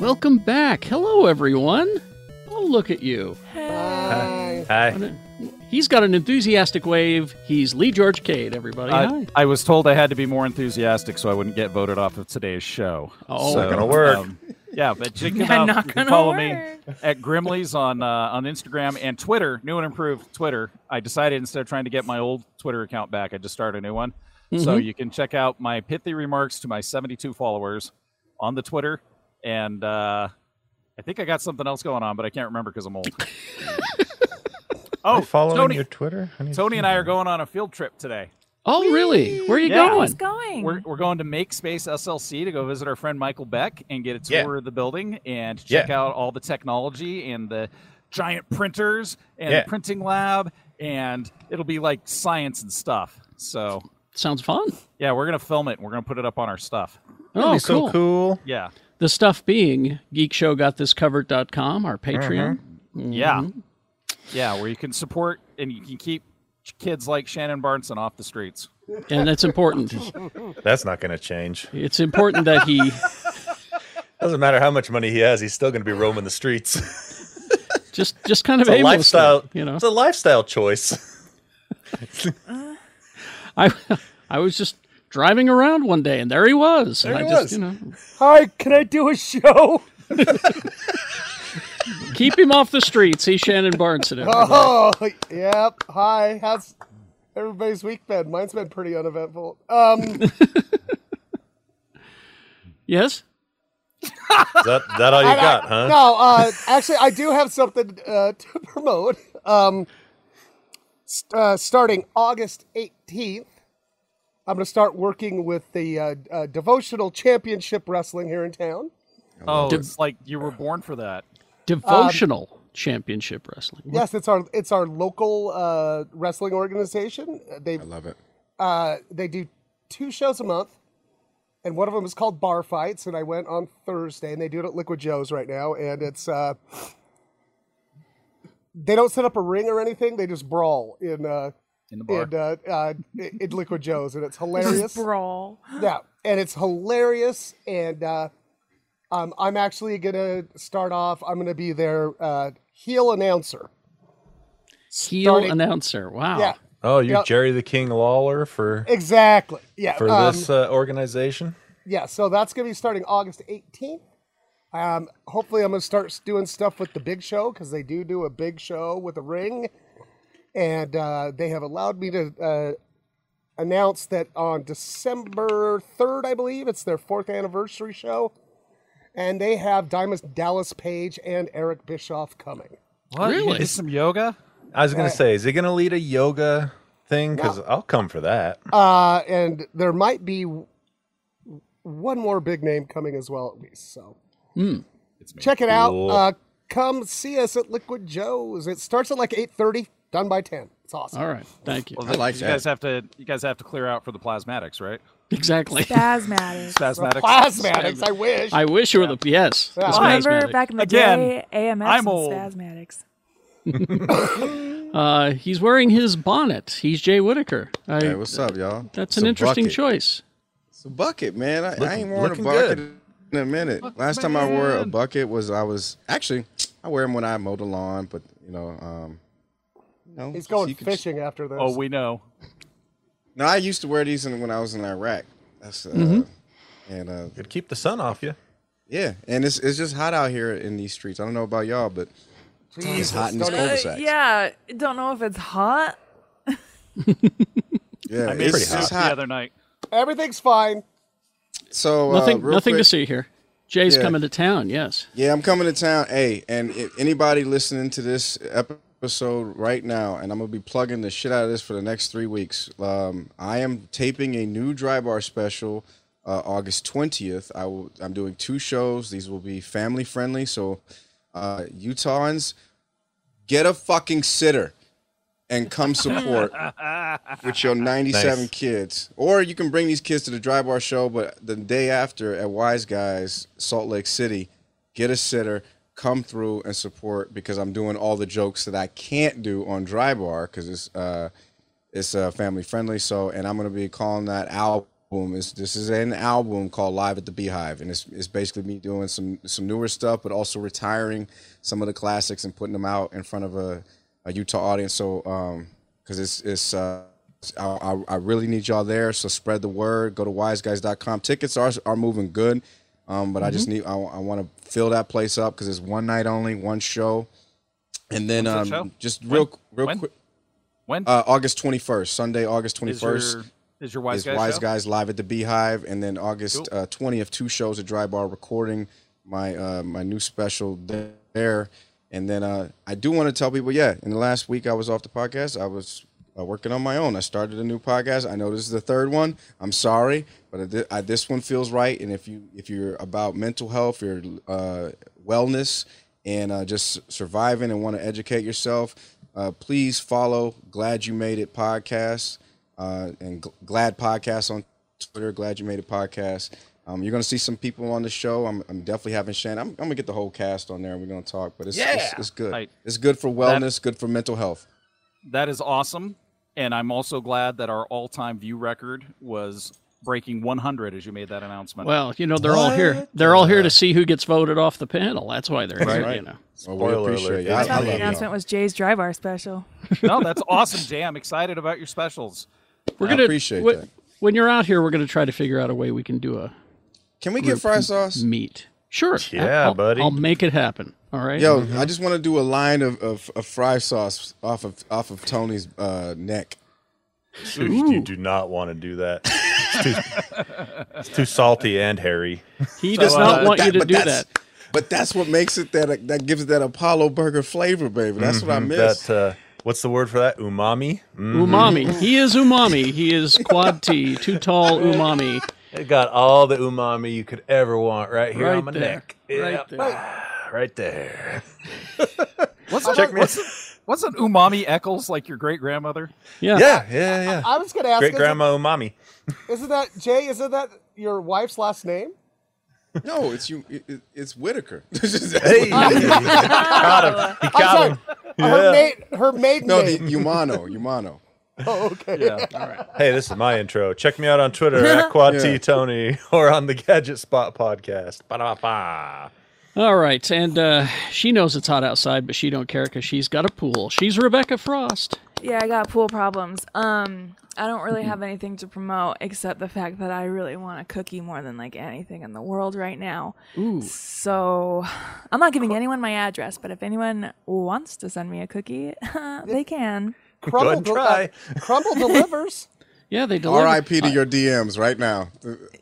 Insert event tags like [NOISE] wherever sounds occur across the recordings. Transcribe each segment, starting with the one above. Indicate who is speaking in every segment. Speaker 1: Welcome back. Hello, everyone. Oh, look at you.
Speaker 2: Hi.
Speaker 1: He's got an enthusiastic wave. He's Lee George Cade, everybody.
Speaker 2: I,
Speaker 3: Uh,
Speaker 1: Hi.
Speaker 2: I was told I had to be more enthusiastic so I wouldn't get voted off of today's show.
Speaker 1: Oh.
Speaker 2: so,
Speaker 1: Not
Speaker 3: gonna work.
Speaker 2: um, yeah, but check it
Speaker 4: Not
Speaker 2: out.
Speaker 4: gonna
Speaker 2: You can follow me
Speaker 4: work.
Speaker 2: at Grimley's on uh, on Instagram and Twitter, new and improved Twitter. I decided instead of trying to get my old Twitter account back, I just started a new one. So you can check out my pithy remarks to my 72 followers on the Twitter, and uh, I think I got something else going on, but I can't remember because I'm old.
Speaker 3: Oh,
Speaker 2: oh,
Speaker 3: following
Speaker 2: Tony,
Speaker 3: your Twitter? need to
Speaker 2: Tony
Speaker 3: see
Speaker 2: and I are
Speaker 3: that.
Speaker 2: going on a field trip today.
Speaker 1: Oh, really? Where are you
Speaker 2: Yeah.
Speaker 1: going?
Speaker 4: Who's going?
Speaker 2: We're, we're going to Make Space SLC to go visit our friend Michael Beck and get a
Speaker 3: Yeah.
Speaker 2: tour of the building and check
Speaker 3: Yeah.
Speaker 2: out all the technology and the giant printers and
Speaker 3: Yeah.
Speaker 2: the printing lab and it'll be like science and stuff. So
Speaker 1: Sounds fun.
Speaker 2: yeah, we're gonna film it. and We're gonna put it up on our stuff.
Speaker 3: That'd
Speaker 1: oh,
Speaker 3: be so cool.
Speaker 2: Yeah,
Speaker 1: The stuff being geekshowgothiscovered.com, our
Speaker 3: Uh-huh.
Speaker 1: Patreon.
Speaker 2: yeah, yeah. Where you can support and you can keep kids like Shannon Barneson off the streets.
Speaker 1: And it's important.
Speaker 3: That's not going to change.
Speaker 1: it's important that he
Speaker 3: Doesn't matter how much money he has, he's still going to be roaming the streets. [LAUGHS] it's
Speaker 1: just just kind of
Speaker 3: a
Speaker 1: aimlessly,
Speaker 3: lifestyle.
Speaker 1: you know.
Speaker 3: it's a lifestyle choice. [LAUGHS]
Speaker 1: I I was just driving around one day and there he was. and
Speaker 3: There
Speaker 1: I
Speaker 3: he
Speaker 1: just,
Speaker 3: was.
Speaker 1: you know,
Speaker 2: Hi, can I do a show?
Speaker 1: keep him off the streets. He's Shannon Barnes
Speaker 3: [LAUGHS]
Speaker 1: and
Speaker 5: [LAUGHS] Oh, yep. Hi. How's everybody's week been? Mine's been pretty uneventful. Um,
Speaker 1: Yes?
Speaker 3: Is that, that all you got, huh?
Speaker 5: no, uh, actually, I do have something uh, [LAUGHS] to promote. Um, st- uh, starting August 18th, I'm going to start working with the uh, uh, Devotional Championship Wrestling here in town.
Speaker 2: Oh,
Speaker 1: Did-
Speaker 2: it's like you were born for that.
Speaker 1: Devotional championship wrestling.
Speaker 5: Yes, it's our it's our local uh, wrestling organization. They I love it. Uh, they do two shows a month, and one of them is called Bar Fights, and I went on Thursday, and they do it at Liquid Joe's right now, and it's. Uh, they don't set up a ring or anything. They just brawl in uh,
Speaker 2: In the bar.
Speaker 5: in, uh, uh, in Liquid Joe's, and it's
Speaker 4: Just
Speaker 5: hilarious.
Speaker 4: brawl.
Speaker 5: Yeah, and it's hilarious. And uh, um, I'm actually gonna start off. I'm gonna be their uh, heel announcer.
Speaker 1: Heel
Speaker 5: Starting-
Speaker 1: announcer. Wow.
Speaker 5: Yeah,
Speaker 3: Oh, you're
Speaker 5: Yep.
Speaker 3: Jerry the King Lawler for
Speaker 5: exactly. Yeah,
Speaker 3: for
Speaker 5: um,
Speaker 3: this uh, organization?
Speaker 5: Yeah, so that's gonna be starting August 18th. Um, hopefully, I'm gonna start doing stuff with the big show because they do do a big show with a ring, and uh, they have allowed me to uh, announce that on December 3rd, I believe, it's their fourth anniversary show, and they have Diamond Dallas Page and Eric Bischoff coming.
Speaker 2: What? You gonna
Speaker 1: Really?
Speaker 2: do some yoga?
Speaker 3: I was going to say, is he going to lead a yoga thing? Because I'll come for that.
Speaker 5: Uh, and there might be w- one more big name coming as well, at least. So check it out.
Speaker 3: Cool.
Speaker 5: Uh, come see us at Liquid Joe's. It starts at like eight thirty. Done by ten. It's awesome.
Speaker 1: All right. Thank you.
Speaker 2: I like you guys have to you guys have to clear out for the plasmatics, right?
Speaker 1: [LAUGHS]
Speaker 5: [LAUGHS]
Speaker 6: [LAUGHS]
Speaker 1: Exactly.
Speaker 4: Spasmatic.
Speaker 2: Spasmatics.
Speaker 5: Plasmatics. I wish.
Speaker 1: I wish you were the yes.
Speaker 5: Yeah.
Speaker 1: It's
Speaker 4: I remember
Speaker 1: Spasmatic.
Speaker 4: back in the
Speaker 2: Again,
Speaker 4: day, AMS
Speaker 2: I'm
Speaker 4: and
Speaker 2: old.
Speaker 4: spasmatics.
Speaker 1: Uh, he's wearing his bonnet. He's Jay Whitaker. I,
Speaker 7: Hey, what's up, y'all?
Speaker 1: That's
Speaker 7: It's
Speaker 1: an
Speaker 7: a
Speaker 1: interesting
Speaker 7: bucket.
Speaker 1: choice.
Speaker 7: It's a bucket, man. I, I ain't worn a
Speaker 3: looking
Speaker 7: bucket
Speaker 3: good.
Speaker 7: in a minute. Last time I wore a bucket was I was actually I wear them when I mow the lawn, but you know, um, you know,
Speaker 5: He's
Speaker 7: so
Speaker 5: going
Speaker 7: you could-
Speaker 5: fishing after this.
Speaker 2: Oh, we know.
Speaker 7: No, I used to wear these in, when I was in Iraq. That's uh,
Speaker 1: Mm-hmm.
Speaker 7: and uh,
Speaker 3: Could keep the sun off you.
Speaker 7: yeah, and it's it's just hot out here in these streets. I don't know about y'all, but it's hot in these
Speaker 5: don't-
Speaker 7: cul-de-sacs.
Speaker 4: yeah, don't know if it's hot.
Speaker 7: yeah,
Speaker 2: I made
Speaker 7: it's,
Speaker 2: it's,
Speaker 7: it's
Speaker 2: the
Speaker 7: hot.
Speaker 2: other night.
Speaker 5: Everything's fine.
Speaker 7: So uh,
Speaker 1: nothing.
Speaker 7: real
Speaker 1: Nothing
Speaker 7: quick-
Speaker 1: to see here. Jay's
Speaker 7: Yeah.
Speaker 1: coming to town. Yes.
Speaker 7: Yeah, I'm coming to town. Hey, and if anybody listening to this episode right now, and I'm gonna be plugging the shit out of this for the next three weeks. Um, I am taping a new dry bar special, uh, August 20th. I will. I'm doing two shows. These will be family friendly, so uh, Utahans, get a fucking sitter and come support with your 97
Speaker 8: Nice.
Speaker 7: kids. Or you can bring these kids to the dry bar show, but the day after at Wise Guys, Salt Lake City, get a sitter, come through and support because I'm doing all the jokes that I can't do on dry bar because it's, uh, it's uh, family friendly. So, and I'm going to be calling that album. Is this is an album called Live at the Beehive, and it's, it's basically me doing some some newer stuff, but also retiring some of the classics and putting them out in front of a, a Utah audience. So, because it's it's uh, I, I- I really need y'all there. So spread the word. Go to wiseguys.com. Tickets are are moving good, um, but I just
Speaker 2: Mm-hmm.
Speaker 7: need I, I want to fill that place up because it's one night only, one show, and then um,
Speaker 2: When's that show?
Speaker 7: just real real
Speaker 2: When?
Speaker 7: quick.
Speaker 2: When is
Speaker 7: Uh, August 21st, Sunday, August 21st
Speaker 2: your is your wise
Speaker 7: is
Speaker 2: guys?
Speaker 7: Wise
Speaker 2: show?
Speaker 7: Guys live at the Beehive, and then August uh, 20th, two shows at Dry Bar recording my uh, my new special there. And then uh, I do want to tell people, yeah, in the last week I was off the podcast. I was uh, working on my own. I started a new podcast. I know this is the third one. I'm sorry, but I, thi- I, this one feels right. And if you if you're about mental health, your uh, wellness, and uh, just surviving and want to educate yourself, uh, please follow Glad You Made It podcast uh, and Gl- Glad Podcast on Twitter. Glad you made a podcast. Um, you're gonna see some people on the show. I'm, I'm definitely having Shannon. I'm, I'm gonna get the whole cast on there and we're gonna talk. But it's it's, it's good.
Speaker 2: Right.
Speaker 7: It's good for wellness. good for mental health.
Speaker 2: That is awesome, and I'm also glad that our all-time view record was breaking 100 as you made that announcement.
Speaker 1: Well, you know they're all here. They're all here to see who gets voted off the panel. That's why they're here.
Speaker 7: right.
Speaker 1: You know.
Speaker 7: Well,
Speaker 8: Spoiler
Speaker 7: we appreciate
Speaker 8: alert.
Speaker 7: you. I,
Speaker 6: I
Speaker 7: I
Speaker 6: thought the
Speaker 7: love y'all.
Speaker 6: announcement was Jay's Dry Bar special.
Speaker 2: no, that's awesome, Jay. I'm excited about your specials.
Speaker 1: We're
Speaker 7: I
Speaker 1: gonna
Speaker 7: appreciate
Speaker 1: when,
Speaker 7: that.
Speaker 1: When you're out here, we're gonna try to figure out a way we can do a
Speaker 7: Can we get fry sauce?
Speaker 1: meet. Sure.
Speaker 8: Yeah,
Speaker 1: I'll-
Speaker 8: buddy.
Speaker 1: I'll make it happen. All right.
Speaker 7: Yo, I just want to do a line of, of, of fry sauce off of off of Tony's uh, neck.
Speaker 8: Dude, you do not want to
Speaker 3: [LAUGHS]
Speaker 8: do that. It's too, it's too salty and hairy.
Speaker 1: he does not
Speaker 2: uh,
Speaker 1: want you to
Speaker 7: but
Speaker 1: do
Speaker 7: that's-
Speaker 1: that.
Speaker 7: But that's what makes it that that gives it that Apollo burger flavor, baby. That's what I miss.
Speaker 8: That uh, what's the word for that? Umami. Mm,
Speaker 1: Umami. He is umami. He is quad T, too tall umami.
Speaker 8: it got all the umami you could ever want right here
Speaker 1: Right
Speaker 8: on my
Speaker 1: there.
Speaker 8: neck.
Speaker 1: Right
Speaker 8: Yep.
Speaker 1: there.
Speaker 8: Right there.
Speaker 2: What's an,
Speaker 8: Check me.
Speaker 2: what's, wasn't Umami Eccles like your great grandmother?
Speaker 1: Yeah.
Speaker 8: Yeah, yeah, yeah.
Speaker 5: I was going to ask,
Speaker 8: Great
Speaker 5: isn't,
Speaker 8: grandma umami.
Speaker 5: isn't that Jay? Isn't that your wife's
Speaker 8: [LAUGHS]
Speaker 5: last name?
Speaker 7: no, it's you. It, it- it's Whitaker. [LAUGHS]
Speaker 8: [LAUGHS] Hey, got him. He got him.
Speaker 5: Her,
Speaker 8: Yeah.
Speaker 5: maid, her
Speaker 8: [LAUGHS]
Speaker 5: maiden
Speaker 7: No, the
Speaker 5: name.
Speaker 7: Umano, Umano.
Speaker 5: Oh, okay.
Speaker 2: Yeah.
Speaker 8: Hey, this is my intro. Check me out on Twitter [LAUGHS] at Quad
Speaker 7: Yeah.
Speaker 8: T Tony or on the Gadget Spot podcast. Ba-da-ba-ba.
Speaker 1: All right. And uh, she knows it's hot outside, but she don't care because she's got a pool. She's Rebecca Frost.
Speaker 6: Yeah, I got pool problems. Um, I don't
Speaker 2: Mm-hmm.
Speaker 6: really have anything to promote except the fact that I really want a cookie more than like anything in the world right now.
Speaker 1: Ooh.
Speaker 6: So I'm not giving anyone my address, but if anyone wants to send me a cookie, [LAUGHS] they can.
Speaker 5: Crumble,
Speaker 8: ahead and
Speaker 5: del-
Speaker 8: try.
Speaker 5: uh,
Speaker 8: [LAUGHS]
Speaker 5: crumble delivers.
Speaker 1: Yeah, they deliver.
Speaker 7: R.I.P. to your DMs
Speaker 6: [LAUGHS]
Speaker 7: right now.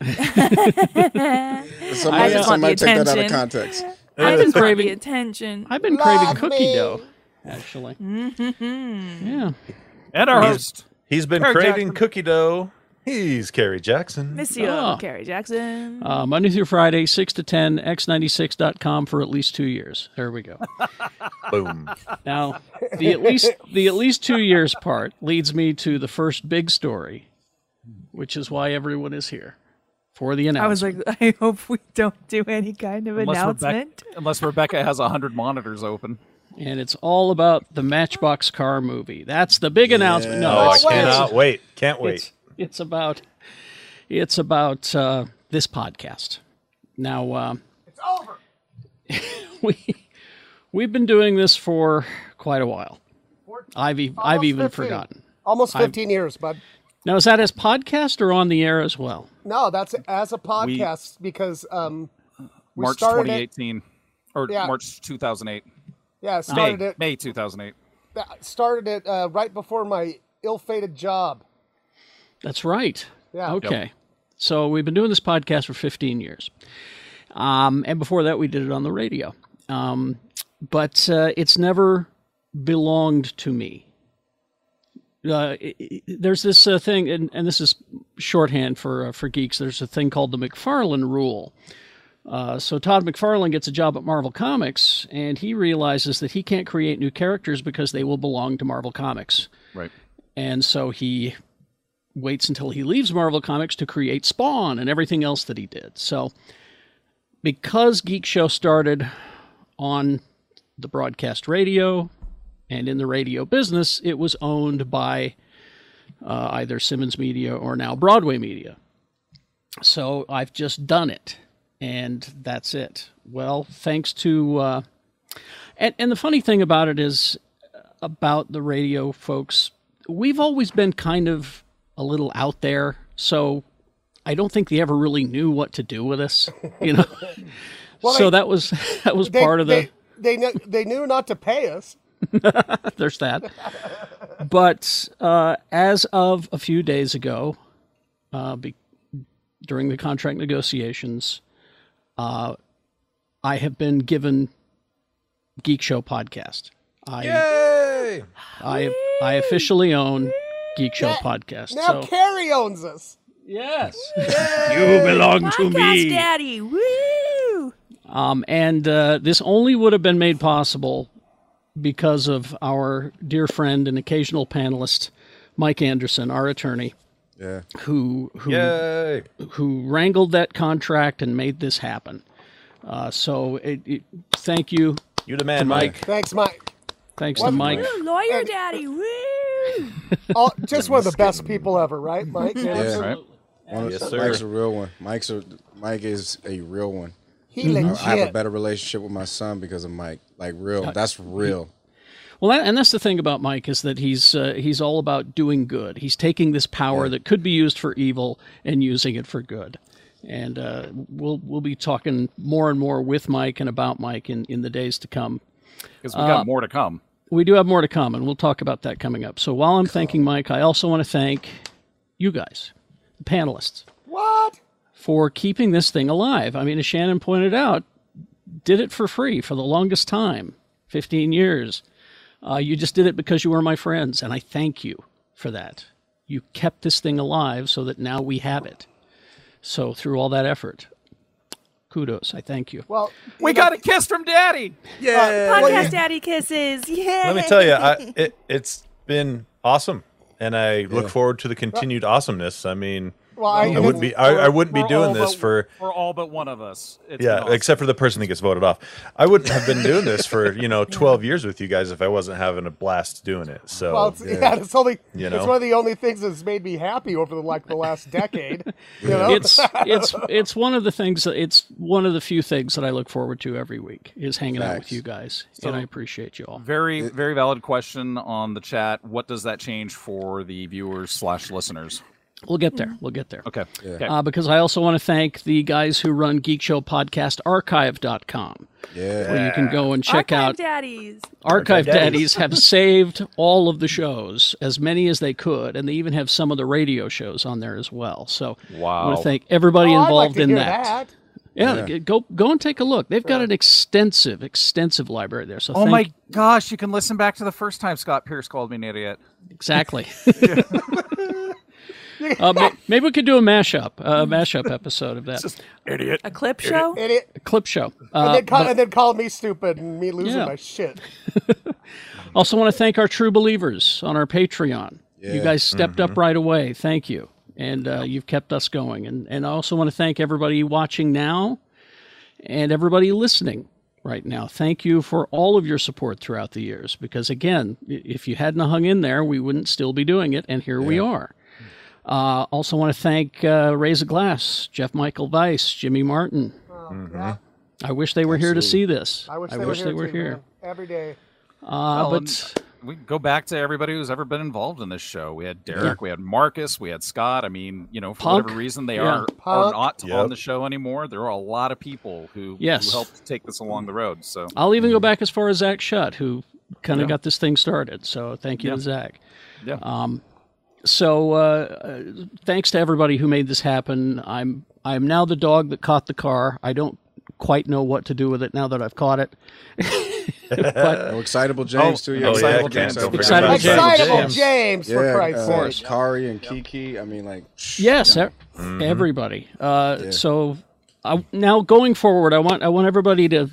Speaker 6: I
Speaker 7: somebody
Speaker 6: just want
Speaker 7: somebody
Speaker 6: the
Speaker 7: take that out of
Speaker 6: attention.
Speaker 7: context.
Speaker 6: I just want
Speaker 1: craving-
Speaker 6: the attention.
Speaker 1: I've been craving
Speaker 5: Love
Speaker 1: cookie
Speaker 5: me.
Speaker 1: dough, actually. yeah.
Speaker 2: And our host.
Speaker 8: He's been
Speaker 2: Kerry
Speaker 8: craving
Speaker 2: Jackson.
Speaker 8: cookie dough. He's Kerry Jackson.
Speaker 6: Miss you,
Speaker 2: Ah.
Speaker 1: Oh.
Speaker 6: Carrie Jackson.
Speaker 1: Uh, Monday through Friday, 6 to 10, x96.com for at least two years. There we go.
Speaker 8: Boom.
Speaker 1: Now, the at least the at least two years part leads me to the first big story, which is why everyone is here for the announcement.
Speaker 6: I was like, [LAUGHS] I hope we don't do any kind of announcement.
Speaker 2: Rebecca, unless Rebecca has 100 monitors open.
Speaker 1: and it's all about the Matchbox Car movie. That's the big announcement. No,
Speaker 8: Oh, I
Speaker 1: it's,
Speaker 8: cannot wait. Can't
Speaker 1: it's,
Speaker 8: wait.
Speaker 1: it's about it's about uh, this podcast. Now um, it's over. [LAUGHS] we we've been doing this for quite a while. I've e- I've
Speaker 5: Almost
Speaker 1: even
Speaker 5: 15.
Speaker 1: forgotten.
Speaker 5: Almost 15 years, bud.
Speaker 1: Now is that as podcast or on the air as well?
Speaker 5: No, that's as a podcast because um, we
Speaker 2: March
Speaker 5: started
Speaker 2: 2018 or
Speaker 5: Yeah.
Speaker 2: March 2008.
Speaker 5: it. Yeah, started
Speaker 2: May,
Speaker 5: it.
Speaker 2: May 2008.
Speaker 5: that- Started it uh, right before my ill-fated job.
Speaker 1: That's right.
Speaker 5: Yeah.
Speaker 1: Okay. So we've been doing this podcast for 15 years. Um, and before that, we did it on the radio. Um, but uh, it's never belonged to me. Uh, it- it- there's this uh, thing, and, and this is shorthand for uh, for geeks. There's a thing called the McFarlane Rule, Uh, so Todd McFarlane gets a job at Marvel Comics, and he realizes that he can't create new characters because they will belong to Marvel Comics.
Speaker 2: Right.
Speaker 1: And so he waits until he leaves Marvel Comics to create Spawn and everything else that he did. So, because Geek Show started on the broadcast radio and in the radio business, it was owned by uh, either Simmons Media or now Broadway Media. So, I've just done it, and that's it. Well, thanks to. Uh, and, and the funny thing about it is, uh, about the radio folks, we've always been kind of a little out there. So I don't think they ever really knew what to do with us, you know. [LAUGHS]
Speaker 5: [LAUGHS] Well,
Speaker 1: so
Speaker 5: they-
Speaker 1: that was [LAUGHS] that was
Speaker 5: They-
Speaker 1: part of the
Speaker 5: They, they, kn- they knew not to pay us.
Speaker 1: there's that. But uh, as of a few days ago, uh, be, during the contract negotiations, uh, I have been given Geek Show podcast. I
Speaker 9: Yay!
Speaker 1: I I officially own Geek Show podcast. so
Speaker 5: Now Carrie owns us.
Speaker 1: yes.
Speaker 4: You
Speaker 1: belong to me.
Speaker 4: Podcast daddy. Woo!
Speaker 1: Um, and uh, this only would have been made possible because of our dear friend and occasional panelist, Mike Anderson, our attorney,
Speaker 7: Yeah.
Speaker 1: who who
Speaker 9: Yay!
Speaker 1: who wrangled that contract and made this happen. Uh, so it, it, thank you,
Speaker 9: You the man, Mike.
Speaker 5: Thanks, Mike.
Speaker 1: thanks to
Speaker 5: Wasn't
Speaker 1: Mike.
Speaker 4: Woo, Lawyer daddy. Woo!
Speaker 6: Uh,
Speaker 5: Oh, just one of the best people ever, right, Mike?
Speaker 7: Yeah.
Speaker 2: Right.
Speaker 9: Yes, sir.
Speaker 7: Mike's a real one. Mike's a Mike is a real one.
Speaker 5: He
Speaker 7: Mm-hmm. I, I have a
Speaker 5: legit.
Speaker 7: better relationship with my son because of Mike. Like real. That's real.
Speaker 1: Well, that, and that's the thing about Mike is that he's uh, he's all about doing good. He's taking this power that could be used for evil and using it for good. And uh, we'll we'll be talking more and more with Mike and about Mike in, in the days to come.
Speaker 2: Because we got more to come.
Speaker 1: We do have more to come, and we'll talk about that coming up. So while I'm thanking Mike, I also want to thank you guys, the panelists,
Speaker 5: What?
Speaker 1: for keeping this thing alive. I mean, as Shannon pointed out, did it for free for the longest time 15 years. Uh, you just did it because you were my friends, and I thank you for that. You kept this thing alive so that now we have it. So, through all that effort, kudos. I thank you.
Speaker 5: Well,
Speaker 2: We got a kiss from Daddy.
Speaker 4: Podcast
Speaker 5: yeah.
Speaker 4: daddy kisses. Yeah.
Speaker 9: Let me tell you, I, it, it's been awesome, and I look forward to the continued awesomeness. I mean,
Speaker 5: Well, I,
Speaker 9: I wouldn't be I, I wouldn't be
Speaker 2: For
Speaker 9: doing
Speaker 2: all
Speaker 9: this
Speaker 2: but-
Speaker 9: for
Speaker 2: for all but one of us. It's
Speaker 9: yeah,
Speaker 2: been awesome.
Speaker 9: except for the person that gets voted off. I wouldn't have been doing this for you know twelve years with you guys if I wasn't having a blast doing it. So
Speaker 5: [LAUGHS] Well, it's, yeah. it's only
Speaker 9: You
Speaker 5: it's
Speaker 9: know?
Speaker 5: one of the only things that's made me happy over the like the
Speaker 1: [LAUGHS]
Speaker 5: last decade. You know?
Speaker 1: it's it's it's one of the things that it's one of the few things that I look forward to every week is hanging out with
Speaker 7: Facts.
Speaker 1: you guys, and I appreciate you all.
Speaker 2: Very, very valid question on the chat. What does that change for the viewers slash listeners?
Speaker 1: We'll get there. We'll get there.
Speaker 2: Okay. Okay.
Speaker 1: Uh, because I also want to thank the guys who run Geek Show Podcast Archive.com,
Speaker 7: Yeah.
Speaker 1: where you can go and check
Speaker 4: Archive
Speaker 1: out.
Speaker 4: daddies.
Speaker 1: Archive
Speaker 9: Daddies.
Speaker 1: Daddies have saved all of the shows, as many as they could, and they even have some of the radio shows on there as well. So I want
Speaker 2: Wow.
Speaker 1: to thank everybody
Speaker 5: Oh, I'd like
Speaker 1: involved
Speaker 5: to
Speaker 1: in
Speaker 5: hear
Speaker 1: Yeah, g- go go and take a look. They've got an extensive, extensive library there. So
Speaker 2: Oh
Speaker 1: thank,
Speaker 2: my gosh, you can listen back to the first time Scott Pierce called me an idiot.
Speaker 1: exactly. [LAUGHS] uh, ma- maybe we could do a mashup, a mashup episode of that
Speaker 4: A clip show.
Speaker 5: And, it, and,
Speaker 1: clip show. Uh,
Speaker 5: then call, and then call me stupid and me losing
Speaker 1: Yeah.
Speaker 5: my shit.
Speaker 1: Also, want to thank our true believers on our Patreon. You
Speaker 7: Yeah.
Speaker 1: guys stepped up right away. Thank you, and uh, you've kept us going. And and I also want to thank everybody watching now, and everybody listening right now. Thank you for all of your support throughout the years. Because again, i- if you hadn't hung in there, we wouldn't still be doing it, and here we are. Uh, also, want to thank uh, Raise a Glass, Jeff Michael Weiss, Jimmy Martin. I wish they were here to see this.
Speaker 5: Oh, I wish they were here. too, man. Every day.
Speaker 1: Uh,
Speaker 2: Well,
Speaker 1: but
Speaker 2: We can go back to everybody who's ever been involved in this show. We had Derek, we had Marcus, we had Scott. I mean, you know, for
Speaker 1: Punk.
Speaker 2: whatever reason, they
Speaker 1: Yeah.
Speaker 2: are, are
Speaker 5: Punk.
Speaker 2: not
Speaker 9: Yep.
Speaker 2: on the show anymore. There are a lot of people who,
Speaker 1: Yes.
Speaker 2: who helped take this along the road. So
Speaker 1: I'll even
Speaker 2: Mm-hmm.
Speaker 1: go back as far as Zach Shutt, who kind of got this thing started. So thank you to Zach.
Speaker 2: Yeah.
Speaker 1: Um, so uh, uh, thanks to everybody who made this happen. I'm I'm now the dog that caught the car. I don't quite know what to do with it now that I've caught it.
Speaker 7: Oh, excitable James too. Yeah.
Speaker 9: oh, yeah,
Speaker 7: Excitable
Speaker 9: can't
Speaker 7: James.
Speaker 9: don't forget
Speaker 1: Excitable
Speaker 9: about
Speaker 1: James.
Speaker 9: that.
Speaker 5: Excitable
Speaker 1: James.
Speaker 5: James, for
Speaker 7: Yeah,
Speaker 5: Christ's
Speaker 7: uh,
Speaker 5: sake.
Speaker 7: Kari and Kiki. I mean, like,
Speaker 1: Yes, e- everybody. Uh, So I, now going forward, I want I want everybody to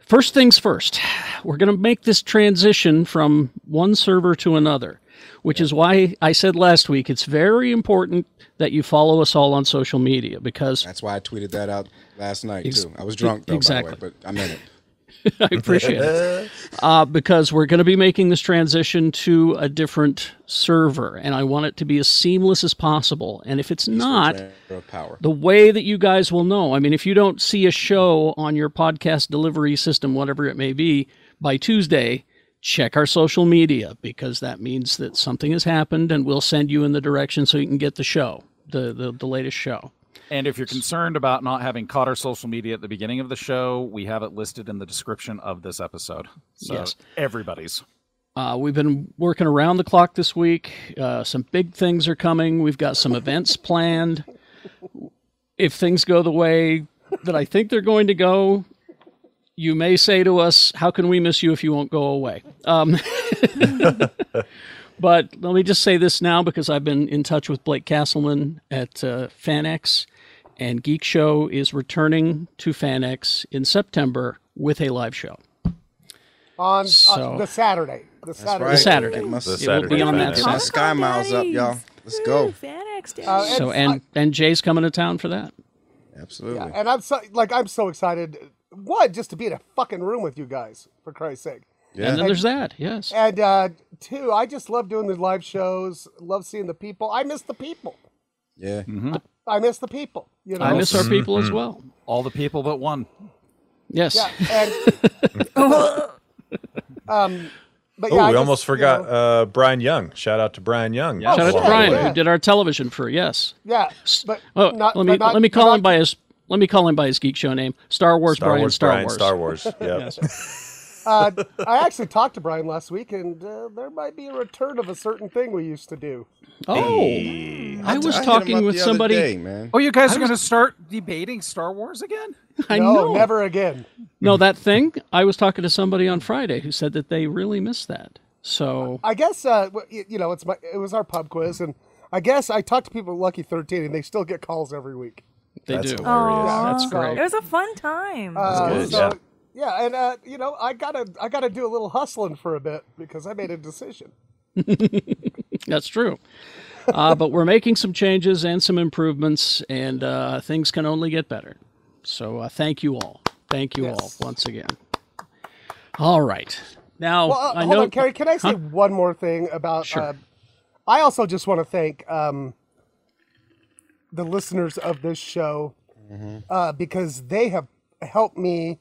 Speaker 1: first things first. We're going to make this transition from one server to another, which is why I said last week it's very important that you follow us all on social media because
Speaker 7: That's why I tweeted that out last night too. I was drunk though,
Speaker 1: exactly.
Speaker 7: by the way, but I meant it.
Speaker 1: I appreciate it. Uh, because we're going to be making this transition to a different server, and I want it to be as seamless as possible. And if it's not,
Speaker 7: Transfer of power.
Speaker 1: the way that you guys will know, I mean, if you don't see a show on your podcast delivery system, whatever it may be, by Tuesday, check our social media because that means that something has happened, and we'll send you in the direction so you can get the show, the the, the latest show.
Speaker 2: And if you're concerned about not having caught our social media at the beginning of the show, we have it listed in the description of this episode. So
Speaker 1: Yes.
Speaker 2: everybody's.
Speaker 1: Uh, we've been working around the clock this week. Uh, some big things are coming. We've got some events planned. If things go the way that I think they're going to go, you may say to us, How can we miss you if you won't go away? Um, [LAUGHS] but let me just say this now because I've been in touch with Blake Castleman at uh, FanX, and Geek Show is returning to FanX in September with a live show.
Speaker 5: on
Speaker 1: So-
Speaker 5: uh, the Saturday. The Saturday.
Speaker 7: right.
Speaker 1: Saturday.
Speaker 7: It must-
Speaker 1: It will be on that
Speaker 7: Now
Speaker 1: Saturday.
Speaker 7: Sky Miles up, y'all. Let's go.
Speaker 4: FanX
Speaker 6: Oh,
Speaker 4: Day.
Speaker 5: Uh,
Speaker 1: So and and Jay's coming to town for that.
Speaker 7: Absolutely.
Speaker 5: Yeah, and I'm so like I'm so excited. One, just to be in a fucking room with you guys, for Christ's sake.
Speaker 1: And then there's that. Yes.
Speaker 5: And uh, two, I just love doing the live shows. Love seeing the people. I miss the people.
Speaker 7: Yeah.
Speaker 5: I miss the people. You know.
Speaker 1: I miss
Speaker 9: Mm-hmm.
Speaker 1: our people as well.
Speaker 2: All the people but one.
Speaker 1: Yes.
Speaker 5: Yeah,
Speaker 1: [LAUGHS]
Speaker 5: and, um, but yeah,
Speaker 9: Oh,
Speaker 5: I
Speaker 9: we
Speaker 5: just,
Speaker 9: almost
Speaker 5: you
Speaker 9: forgot
Speaker 5: know,
Speaker 9: uh, Brian Young. Shout out to Brian Young.
Speaker 2: Yeah.
Speaker 1: Shout out to
Speaker 9: Along the
Speaker 1: Brian
Speaker 9: way.
Speaker 1: who did our television for yes.
Speaker 5: yeah, but
Speaker 1: Oh,
Speaker 5: not,
Speaker 1: let me
Speaker 5: but not-
Speaker 1: let me call
Speaker 5: but
Speaker 1: him
Speaker 5: not-
Speaker 1: by his let me call him by his geek show name. Star Wars
Speaker 9: Star
Speaker 1: Brian
Speaker 9: Wars,
Speaker 1: Star
Speaker 9: Brian,
Speaker 1: Wars.
Speaker 9: Star Wars. Yeah.
Speaker 5: Uh, I actually talked to Brian last week, and uh, there might be a return of a certain thing we used to do.
Speaker 1: Oh. I was
Speaker 7: hit him up
Speaker 1: talking with
Speaker 7: the other
Speaker 1: somebody
Speaker 7: day, man.
Speaker 2: Oh, you guys are going to start debating Star Wars again?
Speaker 1: I
Speaker 5: no,
Speaker 1: know.
Speaker 5: never again.
Speaker 1: No, that thing. I was talking to somebody on Friday who said that they really missed that. So
Speaker 5: I guess uh, w- y- you know it's my it was our pub quiz, and I guess I talked to people at Lucky Thirteen, and they still get calls every week.
Speaker 1: they do.
Speaker 5: That's
Speaker 1: great.
Speaker 4: It was a fun time.
Speaker 5: Uh,
Speaker 9: good,
Speaker 5: so, yeah. and uh, you know I gotta I gotta do a little hustling for a bit because I made a decision.
Speaker 1: That's true. Uh, but we're making some changes and some improvements, and uh, things can only get better. So uh, thank you all. Thank you all
Speaker 5: Yes.
Speaker 1: once again. All right. Now,
Speaker 5: Well, uh,
Speaker 1: I
Speaker 5: hold
Speaker 1: know.
Speaker 5: on, Carrie. Can I say one more thing about?
Speaker 1: Sure.
Speaker 5: Uh, I also just want to thank um, the listeners of this show uh, because they have helped me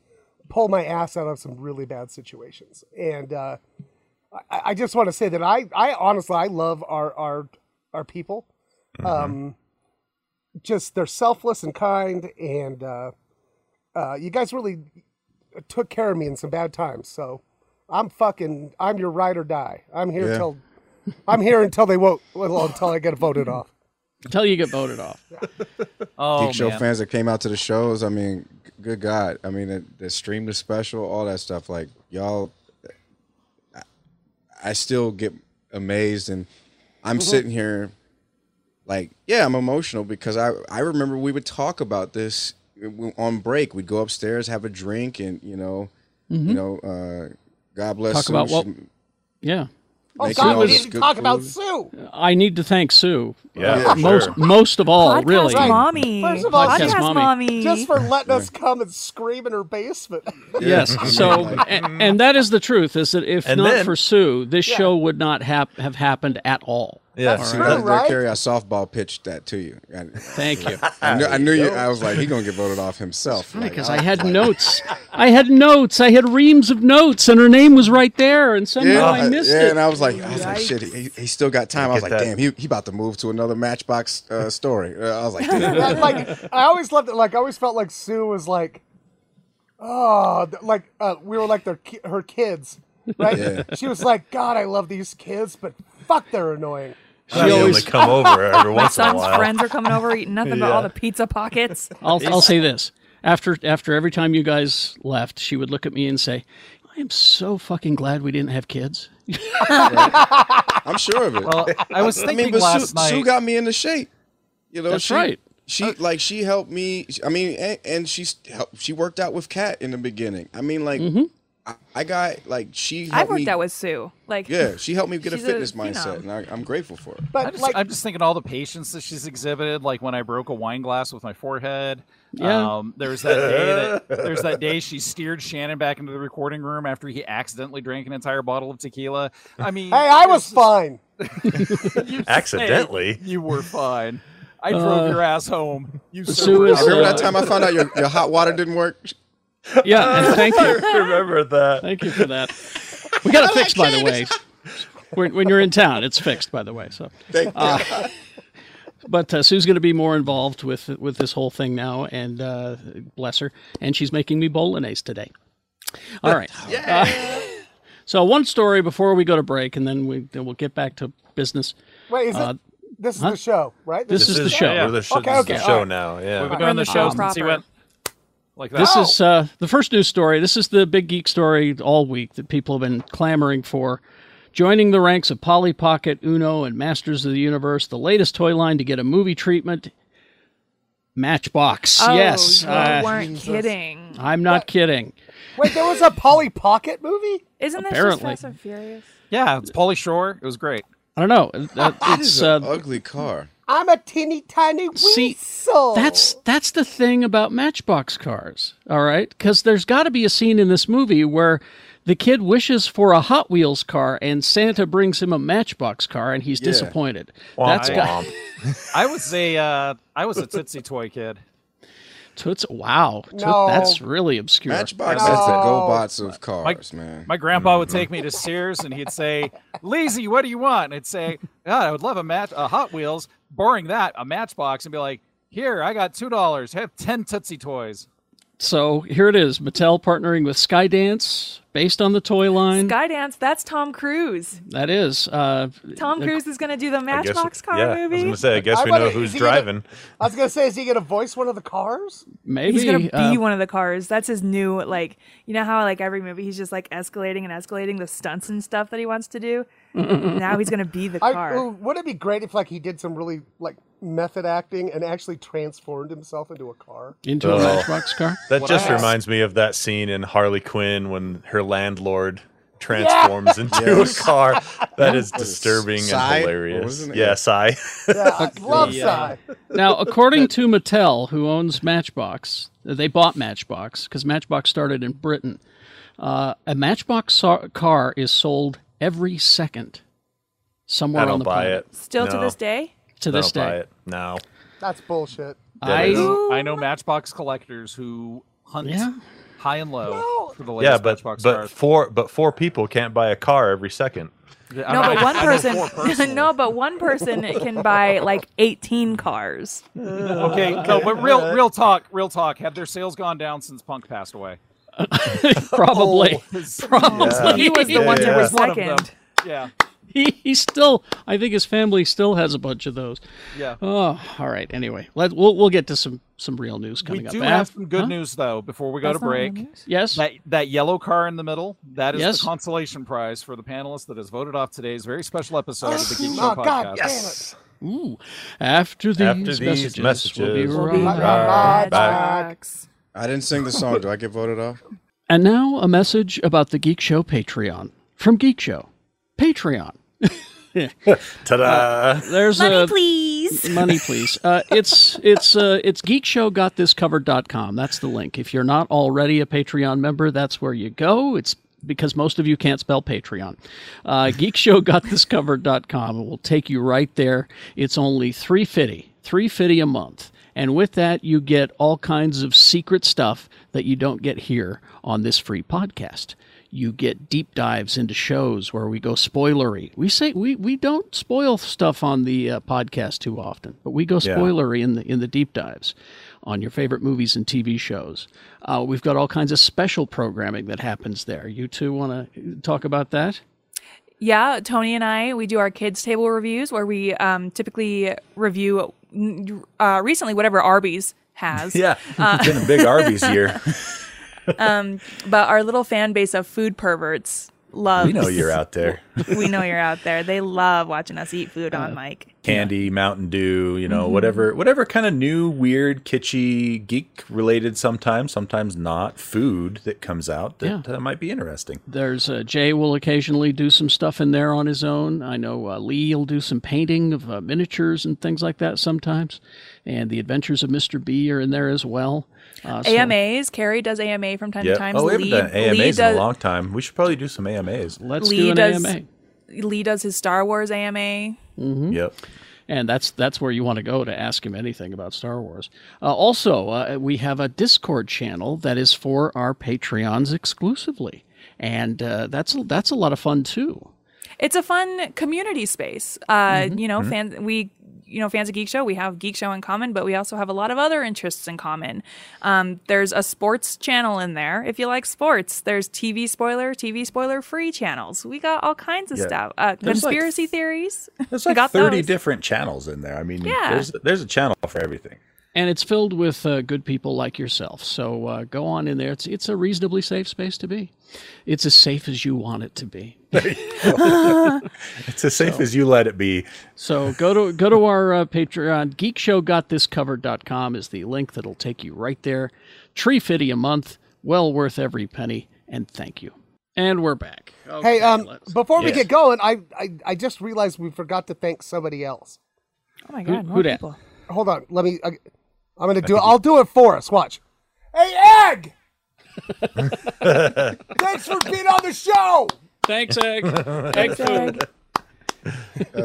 Speaker 5: pull my ass out of some really bad situations, and uh, I, I just want to say that I, I honestly, I love our our our people. Um, just they're selfless and kind, and uh, uh, you guys really took care of me in some bad times. So I'm fucking, I'm your ride or die. I'm here
Speaker 7: Yeah.
Speaker 5: till, I'm here until they vote, well, until I get voted off.
Speaker 1: Until you get voted off.
Speaker 2: Oh,
Speaker 7: Geek Show
Speaker 2: man.
Speaker 7: fans that came out to the shows. I mean, g- good God. I mean, it, they streamed the special, all that stuff. Like, y'all, I- I still get amazed. And I'm
Speaker 1: Mm-hmm.
Speaker 7: sitting here like, yeah, I'm emotional because I, I remember we would talk about this uh, w- on break. We'd go upstairs, have a drink, and, you know, you know, uh, God bless
Speaker 1: Mm-hmm. Talk about
Speaker 7: Sue.
Speaker 1: what-
Speaker 7: She-
Speaker 1: Yeah.
Speaker 5: Oh,
Speaker 7: [LAUGHS] Make
Speaker 5: God,
Speaker 7: sure
Speaker 5: we
Speaker 7: all this
Speaker 5: didn't
Speaker 7: good
Speaker 5: talk about
Speaker 7: food.
Speaker 5: Sue.
Speaker 1: I need to thank Sue. Uh,
Speaker 9: Yeah,
Speaker 7: Yeah,
Speaker 1: Most,
Speaker 9: sure.
Speaker 1: most of all,
Speaker 4: Podcast
Speaker 1: Oh, really.
Speaker 4: mommy.
Speaker 5: First of all,
Speaker 4: podcast
Speaker 1: Podcast mommy.
Speaker 4: mommy.
Speaker 5: Just for letting us come and scream in her basement.
Speaker 1: Yes.
Speaker 7: I mean,
Speaker 1: So,
Speaker 7: like-
Speaker 1: and, and that is the truth. Is that if
Speaker 9: And
Speaker 1: not
Speaker 9: then-
Speaker 1: for Sue, this show would not hap- have happened at all.
Speaker 9: Yeah.
Speaker 5: [LAUGHS]
Speaker 7: See,
Speaker 5: True,
Speaker 7: right there,
Speaker 5: right?
Speaker 7: Carrie, I softball pitched that to you. I,
Speaker 1: Thank you.
Speaker 7: I knew, I knew you. I was like, he gonna get voted off himself. Like,
Speaker 1: because I had notes. I had notes. I had reams of notes, and her name was right there, and somehow I missed
Speaker 7: yeah,
Speaker 1: it.
Speaker 7: and I was like, I was like, shit, he, he still got time. I was like,
Speaker 9: that.
Speaker 7: damn, he, he about to move to another Matchbox uh, story. Uh, I was
Speaker 1: [LAUGHS]
Speaker 7: like, damn.
Speaker 5: And, like, I always loved it. Like, I always felt like Sue was like, oh, th- like, uh, we were like their ki- her kids, right?
Speaker 7: Yeah.
Speaker 5: She was like, God, I love these kids, but fuck, they're annoying.
Speaker 9: She always come over
Speaker 1: [LAUGHS]
Speaker 9: every
Speaker 4: my
Speaker 9: once in a
Speaker 4: son's
Speaker 9: while.
Speaker 4: friends are coming over eating nothing but all the pizza pockets.
Speaker 1: I'll, I'll say this: after after every time you guys left, she would look at me and say, "I am so fucking glad we didn't have kids."
Speaker 7: I'm sure of it.
Speaker 2: Well, I was
Speaker 7: I
Speaker 2: thinking
Speaker 7: mean, but
Speaker 2: last
Speaker 7: Sue,
Speaker 2: night.
Speaker 7: Sue got me into shape. You know,
Speaker 1: That's
Speaker 7: she,
Speaker 1: right.
Speaker 7: She like she helped me. I mean, and, and she's helped, she worked out with Kat in the beginning. I mean, like
Speaker 5: Mm-hmm.
Speaker 7: I, I got like she. Helped
Speaker 6: I've worked
Speaker 7: me,
Speaker 6: out with Sue. Like
Speaker 7: Yeah, she helped me get a
Speaker 6: She's a
Speaker 7: fitness
Speaker 6: phenom.
Speaker 7: mindset, and I, I'm grateful for it.
Speaker 5: But
Speaker 2: I'm just,
Speaker 5: like,
Speaker 2: I'm just thinking all the patience that she's exhibited, like when I broke a wine glass with my forehead.
Speaker 1: Yeah.
Speaker 2: Um, there was that day that there's that day she steered Shannon back into the recording room after he accidentally drank an entire bottle of tequila. I mean,
Speaker 5: hey, I
Speaker 2: it's
Speaker 5: was
Speaker 2: just-
Speaker 5: fine.
Speaker 2: [LAUGHS] you say
Speaker 8: Accidentally.
Speaker 2: you were fine. I drove
Speaker 1: Uh,
Speaker 2: your ass home. You
Speaker 1: Sue
Speaker 2: sobered
Speaker 1: is,
Speaker 2: up.
Speaker 7: Remember that
Speaker 1: Uh,
Speaker 7: time I found out your, your
Speaker 1: [LAUGHS]
Speaker 7: hot water didn't work?
Speaker 1: Yeah, and thank you.
Speaker 8: [LAUGHS] I remember
Speaker 1: [LAUGHS]
Speaker 8: that.
Speaker 1: Thank you for that. We got it fixed, by the way. when, when you're in town, it's fixed, by the way. So, Uh,
Speaker 7: Thank God.
Speaker 1: but uh, Sue's going to be more involved with with this whole thing now, and uh, bless her. And she's making me bolognese today. All right. Uh, [LAUGHS] so one story before we go to break, and then we then we'll get back to business.
Speaker 5: Wait, is it? This is the show, right?
Speaker 1: This is the show.
Speaker 8: We're the, sh-
Speaker 5: Okay,
Speaker 8: this is
Speaker 5: okay,
Speaker 8: the
Speaker 5: all
Speaker 8: show
Speaker 5: right.
Speaker 8: now.
Speaker 2: We've
Speaker 8: Yeah.
Speaker 2: been doing
Speaker 6: the
Speaker 2: the
Speaker 6: show
Speaker 2: show since he
Speaker 6: proper.
Speaker 2: went like that.
Speaker 1: This is uh, the first news story. This is the big geek story all week that people have been clamoring for. Joining the ranks of Polly Pocket, Uno, and Masters of the Universe, the latest toy line to get a movie treatment Matchbox.
Speaker 6: Oh,
Speaker 1: yes.
Speaker 6: you
Speaker 1: Uh,
Speaker 6: weren't kidding.
Speaker 1: I'm not kidding.
Speaker 5: Wait, there was a Polly Pocket movie.
Speaker 6: Isn't this just
Speaker 1: apparently.
Speaker 6: Fast and Furious?
Speaker 2: yeah, it's Pauly Shore. It was great.
Speaker 1: I don't know.
Speaker 6: [LAUGHS]
Speaker 1: Uh, It's uh,
Speaker 7: Ugly car.
Speaker 5: I'm a teeny tiny
Speaker 1: See,
Speaker 5: weasel.
Speaker 1: That's that's the thing about Matchbox cars, all right? Because there's got to be a scene in this movie where the kid wishes for a Hot Wheels car, and Santa brings him a Matchbox car, and he's disappointed. That's
Speaker 8: Womp
Speaker 1: got
Speaker 8: womp.
Speaker 2: I was a uh, I was a Tootsie Toy kid.
Speaker 1: toots. Wow, Toot-
Speaker 5: No.
Speaker 1: that's really obscure.
Speaker 7: Matchbox is the
Speaker 5: No.
Speaker 7: GoBots of cars, man.
Speaker 2: My grandpa would take me to Sears and he'd say, "Lazy, what do you want?" And I'd say, "God, I would love a match, a Hot Wheels, boring that, a Matchbox," and be like, "Here, I got two dollars. Have ten Tootsie Toys."
Speaker 1: So here it is: Mattel partnering with Skydance, based on the toy line.
Speaker 6: Skydance. That's Tom Cruise.
Speaker 1: that is, uh,
Speaker 6: Tom Cruise is going to do the
Speaker 8: I guess-
Speaker 6: Matchbox car
Speaker 8: yeah, I was
Speaker 6: movie.
Speaker 8: gonna say. I guess
Speaker 5: I
Speaker 8: we
Speaker 5: wonder-
Speaker 8: know
Speaker 5: is
Speaker 8: who's
Speaker 5: he gonna-
Speaker 8: driving.
Speaker 5: I was gonna say, is he gonna voice one of the cars?
Speaker 1: maybe
Speaker 6: He's gonna be
Speaker 1: uh,
Speaker 6: one of the cars. That's his new like. You know how like every movie he's just like escalating and escalating the stunts and stuff that he wants to
Speaker 2: [LAUGHS]
Speaker 6: do. now he's gonna be the
Speaker 5: I,
Speaker 6: car.
Speaker 5: ooh, wouldn't it be great if like he did some really like method acting and actually transformed himself into a car?
Speaker 1: into a
Speaker 8: Oh.
Speaker 1: Matchbox car.
Speaker 8: That just
Speaker 2: I-
Speaker 8: reminds me of that scene in Harley Quinn when her landlord transforms into a car. That is disturbing
Speaker 7: Sigh?
Speaker 8: and
Speaker 7: Or
Speaker 8: hilarious.
Speaker 7: wasn't it-
Speaker 8: Yeah, [LAUGHS] sigh.
Speaker 5: Yeah, I love Psy.
Speaker 1: Now, according to Mattel, who owns Matchbox, they bought Matchbox because Matchbox started in Britain. Uh, a Matchbox so- car is sold every second somewhere
Speaker 8: I
Speaker 1: on
Speaker 8: don't
Speaker 1: the
Speaker 8: buy
Speaker 1: planet.
Speaker 8: it.
Speaker 6: Still to
Speaker 8: No,
Speaker 6: this day.
Speaker 1: To
Speaker 8: I don't
Speaker 1: this
Speaker 8: buy
Speaker 1: day,
Speaker 8: it. No.
Speaker 5: That's bullshit.
Speaker 8: That is-
Speaker 1: I
Speaker 2: I know Matchbox collectors who hunt
Speaker 1: Yeah.
Speaker 2: high and low for the latest
Speaker 8: Yeah, but
Speaker 2: Matchbox
Speaker 8: but
Speaker 2: cars.
Speaker 8: four but four people can't buy a car every second.
Speaker 2: I
Speaker 6: No,
Speaker 2: know-
Speaker 6: but one
Speaker 2: I know
Speaker 6: [LAUGHS]
Speaker 2: four
Speaker 6: person.
Speaker 2: personally.
Speaker 6: no, but one person can buy like eighteen
Speaker 8: [LAUGHS]
Speaker 6: cars.
Speaker 2: okay,
Speaker 5: [LAUGHS]
Speaker 2: no, but real real talk, real talk. Have their sales gone down since Punk passed away?
Speaker 1: [LAUGHS] probably
Speaker 2: [LAUGHS]
Speaker 1: [LAUGHS]
Speaker 6: But he was the
Speaker 8: Oh, Uh, Yeah,
Speaker 6: one to
Speaker 8: yeah.
Speaker 6: was
Speaker 2: One of them.
Speaker 6: second.
Speaker 2: Yeah,
Speaker 1: he, he still. I think his family still has a bunch of those.
Speaker 2: yeah.
Speaker 1: Oh, all right. Anyway, let we'll we'll get to some some real news
Speaker 2: We
Speaker 1: coming up.
Speaker 2: do have
Speaker 1: Af-
Speaker 2: some good
Speaker 1: huh?
Speaker 2: news though. Before we go
Speaker 6: That's
Speaker 2: to
Speaker 6: not in
Speaker 2: break,
Speaker 6: the news?
Speaker 1: Yes.
Speaker 2: That that yellow car in the middle, that is
Speaker 1: Yes.
Speaker 2: the consolation prize for the panelist that has voted off today's very special episode of the Geek Show
Speaker 5: Oh
Speaker 2: podcast.
Speaker 5: god, damn it!
Speaker 1: Ooh. After these,
Speaker 8: After these
Speaker 1: messages, we'll be
Speaker 8: messages, we'll
Speaker 1: right,
Speaker 8: be
Speaker 1: back.
Speaker 8: right
Speaker 6: Matchbox.
Speaker 7: I didn't sing the song. Do I get voted
Speaker 1: [LAUGHS]
Speaker 7: off?
Speaker 1: And now a message about the Geek Show Patreon from Geek Show. Patreon.
Speaker 8: Ta-da!
Speaker 6: Uh,
Speaker 1: There's
Speaker 6: Money,
Speaker 1: a
Speaker 6: please.
Speaker 1: money please. Uh, it's it's uh, it's geekshowgotthiscovered.com. That's the link. If you're not already a Patreon member, that's where you go. It's because most of you can't spell Patreon. Uh, geekshowgotthiscovered.com will take you right there. It's only 350, 350 a month. And with that, you get all kinds of secret stuff that you don't get here on this free podcast. You get deep dives into shows where we go spoilery. We say we, we don't spoil stuff on the uh, podcast too often, but we go spoilery in the in the deep dives on your favorite movies and TV shows. Uh, we've got all kinds of special programming that happens there. You two want to talk about that?
Speaker 6: Yeah, Tony and I we do our kids table reviews where we um, typically review uh, recently whatever Arby's
Speaker 9: [LAUGHS]
Speaker 6: has.
Speaker 8: Yeah, it's been a big Arby's year.
Speaker 6: [LAUGHS] But our little fan base of food perverts loves. [LAUGHS]
Speaker 8: We know you're out there.
Speaker 9: Uh,
Speaker 6: we know you're out there. They love watching us eat food on mic.
Speaker 9: candy, Mountain Dew, you
Speaker 6: Mm-hmm.
Speaker 9: know, whatever whatever kind of new, weird, kitschy, geek related sometimes, sometimes not food that comes out that uh, might be interesting.
Speaker 1: There's uh, Jay will occasionally do some stuff in there on his own. I know uh, Lee will do some painting of uh, miniatures and things like that sometimes, and the Adventures of Mr. B are in there as well. Uh, so
Speaker 6: AMAs. Carrie does AMA from time
Speaker 9: Yeah.
Speaker 6: to time.
Speaker 9: Oh, we haven't
Speaker 6: Lee, uh,
Speaker 9: done AMAs
Speaker 6: Lee
Speaker 9: in a
Speaker 6: does,
Speaker 9: long time. We should probably do some AMAs.
Speaker 1: Let's
Speaker 6: Lee
Speaker 1: do an
Speaker 6: does-
Speaker 1: AMA,
Speaker 6: Lee does his Star Wars AMA. Mm-hmm.
Speaker 9: Yep.
Speaker 1: and that's that's where you want to go to ask him anything about Star Wars. Uh, also, uh, we have a Discord channel that is for our Patreons exclusively, and uh, that's that's a lot of fun too.
Speaker 6: It's a fun community space. Uh,
Speaker 1: Mm-hmm.
Speaker 6: You know, fans we. You know, fans of Geek Show, we have Geek Show in common, but we also have a lot of other interests in common. Um, there's a sports channel in there if you like sports. There's TV spoiler, TV spoiler free channels. We got all kinds of
Speaker 9: Yeah.
Speaker 6: stuff. Uh,
Speaker 9: There's like-
Speaker 6: conspiracy theories. [LAUGHS] Oh
Speaker 9: There's
Speaker 6: We
Speaker 9: like
Speaker 6: got
Speaker 9: 30
Speaker 6: those.
Speaker 9: different channels in there. I mean,
Speaker 6: Yeah.
Speaker 9: there's there's a channel for everything.
Speaker 1: and it's filled with uh, good people like yourself. So uh, go on in there. It's it's a reasonably safe space to be. It's as safe as you want it to be.
Speaker 9: It's as safe as you let it be.
Speaker 1: So go to go to our uh, Patreon. Geekshowgotthiscovered.com is the link that'll take you right there. Tree fitty a month, well worth every penny. And thank you. And we're back. Okay,
Speaker 5: Hey, um,
Speaker 1: let's- [LAUGHS]
Speaker 5: before we
Speaker 9: Yeah.
Speaker 5: get going, I, I I just realized we forgot to thank somebody else.
Speaker 6: Oh my God,
Speaker 1: who
Speaker 6: more
Speaker 1: dat? [LAUGHS]
Speaker 6: people.
Speaker 5: Hold on, let me. I, I'm gonna do it. I'll do it for us. Watch. Hey, Egg. Thanks for being on the show.
Speaker 1: thanks, Egg. Egg food.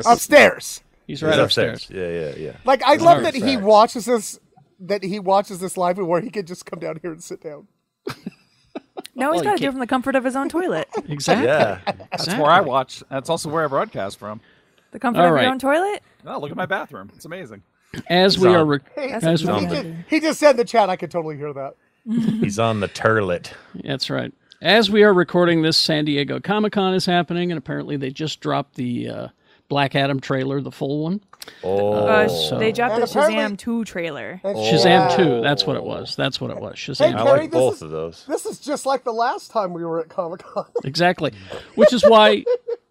Speaker 5: Upstairs.
Speaker 1: He's right upstairs.
Speaker 9: Yeah, yeah, yeah.
Speaker 5: Like I love that he
Speaker 9: fact.
Speaker 5: watches this. That he watches this live, where he could just come down here and sit down.
Speaker 6: No, he's
Speaker 1: you
Speaker 6: got to do
Speaker 1: can't-
Speaker 6: it from the comfort of his own toilet.
Speaker 1: Exactly.
Speaker 9: Yeah.
Speaker 2: That's where I watch. That's also where I broadcast from.
Speaker 6: The comfort
Speaker 1: All
Speaker 6: of
Speaker 1: right.
Speaker 6: your own toilet.
Speaker 2: Oh, look at my bathroom. It's amazing.
Speaker 1: As we
Speaker 9: Zom-
Speaker 1: are re- as we,
Speaker 6: Zom-
Speaker 5: He just, he just said in the chat, I could totally hear that.
Speaker 9: He's on the turlet.
Speaker 1: That's right. As we are recording this, San Diego Comic Con is happening, and apparently they just dropped the uh, Black Adam trailer, the full one.
Speaker 9: Oh,
Speaker 6: Uh, sh-
Speaker 1: so-
Speaker 6: They dropped
Speaker 5: And
Speaker 6: the
Speaker 5: apparently-
Speaker 6: Shazam 2 trailer.
Speaker 5: And
Speaker 1: Shazam
Speaker 5: yeah.
Speaker 1: 2. That's what it was. That's what it was. Shazam
Speaker 9: I
Speaker 5: Hey,
Speaker 1: 2.
Speaker 5: Harry,
Speaker 9: like
Speaker 5: this
Speaker 9: both
Speaker 5: is-
Speaker 9: of those.
Speaker 5: This is just like the last time we were at Comic Con.
Speaker 1: Exactly. Which is why,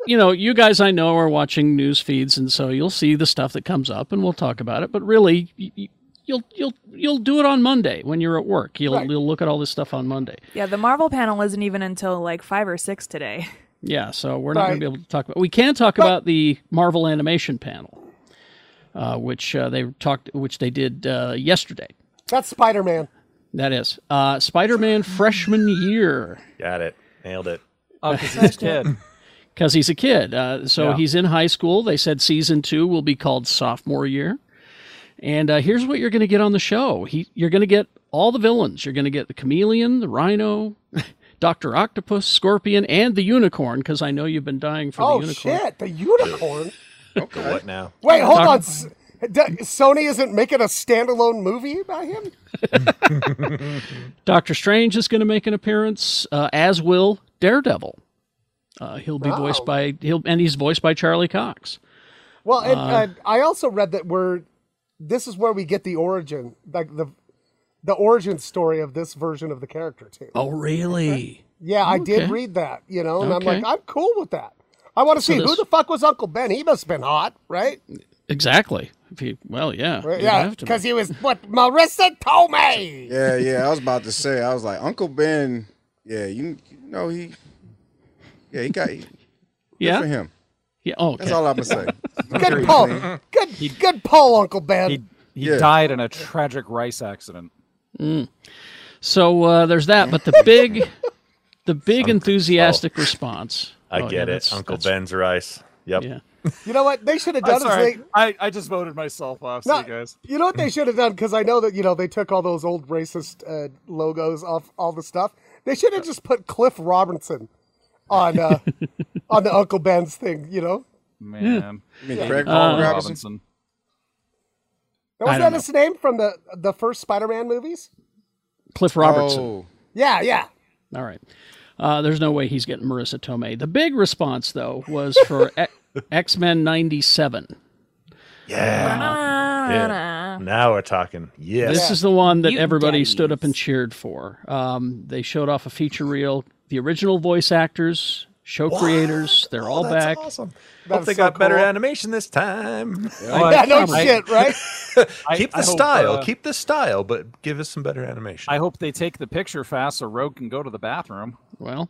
Speaker 1: you know, you guys I know are watching news feeds, and so you'll see the stuff that comes up, and we'll talk about it. But really, y- y- you'll you'll you'll do it on Monday when you're at work. You'll you'll look at all this stuff on Monday.
Speaker 6: Yeah, the Marvel panel isn't even until like 5 or 6 today. [LAUGHS]
Speaker 1: Yeah, so we're not going
Speaker 5: Right.
Speaker 1: to be able to talk about. We can talk about the Marvel Animation panel, uh, which uh, they talked, which they did uh, yesterday.
Speaker 5: [LAUGHS] That's Spider Man.
Speaker 1: That is uh, Spider-Man freshman year
Speaker 9: Got it. Nailed it.
Speaker 2: Oh, 'cause he's a kid.
Speaker 1: because he's a kid. Uh, so
Speaker 2: Yeah.
Speaker 1: he's in high school. They said season two will be called sophomore year. And uh, here's what you're going to get on the show. He, you're going to get all the villains. You're going to get the chameleon, the rhino, [LAUGHS] Doctor Octopus, Scorpion, and the unicorn. Because I know you've been dying for
Speaker 5: Oh
Speaker 1: the unicorn.
Speaker 5: shit, the unicorn.
Speaker 9: The what now?
Speaker 5: Wait, hold
Speaker 1: Talk-
Speaker 5: on. S- D- Sony isn't making a standalone movie about him.
Speaker 1: Doctor Strange is going to make an appearance, uh, as will Daredevil. Uh, he'll be voiced by he'll and he's voiced by Charlie Cox.
Speaker 5: Well, and, uh, I also read that we're. This is where we get the origin, like the, the origin story of this version of the character too.
Speaker 1: Oh, really?
Speaker 5: yeah, I
Speaker 1: okay.
Speaker 5: did read that. You know, and I'm
Speaker 1: Okay.
Speaker 5: like, I'm cool with that. I want to see who
Speaker 1: this-
Speaker 5: the fuck was Uncle Ben. He must have been hot, right?
Speaker 1: Exactly. If he, well, yeah,
Speaker 5: Right,
Speaker 1: you'd
Speaker 5: yeah,
Speaker 1: have to be.
Speaker 5: because he was what Marissa Tomei.
Speaker 7: Yeah, yeah. I was about to say. I was like, Uncle Ben. Yeah, you, you know he. Yeah, he got. Good for
Speaker 1: yeah,
Speaker 7: him.
Speaker 1: yeah. Oh, okay.
Speaker 7: That's all I'm gonna say.
Speaker 5: Good pull. Good, good pull, Uncle Ben.
Speaker 2: He, he
Speaker 7: Yeah.
Speaker 2: died in a tragic rice accident.
Speaker 1: So uh, there's that, but the big, the big enthusiastic response.
Speaker 9: I
Speaker 1: Oh, yeah,
Speaker 9: get it.
Speaker 1: that's-
Speaker 9: Uncle
Speaker 1: that's-
Speaker 9: Ben's rice. Yep.
Speaker 1: Yeah.
Speaker 5: you know what they should have
Speaker 2: I'm
Speaker 5: done is
Speaker 2: sorry.
Speaker 5: they.
Speaker 2: I, I just voted myself off. See
Speaker 5: No,
Speaker 2: you guys.
Speaker 5: you know what they should have done because I know that you know they took all those old racist uh, logos off all the stuff. They should have just put Cliff Robinson on
Speaker 2: [LAUGHS]
Speaker 5: uh, on the Uncle Ben's thing. You know,
Speaker 2: Man.
Speaker 7: I mean,
Speaker 1: Uh,
Speaker 7: Craig
Speaker 2: Paul
Speaker 7: Paul Robinson.
Speaker 2: Robinson.
Speaker 5: Now, was
Speaker 1: don't
Speaker 5: that his name from the the first Spider-Man movies?
Speaker 1: Cliff Robertson. [LAUGHS]
Speaker 7: Oh,
Speaker 5: Yeah, yeah.
Speaker 1: All right. Uh, there's no way he's getting Marissa Tomei. The big response, though, was for E-, X Men 97.
Speaker 9: Yeah. Now we're talking. Yes.
Speaker 1: This is the one that
Speaker 6: You
Speaker 1: everybody stood
Speaker 6: daddies.
Speaker 1: up and cheered for. Um, they showed off a feature reel. The original voice actors show creators. They're all back.
Speaker 9: Awesome.
Speaker 5: Oh, That's
Speaker 9: Hope they
Speaker 5: so
Speaker 9: got better
Speaker 5: cool.
Speaker 9: animation this time.
Speaker 2: Well,
Speaker 5: [LAUGHS] yeah, no
Speaker 2: Oh, I-
Speaker 5: shit, right?
Speaker 2: I-
Speaker 9: keep the
Speaker 2: I hope,
Speaker 9: style.
Speaker 2: uh,
Speaker 9: keep the style, but give us some better animation.
Speaker 2: I hope they take the picture fast so Rogue can go to the bathroom.
Speaker 1: Well,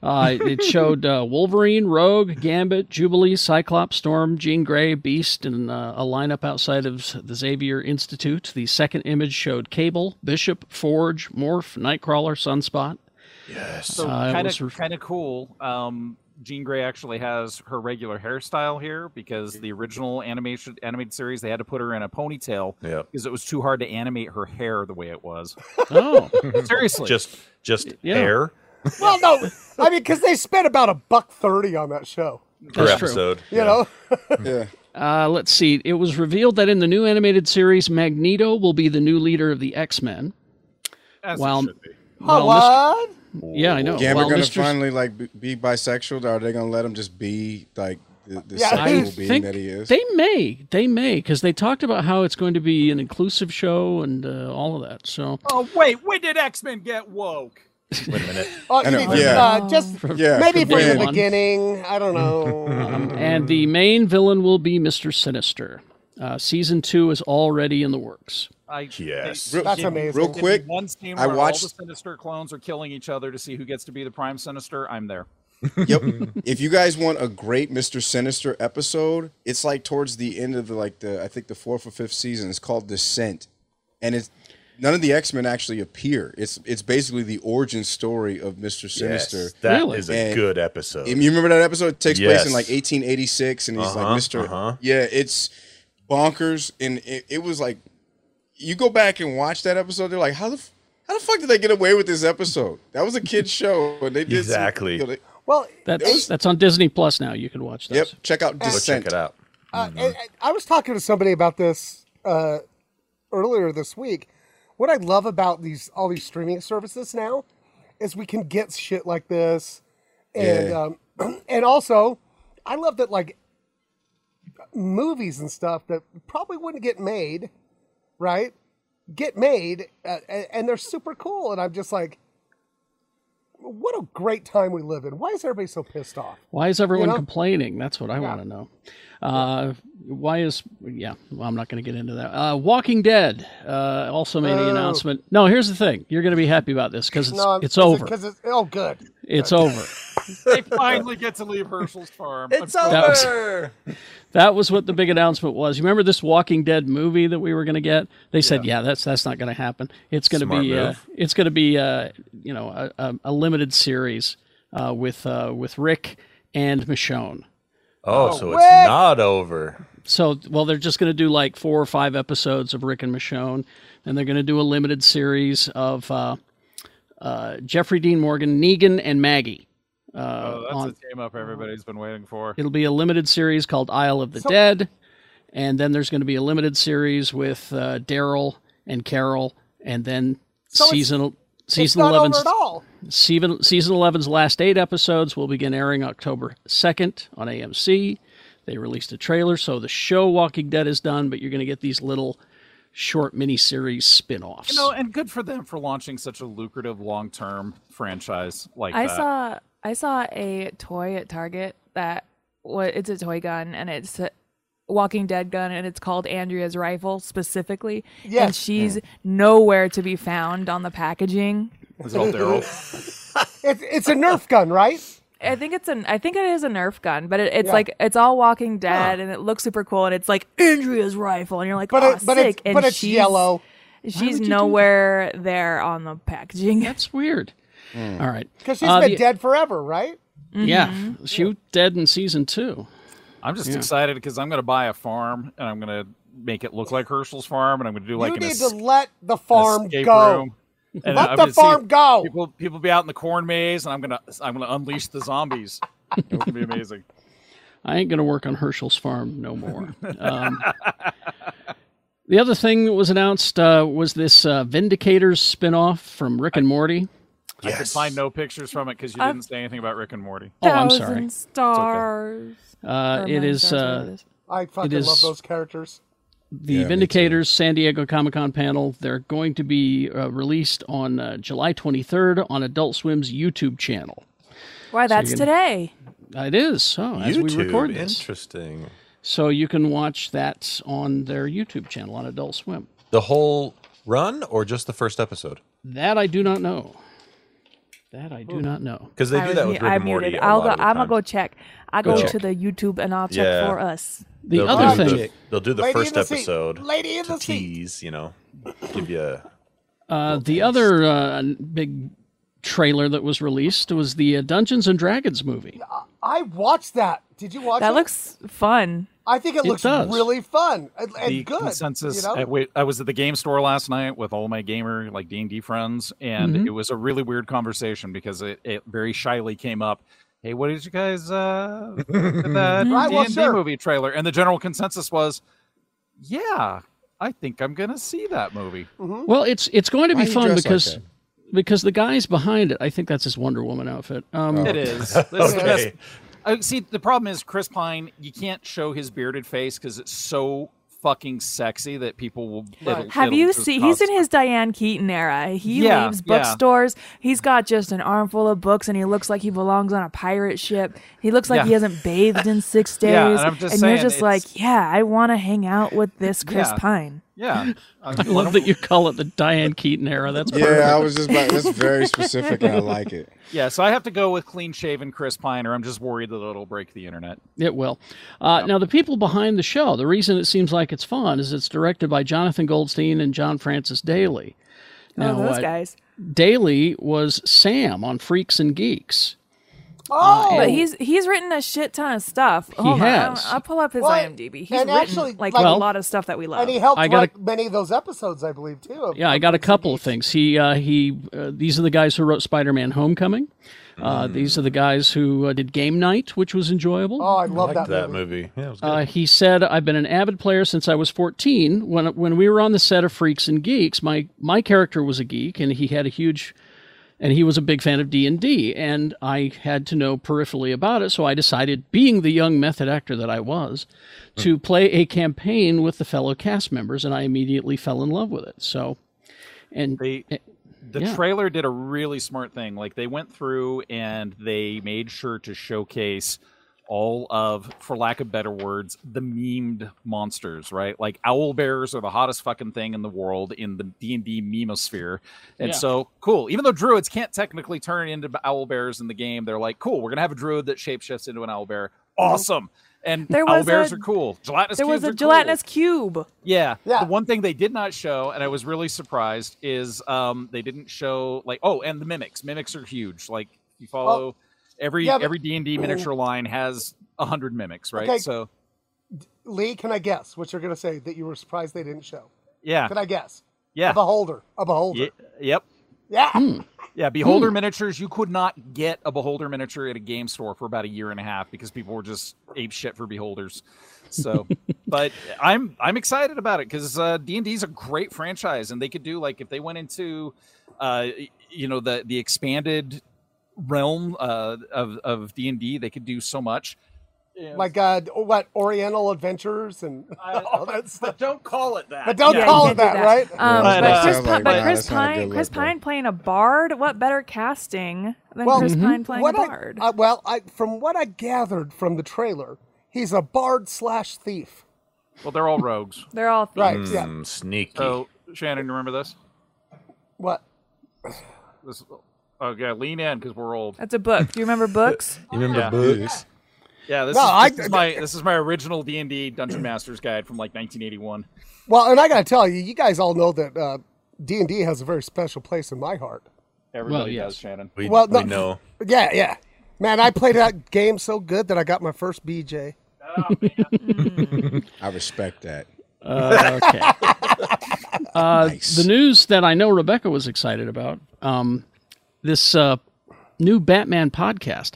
Speaker 1: uh, it showed uh, Wolverine, Rogue, Gambit, Jubilee, Cyclops, Storm, Jean Grey, Beast, and uh, a lineup outside of the Xavier Institute. The second image showed Cable, Bishop, Forge, Morph, Nightcrawler, Sunspot.
Speaker 2: So
Speaker 1: Uh, it
Speaker 2: kind
Speaker 1: was
Speaker 2: of
Speaker 1: ref-
Speaker 2: kind of cool. Um, Jean Grey actually has her regular hairstyle here because the original animation animated series they had to put her in a ponytail
Speaker 9: Yep.
Speaker 2: because it was too hard to animate her hair the way it
Speaker 7: [LAUGHS]
Speaker 2: was.
Speaker 1: Oh,
Speaker 2: Seriously,
Speaker 9: just just
Speaker 1: Yeah.
Speaker 9: hair
Speaker 5: well, no, I mean, because they spent about a buck thirty on that show.
Speaker 9: per
Speaker 1: That's true.
Speaker 9: episode.
Speaker 5: You know,
Speaker 7: Yeah.
Speaker 1: Uh, let's see. It was revealed that in the new animated series, Magneto will be the new leader of the X Men.
Speaker 2: As it
Speaker 1: While,
Speaker 2: should be.
Speaker 5: Oh,
Speaker 1: while
Speaker 5: what?
Speaker 1: Mr. Yeah, I know.
Speaker 7: Gambit
Speaker 1: while
Speaker 7: gonna
Speaker 1: Mr.
Speaker 7: finally like be- be bisexual? Are they gonna let him just be like the, the
Speaker 5: Yeah, I
Speaker 7: sexual being
Speaker 1: think
Speaker 7: that he is?
Speaker 1: they may, they may, because they talked about how it's going to be an inclusive show and uh, all of that. So
Speaker 2: Oh wait, when did X Men get woke?
Speaker 9: Wait a
Speaker 5: [LAUGHS]
Speaker 9: minute.
Speaker 5: Oh,
Speaker 7: I know,
Speaker 5: you-
Speaker 7: yeah.
Speaker 5: uh, just
Speaker 7: yeah,
Speaker 5: maybe
Speaker 7: from
Speaker 5: from
Speaker 1: day
Speaker 5: the
Speaker 1: one.
Speaker 5: beginning. I
Speaker 2: [LAUGHS]
Speaker 5: don't know.
Speaker 1: and the main villain will be Mr. Sinister. Uh, season two is already in the works.
Speaker 2: I,
Speaker 9: Yes.
Speaker 2: they-
Speaker 5: That's
Speaker 2: give-
Speaker 5: amazing.
Speaker 7: Real
Speaker 2: give me
Speaker 7: quick,
Speaker 2: one scene
Speaker 7: I
Speaker 2: where all
Speaker 7: watched-
Speaker 2: the Sinister clones are killing each other to see who gets to be the Prime Sinister. I'm there.
Speaker 7: yep.
Speaker 9: [LAUGHS]
Speaker 7: If you guys want a great Mr. Sinister episode, it's like towards the end of the like the I think the fourth or fifth season. It's called Descent, and it's none of the X Men actually appear. It's it's basically the origin story of Mr. Sinister.
Speaker 9: Yes, that
Speaker 1: Really?
Speaker 9: is a
Speaker 7: And-
Speaker 9: good episode.
Speaker 7: You remember that episode? It takes place in
Speaker 9: Yes.
Speaker 7: like 1886, and he's
Speaker 9: Uh-huh,
Speaker 7: like Mr.
Speaker 9: uh-huh.
Speaker 7: Yeah, it's bonkers, and it, it was like you go back and watch that episode. They're like, how the f- how the fuck did they get away with this episode? That was a kid's show, and they did some-
Speaker 9: Exactly.
Speaker 7: you know, they-
Speaker 5: well,
Speaker 1: That's that's on Disney Plus now. You can watch
Speaker 7: yep.
Speaker 1: those.
Speaker 7: Check out
Speaker 9: Go
Speaker 7: Descent.
Speaker 9: check it out.
Speaker 5: Uh, and- and I was talking to somebody about this uh, earlier this week. What I love about these all these streaming services now is we can get shit like this, and
Speaker 7: Yeah.
Speaker 5: um, [CLEARS THROAT] and also I love that like movies and stuff that probably wouldn't get made, right? Get made, uh, and, and they're super cool. And I'm just like, what a great time we live in. Why is everybody so pissed off?
Speaker 1: Why is everyone
Speaker 5: know?
Speaker 1: complaining? That's what I want to know. Uh, why is yeah? Well, I'm not going to get into that. Uh, Walking Dead uh, also made
Speaker 7: Oh.
Speaker 1: an announcement. No, here's the thing. You're going to be happy about this because it's it's over.
Speaker 5: because it's oh good.
Speaker 7: [LAUGHS]
Speaker 1: it's over.
Speaker 2: They finally get to leave Herschel's farm.
Speaker 9: It's
Speaker 1: That was-
Speaker 9: over.
Speaker 1: [LAUGHS] That was what the big announcement was. You remember this Walking Dead movie that we were going to get? They said, "Yeah, that's that's not going to happen. It's going to
Speaker 9: Smart
Speaker 1: be uh,
Speaker 9: move.
Speaker 1: it's going to be uh, you know a, a, a limited series uh, with uh, with Rick and Michonne.
Speaker 9: Oh, so it's not over.
Speaker 1: So well, they're just going to do like four or five episodes of Rick and Michonne, and they're going to do a limited series of uh, uh, Jeffrey Dean Morgan, Negan, and Maggie. Uh,
Speaker 2: Oh, that's
Speaker 1: on,
Speaker 2: a team up everybody's been waiting for.
Speaker 1: It'll be a limited series called Isle of the Dead, and then there's going to be a limited series with uh, Daryl and Carol, and then season
Speaker 5: It's
Speaker 1: season
Speaker 5: not over
Speaker 1: 11's
Speaker 5: at all.
Speaker 1: season season 11's last eight episodes will begin airing October 2nd on AMC. They released a trailer, so the show Walking Dead is done, but you're going to get these little short miniseries spin-offs.
Speaker 2: You know, and good for them for launching such a lucrative long term franchise like
Speaker 4: I
Speaker 2: that.
Speaker 4: saw I saw a toy at Target that what it's a toy gun and it's a Walking Dead gun and it's called Andrea's rifle specifically. And
Speaker 5: Yes.
Speaker 4: she's nowhere to be found on the packaging.
Speaker 2: It's all Daryl.
Speaker 5: [LAUGHS] It's, it's a Nerf gun, right?
Speaker 4: I think it's an I think it is a Nerf gun, but it, it's
Speaker 5: Yeah.
Speaker 4: like it's all Walking Dead and it looks super cool and it's like Andrea's rifle and you're like
Speaker 5: But
Speaker 4: oh,
Speaker 5: it, but
Speaker 4: sick
Speaker 5: it's
Speaker 4: and
Speaker 5: but it's
Speaker 4: she's,
Speaker 5: yellow.
Speaker 4: She's nowhere there on the packaging.
Speaker 1: That's weird. All right.
Speaker 5: Because she's
Speaker 1: Uh,
Speaker 4: um,
Speaker 5: been
Speaker 1: the-
Speaker 5: dead Mm-hmm. forever, right?
Speaker 1: Yeah, she was dead in season 2.
Speaker 2: I'm just excited because I'm going to buy a farm and I'm going to make it look like Herschel's farm and I'm going to do like
Speaker 5: you
Speaker 2: an
Speaker 5: need
Speaker 2: es-
Speaker 5: to let the farm
Speaker 2: escape
Speaker 5: go.
Speaker 2: room. And I'm
Speaker 5: Let the
Speaker 2: gonna see
Speaker 5: farm go.
Speaker 2: People, people be out in the corn maze, and I'm gonna, I'm gonna unleash the zombies. It's gonna be amazing.
Speaker 1: I ain't going to work on Herschel's farm no more. Um, the other thing that was announced uh, was this uh, Vindicators spinoff from Rick and Morty.
Speaker 2: I could find no pictures from it because you didn't say anything about Rick and Morty.
Speaker 1: Oh, I'm sorry.
Speaker 4: Thousand stars.
Speaker 1: Uh,
Speaker 4: Or
Speaker 1: it
Speaker 4: mine
Speaker 1: is
Speaker 4: stars, whatever
Speaker 1: uh,
Speaker 4: it is.
Speaker 5: I fucking
Speaker 1: is-
Speaker 5: love those characters.
Speaker 1: the Vindicators San Diego Comic Con panel. They're going to be uh, released on uh, July 23rd on Adult Swim's YouTube channel.
Speaker 6: Why, that's
Speaker 1: can-
Speaker 6: today.
Speaker 1: It is. So as we record this,
Speaker 9: Interesting.
Speaker 1: so you can watch that on their YouTube channel on Adult Swim.
Speaker 8: The whole run or just the first episode?
Speaker 1: That I do not know. That I do not know.
Speaker 9: Because they
Speaker 6: I
Speaker 9: do
Speaker 6: was
Speaker 9: that with
Speaker 6: mute-
Speaker 9: Rick
Speaker 6: I
Speaker 9: and Morty.
Speaker 6: muted.
Speaker 9: a
Speaker 6: I'll
Speaker 9: lot
Speaker 6: go,
Speaker 9: of the
Speaker 6: I'm gonna
Speaker 9: time.
Speaker 6: go check. I go,
Speaker 9: check.
Speaker 6: to the YouTube and I'll check
Speaker 9: Yeah.
Speaker 6: for us.
Speaker 1: The
Speaker 9: They'll
Speaker 1: other
Speaker 9: do
Speaker 1: thing,
Speaker 9: the- they'll do the
Speaker 5: Lady in
Speaker 9: first
Speaker 5: the Sea.
Speaker 9: episode.
Speaker 5: Lady in
Speaker 9: to
Speaker 5: the Sea.
Speaker 9: tease, you know, give you a
Speaker 1: uh, the other uh, big trailer that was released was the uh, Dungeons and Dragons movie.
Speaker 5: I watched that. Did you watch
Speaker 6: That
Speaker 5: it?
Speaker 6: looks fun.
Speaker 5: I think it,
Speaker 1: It
Speaker 5: looks
Speaker 1: does.
Speaker 5: really fun and, and
Speaker 2: the
Speaker 5: good.
Speaker 2: consensus.
Speaker 5: you know?
Speaker 2: I, wait, I was at the game store last night with all my gamer like D and D friends, and it was a really weird conversation because it, it very shyly came up. Hey, what did you guys uh think [LAUGHS] of that
Speaker 5: Right,
Speaker 2: D
Speaker 5: well,
Speaker 2: and D
Speaker 5: sure.
Speaker 2: movie trailer? And the general consensus was, yeah, I think I'm gonna see that movie.
Speaker 1: Well, it's it's going to be
Speaker 7: um, Why you
Speaker 1: fun
Speaker 7: dress like
Speaker 1: because
Speaker 7: that?
Speaker 1: because the guys behind it, I think that's his Wonder Woman outfit. Um,
Speaker 7: Oh.
Speaker 1: [LAUGHS]
Speaker 2: It
Speaker 5: [LAUGHS]
Speaker 2: is. This
Speaker 8: [LAUGHS]
Speaker 2: is the best-
Speaker 9: Okay.
Speaker 2: I see. The problem is Chris Pine. You can't show his bearded face because it's so fucking sexy that people will. it'll-
Speaker 6: Have
Speaker 2: it'll
Speaker 6: you
Speaker 2: just
Speaker 6: seen?
Speaker 2: cause-
Speaker 6: He's in his Diane Keaton era. He
Speaker 2: Yeah,
Speaker 6: leaves
Speaker 2: yeah.
Speaker 6: bookstores. He's got just an armful of books, and he looks like he belongs on a pirate ship. He looks like
Speaker 2: Yeah.
Speaker 6: he hasn't bathed in six days.
Speaker 2: Yeah, and I'm just
Speaker 6: you're
Speaker 2: saying,
Speaker 6: just like,
Speaker 2: it's-
Speaker 6: yeah, I want to hang out with this Chris
Speaker 2: Yeah.
Speaker 6: Pine.
Speaker 5: [LAUGHS]
Speaker 2: Yeah.
Speaker 1: I love that you call it the Diane Keaton era. That's perfect.
Speaker 7: Yeah, I was just about, that's very specific and I like it.
Speaker 2: Yeah, so I have to go with clean shaven Chris Pine, or I'm just worried that it'll break the internet.
Speaker 1: It will. Uh, Now, the people behind the show, the reason it seems like it's fun is it's directed by Jonathan Goldstein and John Francis Daly. Now,
Speaker 6: oh, those
Speaker 1: uh,
Speaker 6: guys.
Speaker 1: Daly was Sam on Freaks and Geeks.
Speaker 5: oh,
Speaker 6: But he's he's written a shit ton of stuff. Hold
Speaker 1: has.
Speaker 6: On, I'll pull up his
Speaker 5: Well,
Speaker 6: IMDb. He's
Speaker 5: and
Speaker 6: written
Speaker 5: actually,
Speaker 6: like
Speaker 5: like-
Speaker 6: a
Speaker 1: Well-
Speaker 6: lot of stuff that we love.
Speaker 5: and he helped
Speaker 1: I gotta-
Speaker 5: write many of those episodes, I believe, too. of-
Speaker 1: Yeah, I got a couple of things. He uh, he. Uh, these are the guys who wrote Spider-Man: Homecoming. Uh, These are the guys who uh, did Game Night, which was enjoyable.
Speaker 5: Oh, I love that,
Speaker 9: that
Speaker 5: movie.
Speaker 9: movie. Yeah, it was good.
Speaker 1: Uh, he said, "I've been an avid player since I was 14. When when we were on the set of Freaks and Geeks, my my character was a geek, and he had a huge, and he was a big fan of D and D, and I had to know peripherally about it. So I decided, being the young method actor that I was, to play a campaign with the fellow cast members, and I immediately fell in love with it. So, and
Speaker 2: They,
Speaker 6: Eh,
Speaker 2: the
Speaker 1: yeah.
Speaker 2: trailer did a really smart thing. Like they went through and they made sure to showcase all of, for lack of better words, the memed monsters. Right, like owl bears are the hottest fucking thing in the world in the D and D memosphere. And
Speaker 1: Yeah.
Speaker 2: so cool. Even though druids can't technically turn into owl bears in the game, they're like, cool. We're gonna have a druid that shapeshifts into an owl bear. Awesome. And
Speaker 6: There
Speaker 2: owl
Speaker 6: was
Speaker 2: bears
Speaker 6: a-
Speaker 2: are cool. Gelatinous
Speaker 6: there was
Speaker 2: cubes
Speaker 6: a
Speaker 2: are cool.
Speaker 6: gelatinous cube.
Speaker 2: Yeah.
Speaker 5: Yeah.
Speaker 2: The one thing they did not show, and I was really surprised, is um they didn't show like oh, and the mimics. Mimics are huge. Like you follow every
Speaker 5: yeah, but-
Speaker 2: every D and D miniature line has a hundred mimics, right?
Speaker 5: Okay.
Speaker 2: So
Speaker 5: Lee, can I guess what you're going to say that you were surprised they didn't show?
Speaker 2: yeah,
Speaker 5: Can I guess?
Speaker 2: yeah,
Speaker 5: A beholder. A beholder.
Speaker 2: Ye- yep.
Speaker 5: Yeah.
Speaker 2: Yeah, beholder
Speaker 5: Hmm.
Speaker 2: miniatures. You could not get a beholder miniature at a game store for about a year and a half because people were just ape shit for beholders.
Speaker 5: [LAUGHS]
Speaker 2: So, but I'm I'm excited about it because D and D is a great franchise, and they could do like if they went into, uh, y- you know, the the expanded realm uh, of of D and D, they could do so much.
Speaker 5: Like uh, what Oriental
Speaker 4: [LAUGHS]
Speaker 5: Adventures and all that stuff.
Speaker 2: Don't call it that.
Speaker 5: But don't
Speaker 6: Yeah,
Speaker 5: call
Speaker 6: you
Speaker 5: it
Speaker 6: can't
Speaker 5: that,
Speaker 6: do
Speaker 5: right?
Speaker 6: Um, but,
Speaker 2: Yeah, that
Speaker 6: Chris,
Speaker 7: sounds
Speaker 6: Pine,
Speaker 7: like-
Speaker 6: but
Speaker 7: nah,
Speaker 6: Chris
Speaker 7: that's not a
Speaker 6: Pine,
Speaker 7: good
Speaker 6: Chris
Speaker 7: look, bro.
Speaker 6: Pine playing a bard. What better casting than
Speaker 5: Well, mm-hmm.
Speaker 6: Chris Pine playing a
Speaker 5: What I-
Speaker 6: bard?
Speaker 5: uh, well, I, from what I gathered from the trailer, he's a bard slash thief.
Speaker 2: Well, they're all rogues.
Speaker 6: They're all thieves.
Speaker 5: Right. Yeah.
Speaker 9: Mm, sneaky.
Speaker 2: So, Shannon, you remember this?
Speaker 5: What?
Speaker 2: This. Okay, lean in because we're old.
Speaker 6: That's a book. Do you
Speaker 1: [LAUGHS]
Speaker 6: remember books?
Speaker 9: you remember
Speaker 2: yeah.
Speaker 9: books?
Speaker 2: Yeah, this,
Speaker 5: No,
Speaker 2: is,
Speaker 5: I- [LAUGHS]
Speaker 2: this is my this is my original D and D Dungeon Masters guide from like 1981.
Speaker 5: Well, and I got to tell you, you guys all know that uh, D and D has a very special place in my heart.
Speaker 2: Everybody
Speaker 1: yes.
Speaker 2: does, Shannon.
Speaker 9: We,
Speaker 5: Well,
Speaker 9: we
Speaker 5: no-
Speaker 9: know.
Speaker 5: Yeah, yeah. Man, I played that game so good that I got my first BJ.
Speaker 7: I respect that.
Speaker 1: uh, [LAUGHS] okay. Uh,
Speaker 7: nice.
Speaker 1: The news that I know Rebecca was excited about um, this uh, new Batman podcast.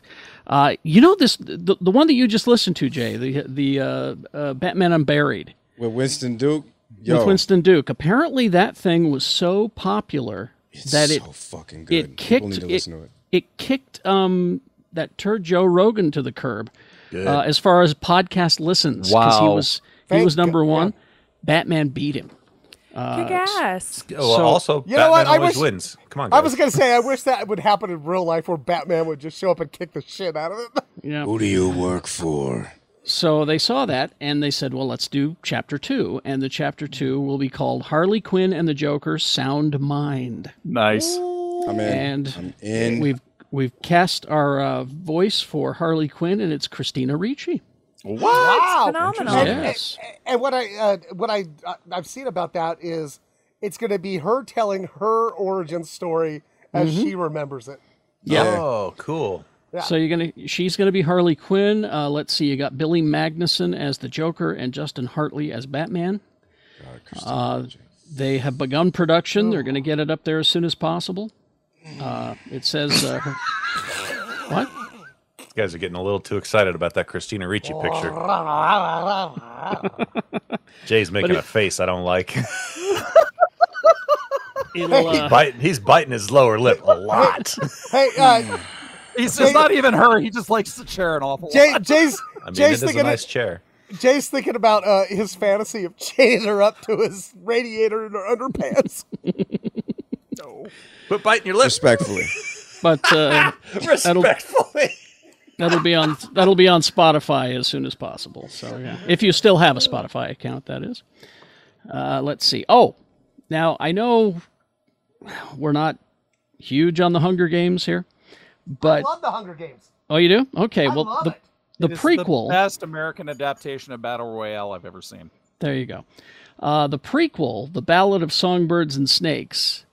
Speaker 1: Uh, you know this the, the one that you just listened to, Jay, the the uh, uh, Batman Unburied
Speaker 7: With Winston Duke, yo,
Speaker 1: with Winston Duke. Apparently, that thing was so popular that it
Speaker 7: so fucking good.
Speaker 1: it
Speaker 7: People
Speaker 1: kicked
Speaker 7: need to
Speaker 1: it,
Speaker 7: listen to it.
Speaker 1: it kicked um, that turd Joe Rogan to the curb uh, as far as podcast listens because he
Speaker 8: Wow.
Speaker 1: was he
Speaker 5: Thank
Speaker 1: was number
Speaker 5: God, yeah.
Speaker 1: one. Batman beat him. Uh,
Speaker 6: Kick ass.
Speaker 8: Well, also,
Speaker 5: You
Speaker 8: Batman
Speaker 5: know what? I
Speaker 8: always
Speaker 5: wish-
Speaker 8: wins. Come on, guys.
Speaker 5: I was gonna say I wish that would happen in real life where Batman would just show up and kick the shit out of it.
Speaker 1: Yeah.
Speaker 7: Who do you work for?
Speaker 1: So they saw that and they said, well, let's do chapter two. And the chapter two will be called Harley Quinn and the Joker Sound Mind.
Speaker 2: Nice.
Speaker 7: I'm in.
Speaker 1: And
Speaker 7: I'm in.
Speaker 1: We've we've cast our uh, voice for Harley Quinn and it's Christina Ricci.
Speaker 5: What? Wow.
Speaker 6: Phenomenal.
Speaker 5: And,
Speaker 1: Yes.
Speaker 5: and- and what I uh, what I uh, I've seen about that is it's going to be her telling her origin story as
Speaker 8: Mm-hmm.
Speaker 5: she remembers it.
Speaker 1: Yeah.
Speaker 8: Oh, cool.
Speaker 1: So you're gonna she's gonna be Harley Quinn. Uh, let's see, you got Billy Magnuson as the Joker and Justin Hartley as Batman. Uh, they have begun production. They're gonna get it up there as soon as possible. Uh, it says uh, her- what?
Speaker 8: You guys are getting a little too excited about that Christina Ricci
Speaker 5: [LAUGHS]
Speaker 8: picture. Jay's making
Speaker 1: it-
Speaker 8: a face I don't like. [LAUGHS]
Speaker 1: It'll, uh,
Speaker 8: Bite, he's biting his lower lip a lot.
Speaker 5: [LAUGHS] Hey,
Speaker 8: Hmm.
Speaker 5: uh,
Speaker 2: He's it's not even her. He just likes to chair an awful lot.
Speaker 5: Jay, Jay's
Speaker 8: [LAUGHS] I mean,
Speaker 5: Jay's
Speaker 8: it is a
Speaker 5: thinking
Speaker 8: nice chair.
Speaker 5: Jay's thinking about uh, his fantasy of chaining her up to his radiator in her underpants.
Speaker 8: But biting your lip.
Speaker 7: Respectfully.
Speaker 1: but uh, that'll
Speaker 8: Respectfully.
Speaker 1: that'll be on that'll be on Spotify as soon as possible. So yeah, if you still have a Spotify account, that is. Uh, let's see. Oh, now I know we're not huge on the Hunger Games here, but
Speaker 5: [LAUGHS] Love the Hunger Games.
Speaker 1: oh, you do? Okay. well,
Speaker 5: love
Speaker 1: the,
Speaker 5: it.
Speaker 1: the
Speaker 2: It is
Speaker 1: prequel.
Speaker 2: The best American adaptation of Battle Royale I've ever seen.
Speaker 1: There you go. Uh, the prequel, The Ballad of Songbirds and Snakes,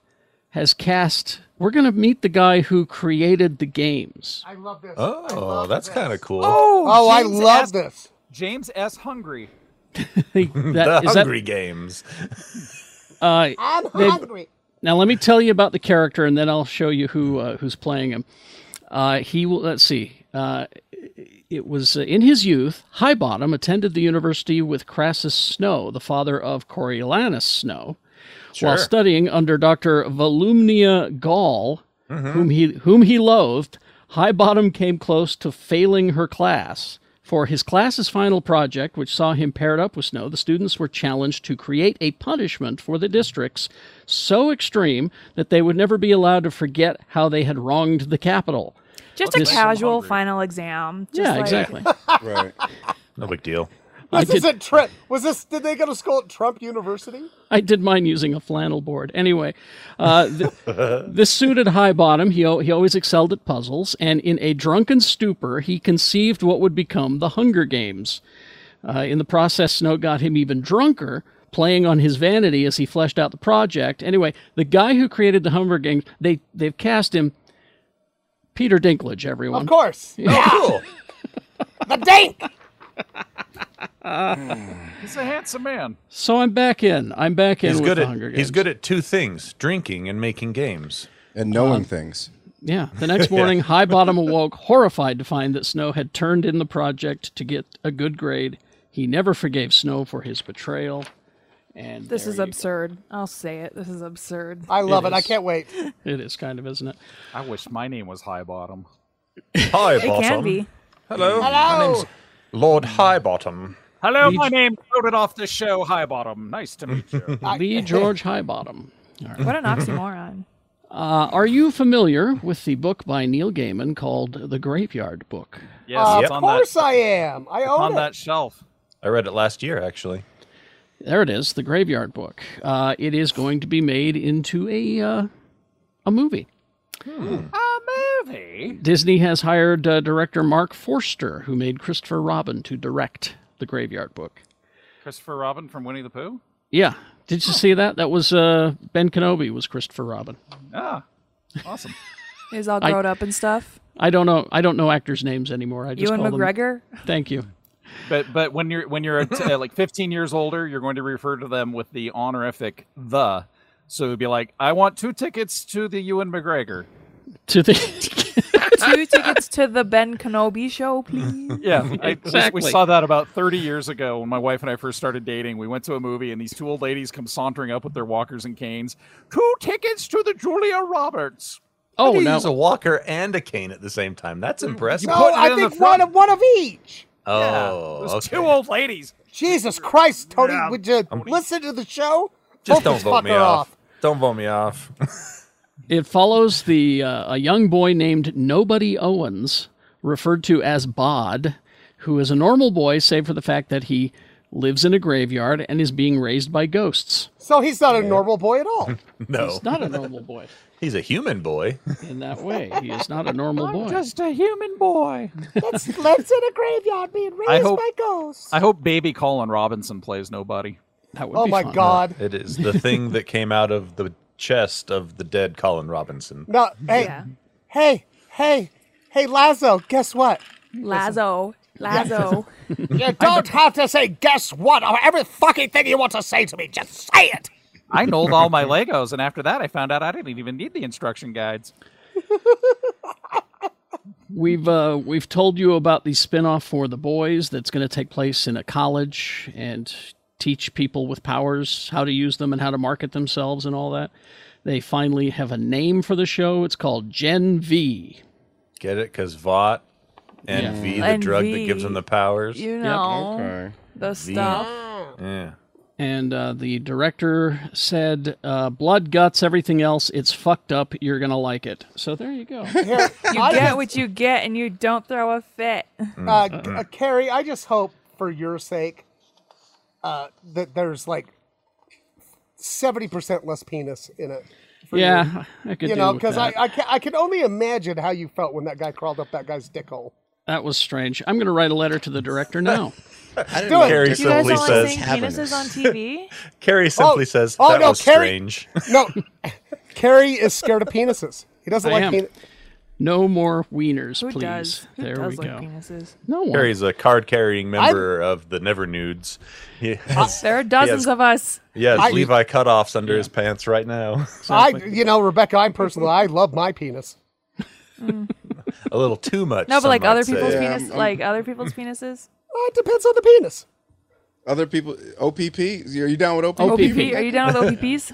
Speaker 1: has cast. We're going to meet the guy who created the games.
Speaker 5: I love this. I
Speaker 8: Oh,
Speaker 5: love
Speaker 8: that's
Speaker 5: this.
Speaker 8: kind of cool.
Speaker 5: Oh, I
Speaker 2: James
Speaker 5: love
Speaker 2: S.
Speaker 5: this.
Speaker 2: James S. Hungry.
Speaker 1: That-
Speaker 8: the
Speaker 1: is that-
Speaker 8: Hungry Games.
Speaker 1: uh,
Speaker 5: I'm
Speaker 1: They-
Speaker 5: hungry.
Speaker 1: Now let me tell you about the character, and then I'll show you who uh, who's playing him. Uh, he will. Let's see. Uh, it was uh, in his youth. Highbottom attended the university with Crassus Snow, the father of Coriolanus Snow, while studying under Doctor Volumnia Gall, whom he whom he loathed. Highbottom came close to failing her class. For his class's final project, which saw him paired up with Snow, the students were challenged to create a punishment for the districts so extreme that they would never be allowed to forget how they had wronged the capital.
Speaker 6: Just a
Speaker 1: This-
Speaker 6: casual final exam. Just
Speaker 1: yeah,
Speaker 6: like, [LAUGHS]
Speaker 1: exactly.
Speaker 7: Right.
Speaker 8: No big deal.
Speaker 1: I
Speaker 5: This
Speaker 1: did,
Speaker 5: isn't Trent. Was this? Did they go to school at Trump University?
Speaker 1: I did mine using a flannel board. Anyway, uh, th-
Speaker 8: [LAUGHS]
Speaker 1: this suited high bottom. He, al- he always excelled at puzzles, and in a drunken stupor, he conceived what would become the Hunger Games. Uh, in the process, Snow got him even drunker, playing on his vanity as he fleshed out the project. Anyway, the guy who created the Hunger Games, they, they've cast him Peter Dinklage, everyone.
Speaker 8: [LAUGHS]
Speaker 5: Of course.
Speaker 8: Cool.
Speaker 5: The Dink.
Speaker 2: He's a handsome man.
Speaker 1: So I'm back in. I'm back in
Speaker 8: He's
Speaker 1: with
Speaker 8: good,
Speaker 1: the
Speaker 8: at,
Speaker 1: Hunger Games.
Speaker 8: he's good at two things drinking and making games.
Speaker 7: And knowing
Speaker 1: Um,
Speaker 7: things.
Speaker 1: Yeah. The next morning, High Bottom awoke horrified to find that Snow had turned in the project to get a good grade. He never forgave Snow for his betrayal. And
Speaker 6: This is
Speaker 1: there you-
Speaker 6: absurd. I'll say it. This is absurd.
Speaker 5: I love it. I
Speaker 1: is.
Speaker 5: can't wait.
Speaker 1: it is kind of, isn't it?
Speaker 2: I wish my name was High Bottom.
Speaker 8: Hi,
Speaker 6: It can be.
Speaker 8: Hello. My name's Lord Highbottom.
Speaker 2: Hello, my name quoted off the show High Bottom. Nice to
Speaker 8: [LAUGHS]
Speaker 2: meet you.
Speaker 1: Lee George Highbottom. [LAUGHS]
Speaker 6: What an
Speaker 1: Mm-hmm.
Speaker 6: oxymoron.
Speaker 1: Uh, are you familiar with the book by Neil Gaiman called The Graveyard Book?
Speaker 2: Yes, it's
Speaker 5: of
Speaker 2: on
Speaker 5: course
Speaker 2: that
Speaker 5: I am. I
Speaker 2: on
Speaker 5: own it.
Speaker 2: that shelf.
Speaker 8: I read it last year, actually.
Speaker 1: There it is, The Graveyard Book. Uh, it is going to be made into a uh, a movie.
Speaker 2: A movie.
Speaker 1: Disney has hired uh, director Mark Forster, who made Christopher Robin, to direct The Graveyard Book.
Speaker 2: Christopher Robin from Winnie the Pooh.
Speaker 1: Yeah. Did you see that? That was uh, Ben Kenobi was Christopher Robin.
Speaker 2: Ah, awesome.
Speaker 6: He's all grown up and stuff.
Speaker 1: I don't know. I don't know actors' names anymore. I just
Speaker 6: Ewan
Speaker 1: call [LAUGHS]
Speaker 6: McGregor.
Speaker 1: them. Thank you.
Speaker 2: but but when you're when you're uh, like 15 years older, you're going to refer to them with the honorific the. So it'd be like, I want two tickets to the Ewan [LAUGHS] McGregor.
Speaker 1: To the
Speaker 6: Two tickets to the Ben Kenobi show, please.
Speaker 2: Yeah, I- we-
Speaker 1: Exactly.
Speaker 2: we, saw that about 30 years ago when my wife and I first started dating. We went to a movie, and these two old ladies come sauntering up with their walkers and canes. Two tickets to the Julia Roberts.
Speaker 1: oh
Speaker 8: He
Speaker 1: no,
Speaker 8: uses a walker and a cane at the same time. That's impressive.
Speaker 5: No,
Speaker 2: it
Speaker 5: I
Speaker 2: in the
Speaker 5: think
Speaker 2: front.
Speaker 5: one of one of each.
Speaker 2: Yeah,
Speaker 8: oh,
Speaker 2: those
Speaker 8: okay.
Speaker 2: two old ladies.
Speaker 5: Jesus Christ, Tony! Would you listen to the show?
Speaker 8: Just
Speaker 5: Vote
Speaker 8: don't
Speaker 5: this
Speaker 8: vote me
Speaker 5: fucker
Speaker 8: off.
Speaker 5: off.
Speaker 8: Don't vote me off. [LAUGHS]
Speaker 1: It follows the uh, a young boy named Nobody Owens, referred to as Bod, who is a normal boy save for the fact that he lives in a graveyard and is being raised by ghosts.
Speaker 5: So he's not a normal boy
Speaker 2: [LAUGHS]
Speaker 5: at all.
Speaker 8: No,
Speaker 1: Not a normal boy
Speaker 8: he's a human boy.
Speaker 1: in that way. He is not a normal Oh, boy.
Speaker 2: Just a human boy.
Speaker 5: That's lives in a graveyard being raised
Speaker 2: hope-
Speaker 5: by ghosts.
Speaker 2: I hope baby Colin Robinson plays nobody.
Speaker 1: That would
Speaker 5: oh
Speaker 1: be
Speaker 5: my
Speaker 1: fun.
Speaker 5: god.
Speaker 8: It is the thing that came out of the chest of the dead Colin Robinson.
Speaker 5: No, hey, hey, hey, hey, Lazo,
Speaker 2: [LAUGHS]
Speaker 5: guess what?
Speaker 6: Lazo. Lazo.
Speaker 5: You don't have to say guess what or every fucking thing you want to say to me. Just say
Speaker 2: [LAUGHS]
Speaker 5: it.
Speaker 2: I knolled all my Legos, and after that, I found out I didn't even need the instruction guides.
Speaker 1: We've uh, we've told you about the spinoff for the boys that's going to take place in a college and teach people with powers how to use them and how to market themselves and all that. They finally have a name for the show. It's called Gen V.
Speaker 8: Get it? Because Vought and V, the
Speaker 6: And
Speaker 8: drug that
Speaker 6: V.
Speaker 8: gives him the powers.
Speaker 6: You know
Speaker 7: Okay.
Speaker 6: the stuff.
Speaker 8: Yeah.
Speaker 1: And uh, the director said, uh, "Blood, guts, everything else. It's fucked up. You're gonna like it." So there you go.
Speaker 5: Here,
Speaker 6: You
Speaker 5: I
Speaker 6: get
Speaker 5: just-
Speaker 6: what you get, and you don't throw a fit.
Speaker 5: uh, G-
Speaker 1: Uh-huh.
Speaker 5: uh, Carrie, I just hope for your sake uh, that there's like seventy percent less penis in it. for you.
Speaker 1: yeah, I could
Speaker 5: you
Speaker 1: deal
Speaker 5: know,
Speaker 1: with
Speaker 5: because I
Speaker 1: that.
Speaker 5: I can, I can only imagine how you felt when that guy crawled up that guy's dick hole.
Speaker 1: that was strange. I'm gonna write a letter to the director now.
Speaker 7: I didn't
Speaker 5: Do
Speaker 7: know
Speaker 5: it.
Speaker 7: Dick
Speaker 8: Carrie
Speaker 6: You guys
Speaker 8: simply
Speaker 6: only
Speaker 8: says,
Speaker 6: seeing
Speaker 7: having
Speaker 6: penises
Speaker 7: this.
Speaker 6: on TV?
Speaker 8: Carrie simply says,
Speaker 5: oh,
Speaker 8: that
Speaker 5: no,
Speaker 8: was
Speaker 5: Carrie-
Speaker 6: [LAUGHS]
Speaker 8: strange.
Speaker 5: No, [LAUGHS] Carrie is scared of penises. He doesn't
Speaker 1: I
Speaker 5: like
Speaker 1: am.
Speaker 5: penis.
Speaker 1: No more wieners,
Speaker 6: Who
Speaker 1: please.
Speaker 6: does? Who
Speaker 1: there
Speaker 6: does
Speaker 1: we
Speaker 6: like
Speaker 1: go.
Speaker 6: penises?
Speaker 1: No one.
Speaker 8: Carrie's a card carrying member of the Never Nudes. He has,
Speaker 6: [LAUGHS] There are dozens
Speaker 8: [LAUGHS] Yes.
Speaker 6: of us.
Speaker 8: he has
Speaker 5: I-
Speaker 8: Levi cutoffs under his pants right now. [LAUGHS]
Speaker 5: I, you know, Rebecca, I'm personally, I love my penis.
Speaker 8: a little too much.
Speaker 6: No, but
Speaker 8: some
Speaker 6: like
Speaker 8: might
Speaker 6: other
Speaker 8: say.
Speaker 6: people's
Speaker 7: Yeah,
Speaker 6: penis,
Speaker 7: I'm- I'm-
Speaker 6: like other people's penises.
Speaker 5: Well, Uh, it depends on the penis.
Speaker 7: Other people, OPP. Are you down with OPP?
Speaker 6: OPP. Are you down with OPPs?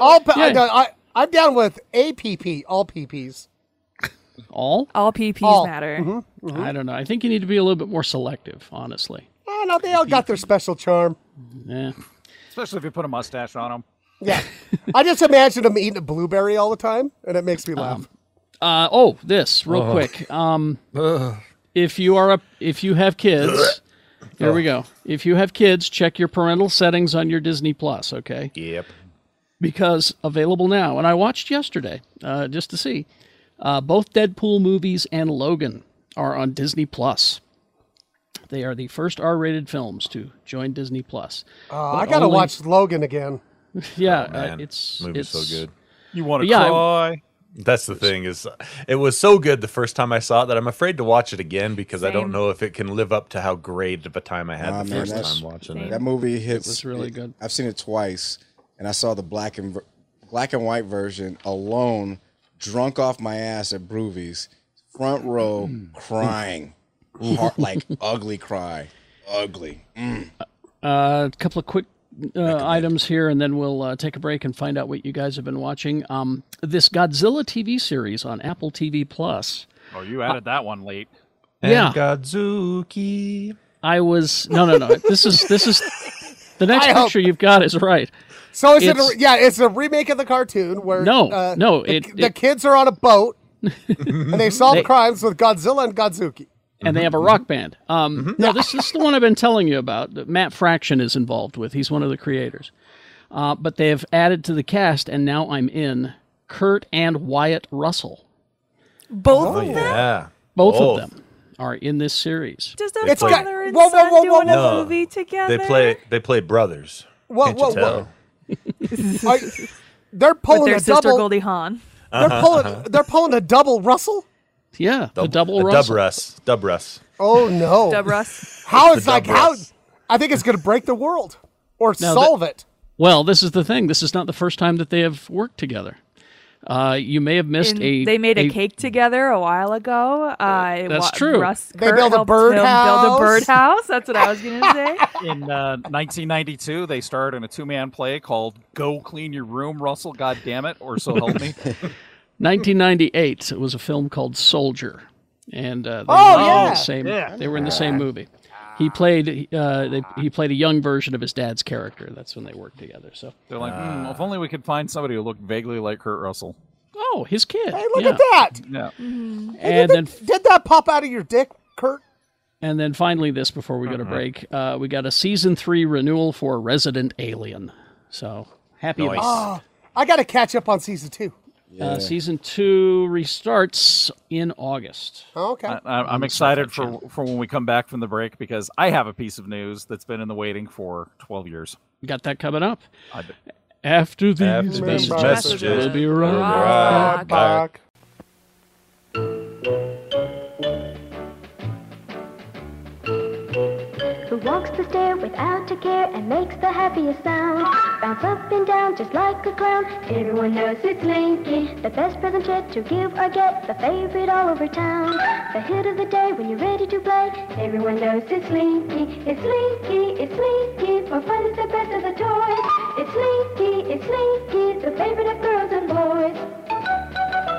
Speaker 5: All, pe-
Speaker 1: Yeah.
Speaker 5: I, I, I'm down with APP, all PPs.
Speaker 1: All?
Speaker 6: All PPs
Speaker 5: All.
Speaker 6: matter.
Speaker 1: I don't know. I think you need to be a little bit more selective, honestly. Eh.
Speaker 5: I know they all got their special charm.
Speaker 1: Yeah.
Speaker 2: Especially if you put a mustache on him.
Speaker 5: Yeah, I just imagine them eating a blueberry all the time, and it makes me laugh.
Speaker 1: Uh, oh, this real
Speaker 8: Uh-huh.
Speaker 1: quick. Um, if you are a, if you have kids,
Speaker 8: Uh-huh.
Speaker 1: here we go. If you have kids, check your parental settings on your Disney Plus. Okay.
Speaker 8: Yep.
Speaker 1: because available now. And I watched yesterday uh, just to see. Uh, both Deadpool movies and Logan are on Disney Plus. They are the first R-rated films to join Disney Plus.
Speaker 5: Uh, I gotta
Speaker 1: only-
Speaker 5: watch Logan again.
Speaker 1: Yeah, uh,
Speaker 8: Oh, Man,
Speaker 1: it's
Speaker 8: movie's
Speaker 1: it's
Speaker 8: so good.
Speaker 2: You want to
Speaker 1: Yeah, I-
Speaker 2: cry?
Speaker 8: That's the thing is, it was so good the first time I saw it that I'm afraid to watch it again because I don't
Speaker 6: Same.
Speaker 8: know if it can live up to how great of a time I had
Speaker 7: Nah,
Speaker 8: the
Speaker 7: man,
Speaker 8: first
Speaker 7: that's-
Speaker 8: time watching it.
Speaker 7: That movie hits.
Speaker 1: was really good.
Speaker 7: I've seen it twice, and I saw the black and ver- black and white version alone, drunk off my ass at Broovies, front row, crying, Heart, like ugly cry, ugly.
Speaker 1: Uh, a couple of quick uh, items here, and then we'll uh, take a break and find out what you guys have been watching. Um, this Godzilla TV series on Apple TV Plus.
Speaker 2: Oh, you added that one late.
Speaker 1: yeah,
Speaker 8: Godzuki.
Speaker 1: I was no, no, no. this is this is the [LAUGHS] next
Speaker 5: I hope-
Speaker 1: picture you've got is right.
Speaker 5: So is it? A,
Speaker 1: It's-
Speaker 5: yeah, it's a remake of the cartoon where
Speaker 1: No,
Speaker 5: uh,
Speaker 1: no,
Speaker 5: the,
Speaker 1: it-
Speaker 5: the
Speaker 1: it-
Speaker 5: kids are on
Speaker 8: [LAUGHS]
Speaker 5: a boat and they solve
Speaker 1: They-
Speaker 5: crimes with Godzilla and Godzuki.
Speaker 1: and they have a rock band. Um, No, this is the one I've been telling you about that Matt Fraction is involved with. He's one of the creators. Uh, but they have added to the cast, and now I'm in Kurt and Wyatt Russell.
Speaker 6: Both
Speaker 8: Oh
Speaker 6: of them.
Speaker 8: yeah.
Speaker 1: Both
Speaker 8: Both.
Speaker 1: of them are in this series.
Speaker 6: Does
Speaker 8: They
Speaker 6: a
Speaker 8: play-
Speaker 6: father and
Speaker 5: Whoa, whoa,
Speaker 6: son
Speaker 5: whoa, whoa,
Speaker 6: doing
Speaker 8: whoa.
Speaker 6: a
Speaker 8: No.
Speaker 6: movie together?
Speaker 8: They play they play brothers.
Speaker 5: Whoa,
Speaker 6: Oh,
Speaker 8: Can't you
Speaker 5: whoa, whoa!
Speaker 8: tell?
Speaker 5: Are, they're
Speaker 6: with
Speaker 5: pulling
Speaker 6: their
Speaker 5: a
Speaker 6: sister
Speaker 5: double.
Speaker 6: Goldie Hawn.
Speaker 8: Uh-huh,
Speaker 5: They're pulling. They're pulling a double Russell.
Speaker 1: Yeah, the double
Speaker 8: a
Speaker 1: Russell.
Speaker 8: Dub Russ. Dub Russ.
Speaker 6: [LAUGHS]
Speaker 5: Oh no!
Speaker 6: Dub Russ.
Speaker 5: How it's like
Speaker 8: double
Speaker 5: how?
Speaker 8: Russ.
Speaker 5: I think it's gonna break the world or
Speaker 1: No, the-
Speaker 5: solve it.
Speaker 1: Well, this is the thing. This is not the first time that they have worked together. Uh, you may have missed
Speaker 6: And
Speaker 1: a.
Speaker 6: they made a,
Speaker 1: a-
Speaker 6: cake together a while ago. Uh,
Speaker 1: That's
Speaker 6: wa-
Speaker 1: true.
Speaker 6: Russ
Speaker 5: They
Speaker 6: Kurt
Speaker 5: built
Speaker 6: helped
Speaker 5: a
Speaker 6: him Build
Speaker 5: birdhouse.
Speaker 6: a birdhouse. That's what I was gonna
Speaker 5: [LAUGHS]
Speaker 6: say.
Speaker 2: In uh, 1992, they starred in a two-man play called "Go Clean Your Room, Russell." God damn it, or so help [LAUGHS] me.
Speaker 1: 1998. It was a film called Soldier, and uh, they
Speaker 5: Oh,
Speaker 1: were in
Speaker 5: yeah.
Speaker 1: the same. They were in the same movie. He played uh, they, he played a young version of his dad's character. That's when they worked together. So
Speaker 2: They're like, "Hmm, if only we could find somebody who looked vaguely like Kurt Russell.
Speaker 1: oh, his kid.
Speaker 5: Hey, look
Speaker 1: yeah.
Speaker 5: at that.
Speaker 2: Yeah.
Speaker 1: And then
Speaker 5: Did that pop out of your dick, Kurt?
Speaker 1: and then finally this before we go to break, uh, we got a season three renewal for Resident Alien. So happy about uh,
Speaker 8: Nice.
Speaker 1: that.
Speaker 5: Oh, I got to catch up on season two.
Speaker 1: Uh, season two restarts in August.
Speaker 5: Oh, okay.
Speaker 8: Uh,
Speaker 2: I, I- I'm excited for, for when we come back from the break because I have a piece of news that's been in the waiting for 12 years.
Speaker 1: We got that coming up.
Speaker 2: I bet.
Speaker 1: After these
Speaker 8: After these
Speaker 1: messages,
Speaker 8: messages,
Speaker 1: we'll be right
Speaker 6: we'll be
Speaker 1: back.
Speaker 8: uh,
Speaker 5: Rock,
Speaker 8: back.
Speaker 10: Who walks the stair without a care and makes the happiest sound? Bounce up and down just like a clown. Everyone knows it's Linky. The best present yet to give or get, the favorite all over town. The hit of the day when you're ready to play. Everyone knows it's Linky. It's Linky, it's Linky. For fun, it's the best of the toys. It's Linky, it's Linky. The favorite of girls and boys.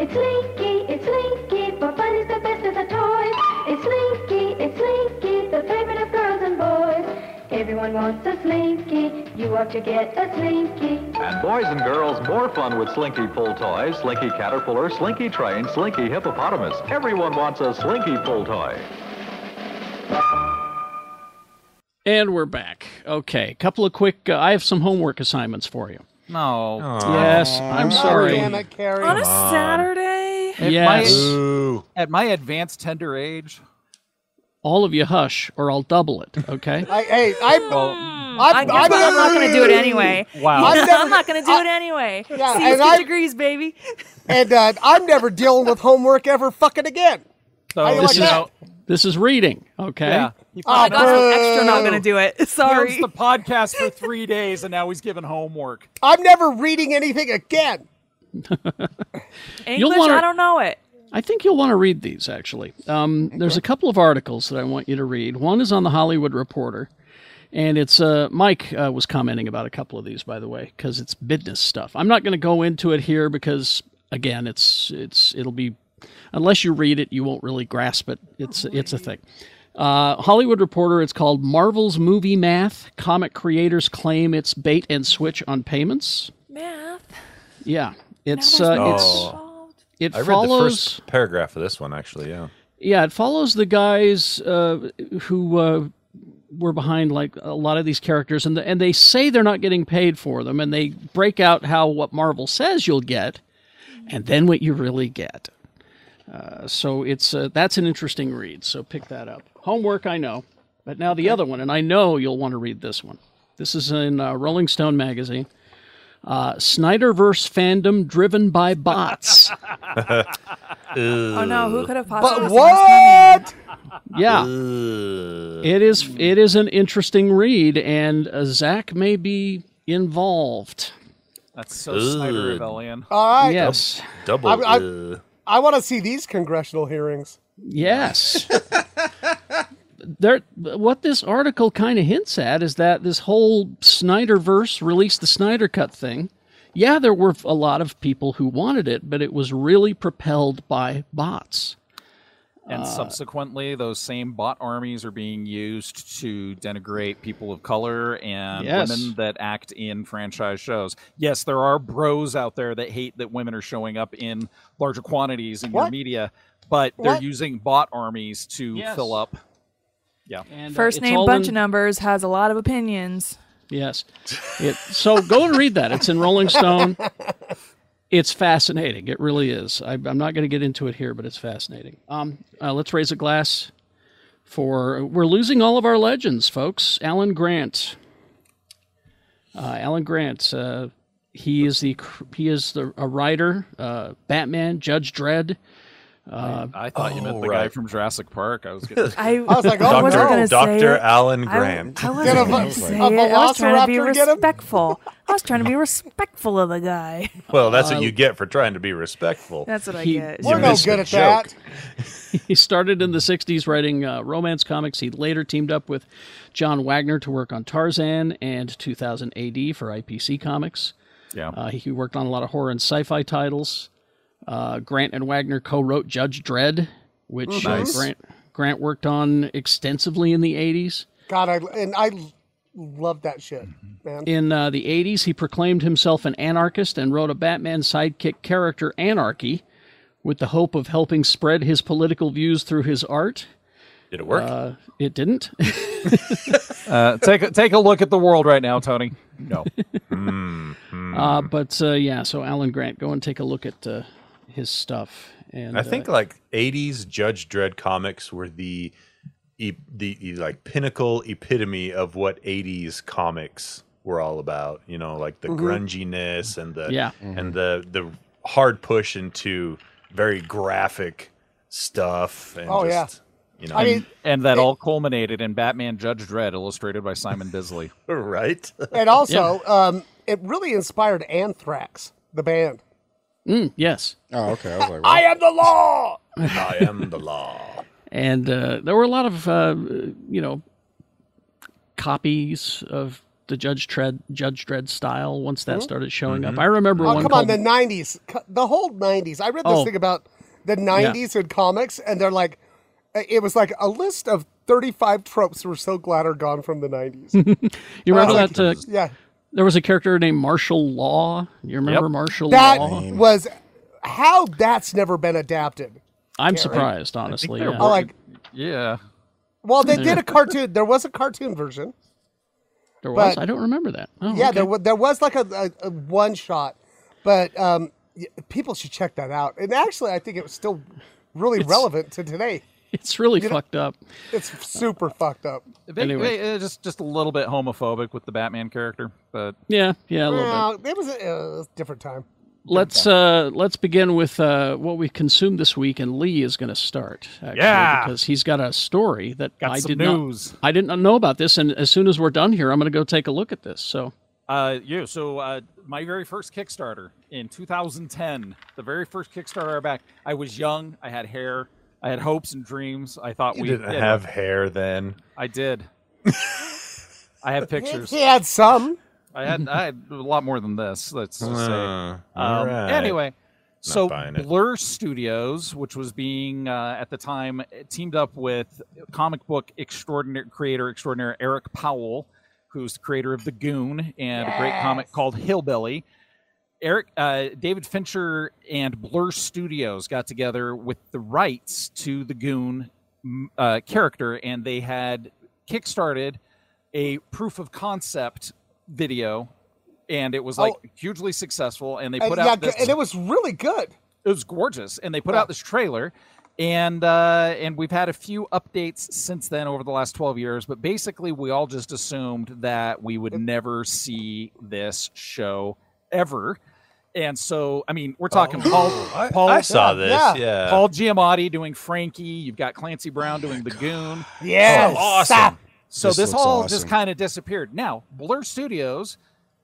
Speaker 10: It's Linky, it's Linky, for fun is the best of the toys. It's Linky, it's Linky, the favorite of girls and boys. Everyone wants a Slinky, you ought to get a Slinky.
Speaker 11: And boys and girls, more fun with Slinky Pull toys, Slinky Caterpillar, Slinky Train, Slinky Hippopotamus. Everyone wants a Slinky Pull toy.
Speaker 1: And we're back. Okay, couple of quick. Uh, I have some homework assignments for you.
Speaker 2: No.
Speaker 8: Uh-huh.
Speaker 1: Yes, I'm sorry.
Speaker 5: Oh, Damn it, Carrie.
Speaker 6: on a Saturday.
Speaker 2: At,
Speaker 1: Yes.
Speaker 8: Ooh.
Speaker 2: my, at my advanced tender age,
Speaker 1: All of you hush, or I'll double it. Okay.
Speaker 5: I, hey, I'm,
Speaker 2: well,
Speaker 5: I'm,
Speaker 6: hmm, I guess I'm not going to do it anyway.
Speaker 2: wow.
Speaker 5: I'm never-
Speaker 6: I'm not going to do it anyway.
Speaker 5: Yeah,
Speaker 6: See,
Speaker 5: and
Speaker 6: it's
Speaker 5: I-
Speaker 6: degrees, baby.
Speaker 5: And uh, I'm never dealing with homework ever fucking again.
Speaker 2: So,
Speaker 5: I like
Speaker 2: you
Speaker 5: that.
Speaker 2: know,
Speaker 1: This is reading. Okay.
Speaker 2: yeah. He
Speaker 6: Oh my gosh, I'm extra not
Speaker 5: boo.
Speaker 6: going to do it. Sorry.
Speaker 2: announced the podcast for three days and now he's given homework.
Speaker 5: I'm never reading anything again.
Speaker 6: English,
Speaker 1: wanna-
Speaker 6: I don't know it.
Speaker 1: I think you'll want to read these, actually. Um, there's a couple of articles that I want you to read. One is on The Hollywood Reporter, and it's uh, Mike uh, was commenting about a couple of these, by the way, because it's business stuff. I'm not going to go into it here because, again, it's it's it'll be unless you read it, you won't really grasp it. It's it's a thing. Uh, Hollywood Reporter. It's called Marvel's Movie Math. Comic creators claim it's bait and switch on payments.
Speaker 6: Math.
Speaker 1: Yeah, it's
Speaker 6: there's
Speaker 1: uh,
Speaker 6: math
Speaker 1: it's
Speaker 6: involved.
Speaker 1: it
Speaker 8: Oh, I read
Speaker 1: follows.
Speaker 8: the first paragraph of this one actually. Yeah.
Speaker 1: Yeah, it follows the guys uh, who uh, were behind like a lot of these characters, and the, and they say they're not getting paid for them, and they break out how what Marvel says you'll get, and then what you really get. Uh, so it's uh, that's an interesting read. So pick that up. Homework, I know, but now the other one, and I know you'll want to read this one. This is in uh, Rolling Stone magazine. Uh, Snyderverse fandom driven by bots.
Speaker 6: Oh no, who could have possibly?
Speaker 5: But
Speaker 6: seen this
Speaker 5: what?
Speaker 1: yeah. It is it is an interesting read, and uh, Zach may be involved.
Speaker 2: That's so Snyder of Alien.
Speaker 5: All right.
Speaker 1: yes,
Speaker 8: Double.
Speaker 5: I- I-
Speaker 8: uh,
Speaker 5: I want to see these congressional hearings.
Speaker 1: yes. there, what this article kind of hints at is that this whole Snyderverse release the Snyder Cut thing. Yeah, there were a lot of people who wanted it, but it was really propelled by bots.
Speaker 5: Ah.
Speaker 2: And subsequently, those same bot armies are being used to denigrate people of color and
Speaker 1: Yes.
Speaker 2: women that act in franchise shows. Yes, there are bros out there that hate that women are showing up in larger quantities in your
Speaker 5: What?
Speaker 2: media, but they're
Speaker 5: What?
Speaker 2: using bot armies to
Speaker 1: Yes.
Speaker 2: fill up.
Speaker 1: And, uh,
Speaker 6: First
Speaker 1: it's
Speaker 6: name,
Speaker 1: all
Speaker 6: bunch
Speaker 1: in-
Speaker 6: of numbers has a lot of opinions.
Speaker 1: Yes. It, so go and read that. It's in Rolling Stone. It's fascinating. It really is. I, I'm not going to get into it here, but it's fascinating. Um, uh, let's raise a glass for. We're losing all of our legends, folks. Alan Grant. Uh, Alan Grant. Uh, he is the cr- he is the a writer. Uh, Batman, Judge Dredd.
Speaker 2: I thought you meant the guy from Jurassic Park. I was [LAUGHS] getting.
Speaker 6: [LAUGHS] I,
Speaker 5: was like, oh,
Speaker 6: wasn't
Speaker 5: no.
Speaker 6: going to say
Speaker 8: Dr.
Speaker 6: it.
Speaker 8: Alan
Speaker 6: I-
Speaker 8: Grant.
Speaker 6: I, wasn't
Speaker 5: a
Speaker 6: going
Speaker 5: ve-
Speaker 6: to say
Speaker 5: a
Speaker 6: it. I was trying to be
Speaker 5: velociraptor get him?
Speaker 6: respectful. I was trying to be respectful of the guy. [LAUGHS]
Speaker 8: well, that's
Speaker 6: Uh,
Speaker 8: what you get for trying to be respectful.
Speaker 6: That's what I
Speaker 1: He-
Speaker 6: get.
Speaker 5: We're no
Speaker 8: missed
Speaker 5: good
Speaker 8: the
Speaker 5: at that.
Speaker 1: He started in the 60s writing uh, romance comics. He later teamed up with John Wagner to work on Tarzan and 2000 AD for IPC Comics.
Speaker 2: Yeah.
Speaker 1: Uh, he worked on a lot of horror and sci fi titles. Uh, Grant and Wagner co-wrote Judge Dredd, which
Speaker 5: Mhm.
Speaker 1: uh,
Speaker 5: Nice.
Speaker 1: Grant Grant worked on extensively in the '80s.
Speaker 5: God, I and I love that shit, man.
Speaker 1: In uh, the 80s, he proclaimed himself an anarchist and wrote a Batman sidekick character, Anarchy, with the hope of helping spread his political views through his art.
Speaker 9: Did it
Speaker 2: work?
Speaker 1: Uh, it didn't. [LAUGHS]
Speaker 2: Uh, take a- take a look at the world right now, Tony. No.
Speaker 1: Uh, but uh, yeah, so Alan Grant, go and take a look at uh, his stuff. And
Speaker 8: I think
Speaker 1: uh,
Speaker 8: like '80s Judge Dredd comics were the e- the, the like pinnacle epitome of what '80s comics were all about. You know, like the
Speaker 9: Mhm.
Speaker 8: grunginess and the
Speaker 9: Yeah.
Speaker 8: and the the hard push into very graphic stuff. And
Speaker 5: Oh, yeah.
Speaker 8: just, You know,
Speaker 5: I mean-
Speaker 2: and, and that all culminated in Batman Judge Dredd, illustrated by Simon Bisley.
Speaker 8: [LAUGHS] right. [LAUGHS]
Speaker 5: And also, um, it really inspired Anthrax, the band.
Speaker 1: mm, yes.
Speaker 7: Oh, okay. I was like,
Speaker 5: I am the law.
Speaker 8: I am the law.
Speaker 1: And uh, there were a lot of, uh, you know, copies of the Judge Dredd, Judge Dredd style once that
Speaker 5: Mhm.
Speaker 1: started showing up. I remember
Speaker 5: Oh,
Speaker 1: one
Speaker 5: come on,
Speaker 1: called
Speaker 5: the '90s, C- the whole '90s. I read this
Speaker 1: Oh.
Speaker 5: thing about the '90s in comics, and they're like, uh, it was like a list of 35 tropes we're so glad are gone from
Speaker 1: [LAUGHS]
Speaker 5: the '90s.
Speaker 1: You
Speaker 5: And I
Speaker 1: remember
Speaker 5: was
Speaker 1: that? Uh,
Speaker 5: like, yeah,
Speaker 1: There was a character named Martial Law. You remember
Speaker 5: Yep.
Speaker 1: Martial
Speaker 5: that
Speaker 1: Law?
Speaker 5: was how that's never been adapted.
Speaker 1: I'm
Speaker 5: Karen.
Speaker 1: surprised, honestly.
Speaker 5: they're
Speaker 1: yeah.
Speaker 5: I like-
Speaker 2: Yeah.
Speaker 5: Well, they
Speaker 1: Yeah. [LAUGHS]
Speaker 5: did a cartoon. There was a cartoon version.
Speaker 1: There was.
Speaker 5: but-
Speaker 1: I don't remember that. Oh,
Speaker 5: yeah,
Speaker 1: okay.
Speaker 5: there was there was like a, a, a one shot, but um, y- people should check that out. And actually, I think it was still really
Speaker 1: It's-
Speaker 5: relevant to today.
Speaker 1: It's really
Speaker 5: You know-
Speaker 1: fucked up.
Speaker 5: It's super fucked up.
Speaker 2: They, they, uh, just just a little bit homophobic with the Batman character, but
Speaker 1: Yeah, yeah, a little bit.
Speaker 5: Well, it was a, it was a different time.
Speaker 1: Let's uh, let's begin with uh, what we consumed this week, and Lee is going to start. Actually,
Speaker 2: Yeah.
Speaker 1: because he's got a story that
Speaker 2: Got
Speaker 1: I
Speaker 2: some
Speaker 1: did
Speaker 2: news.
Speaker 1: not I didn't know about this, and as soon as we're done here, I'm going to go take a look at this. So
Speaker 2: Uh, yeah, so uh, my very first Kickstarter in 2010, the very first Kickstarter I back. I was young. I had hair. I had hopes and dreams. I thought
Speaker 8: You
Speaker 2: we
Speaker 8: didn't
Speaker 2: did it.
Speaker 8: have hair then.
Speaker 2: I did. [LAUGHS] I have
Speaker 8: [LAUGHS]
Speaker 2: pictures.
Speaker 5: He had some.
Speaker 2: I had I had a lot more than this. Let's just say.
Speaker 8: Uh, all
Speaker 2: um,
Speaker 8: right.
Speaker 2: Anyway, so
Speaker 8: buying it.
Speaker 2: Blur Studios, which was being uh, at the time teamed up with comic book extraordinary creator extraordinaire Eric Powell, who's the creator of The Goon and a great comic called Hillbilly. Eric, uh, David Fincher, and Blur Studios got together with the rights to the Goon m- uh, character, and they had kickstarted a proof of concept video, and it was like
Speaker 5: Oh.
Speaker 2: hugely successful. And they
Speaker 5: And,
Speaker 2: put
Speaker 5: yeah,
Speaker 2: out this,
Speaker 5: and it was really good.
Speaker 2: it was gorgeous, and they put out this trailer, and uh, and we've had a few updates since then over the last twelve years. But basically, we all just assumed that we would never see this show ever. And so, I mean, we're talking Paul.
Speaker 8: I,
Speaker 2: Paul
Speaker 8: I saw this. Yeah. [GASPS]
Speaker 2: Paul Giamatti doing Frankie. You've got Clancy Brown doing the Goon.
Speaker 5: Yes.
Speaker 2: So awesome. So
Speaker 7: This
Speaker 2: this,
Speaker 7: looks
Speaker 2: all
Speaker 7: awesome.
Speaker 2: just kind of disappeared. Now, Blur Studios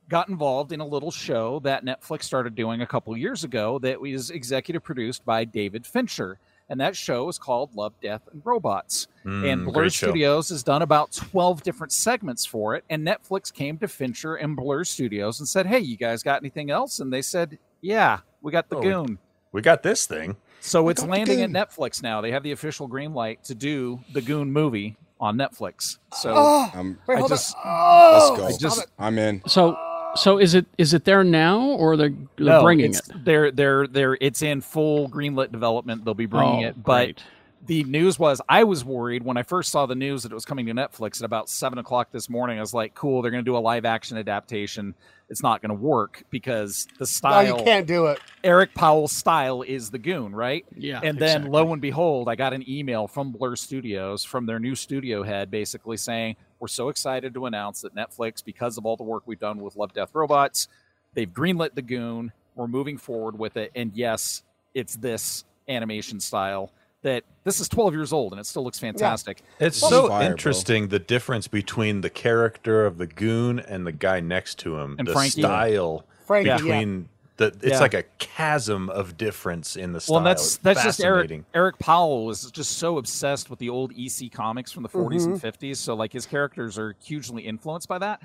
Speaker 2: got involved in a little show that Netflix started doing a couple years ago that was executive produced by David Fincher. And that show is called Love, Death, and Robots.
Speaker 8: Mm,
Speaker 2: and Blur
Speaker 8: great show.
Speaker 2: Studios has done about 12 different segments for it. And Netflix came to Fincher and Blur Studios and said, Hey, you guys got anything else? And they said, Yeah, we got the
Speaker 8: Oh, we-
Speaker 2: Goon.
Speaker 8: We got this thing.
Speaker 2: So it's landing at Netflix now. They have the official green light to do the Goon movie on Netflix. So
Speaker 5: Oh,
Speaker 7: I'm,
Speaker 5: wait,
Speaker 2: I
Speaker 5: hold
Speaker 2: just-
Speaker 5: on. Oh,
Speaker 7: let's Um, go.
Speaker 2: I just-
Speaker 7: I'm in.
Speaker 1: so so is it is it there now, or they're, they're
Speaker 2: no,
Speaker 1: bringing it?
Speaker 2: it's- They're they're they're it's in full greenlit development. They'll be bringing
Speaker 1: Oh,
Speaker 2: it, but.
Speaker 1: great.
Speaker 2: The news was I was worried when I first saw the news that it was coming to Netflix at about seven o'clock this morning. I was like, "Cool, they're going to do a live action adaptation. It's not going to work because the
Speaker 5: No,
Speaker 2: style
Speaker 5: you can't do it.
Speaker 2: Eric Powell's style is the goon, right?
Speaker 1: Yeah,
Speaker 2: And then lo and behold, I got an email from Blur Studios, from their new studio head, basically saying, We're so excited to announce that Netflix, because of all the work we've done with Love Death Robots, they've greenlit the goon. We're moving forward with it. And yes, it's this animation style that this is 12 years old and it still looks fantastic.
Speaker 8: It's
Speaker 7: Well,
Speaker 8: so
Speaker 7: fire, bro.
Speaker 8: interesting the difference between the character of the goon and the guy next to him.
Speaker 2: And
Speaker 8: the
Speaker 2: Frankie.
Speaker 8: style
Speaker 5: Frankie, yeah.
Speaker 8: between the it's
Speaker 2: Yeah.
Speaker 8: like a chasm of difference in the style.
Speaker 2: Well, and that's
Speaker 8: It's
Speaker 2: that's just Eric.
Speaker 8: fascinating.
Speaker 2: Eric Powell is just so obsessed E with the old EC comics from the 40s and 50s. So like his characters are hugely influenced by that.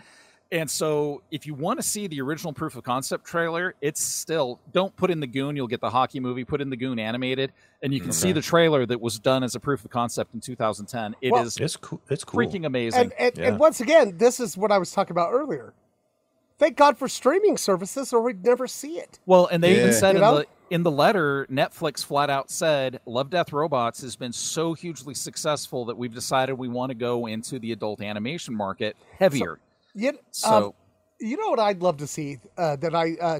Speaker 2: And so, if you want to see the original proof of concept trailer, it's still don't put in the Goon. You'll get the hockey movie. Put in the Goon animated, and you can see
Speaker 8: Okay.
Speaker 2: the trailer that was done as a proof of concept in 2010. It is
Speaker 5: Well-
Speaker 8: It's cool. It's cool.
Speaker 2: Freaking amazing.
Speaker 5: And, and, and once again, this is what I was talking about earlier. Thank God for streaming services, or we'd never see it.
Speaker 2: Well, and they even
Speaker 5: Yeah.
Speaker 2: said
Speaker 5: You
Speaker 2: in
Speaker 5: know?
Speaker 2: the, in the letter, Netflix flat out said, Love Death Robots has been so hugely successful that we've decided we want to go into the adult animation market heavier.
Speaker 5: You, um,
Speaker 2: So-
Speaker 5: you know what I'd love to see uh, that I uh,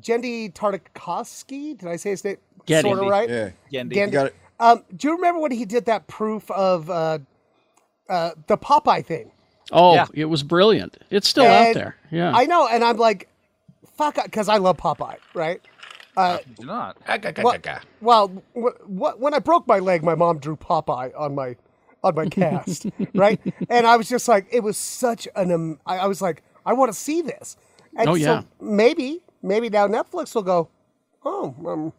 Speaker 5: Gendy Tartakovsky. Did I say his name
Speaker 1: Gendy.
Speaker 5: sort of right?
Speaker 7: Yeah.
Speaker 2: Gendy.
Speaker 5: Gendy.
Speaker 7: You got it.
Speaker 5: Um, do you remember when he did that proof of uh, uh, the Popeye thing?
Speaker 1: Oh, it was brilliant. It's still out
Speaker 5: And
Speaker 1: there. Yeah.
Speaker 5: I know, and I'm like, fuck, because I love Popeye, right? Uh,
Speaker 2: do not.
Speaker 5: well, well, wh- wh- when I broke my leg, my mom drew Popeye on my on
Speaker 1: [LAUGHS]
Speaker 5: my cast, right? And I was just like, it was such an. am- I I was like, I want to see this. And
Speaker 1: Oh,
Speaker 5: so
Speaker 1: yeah.
Speaker 5: maybe maybe now Netflix will go. Oh, um,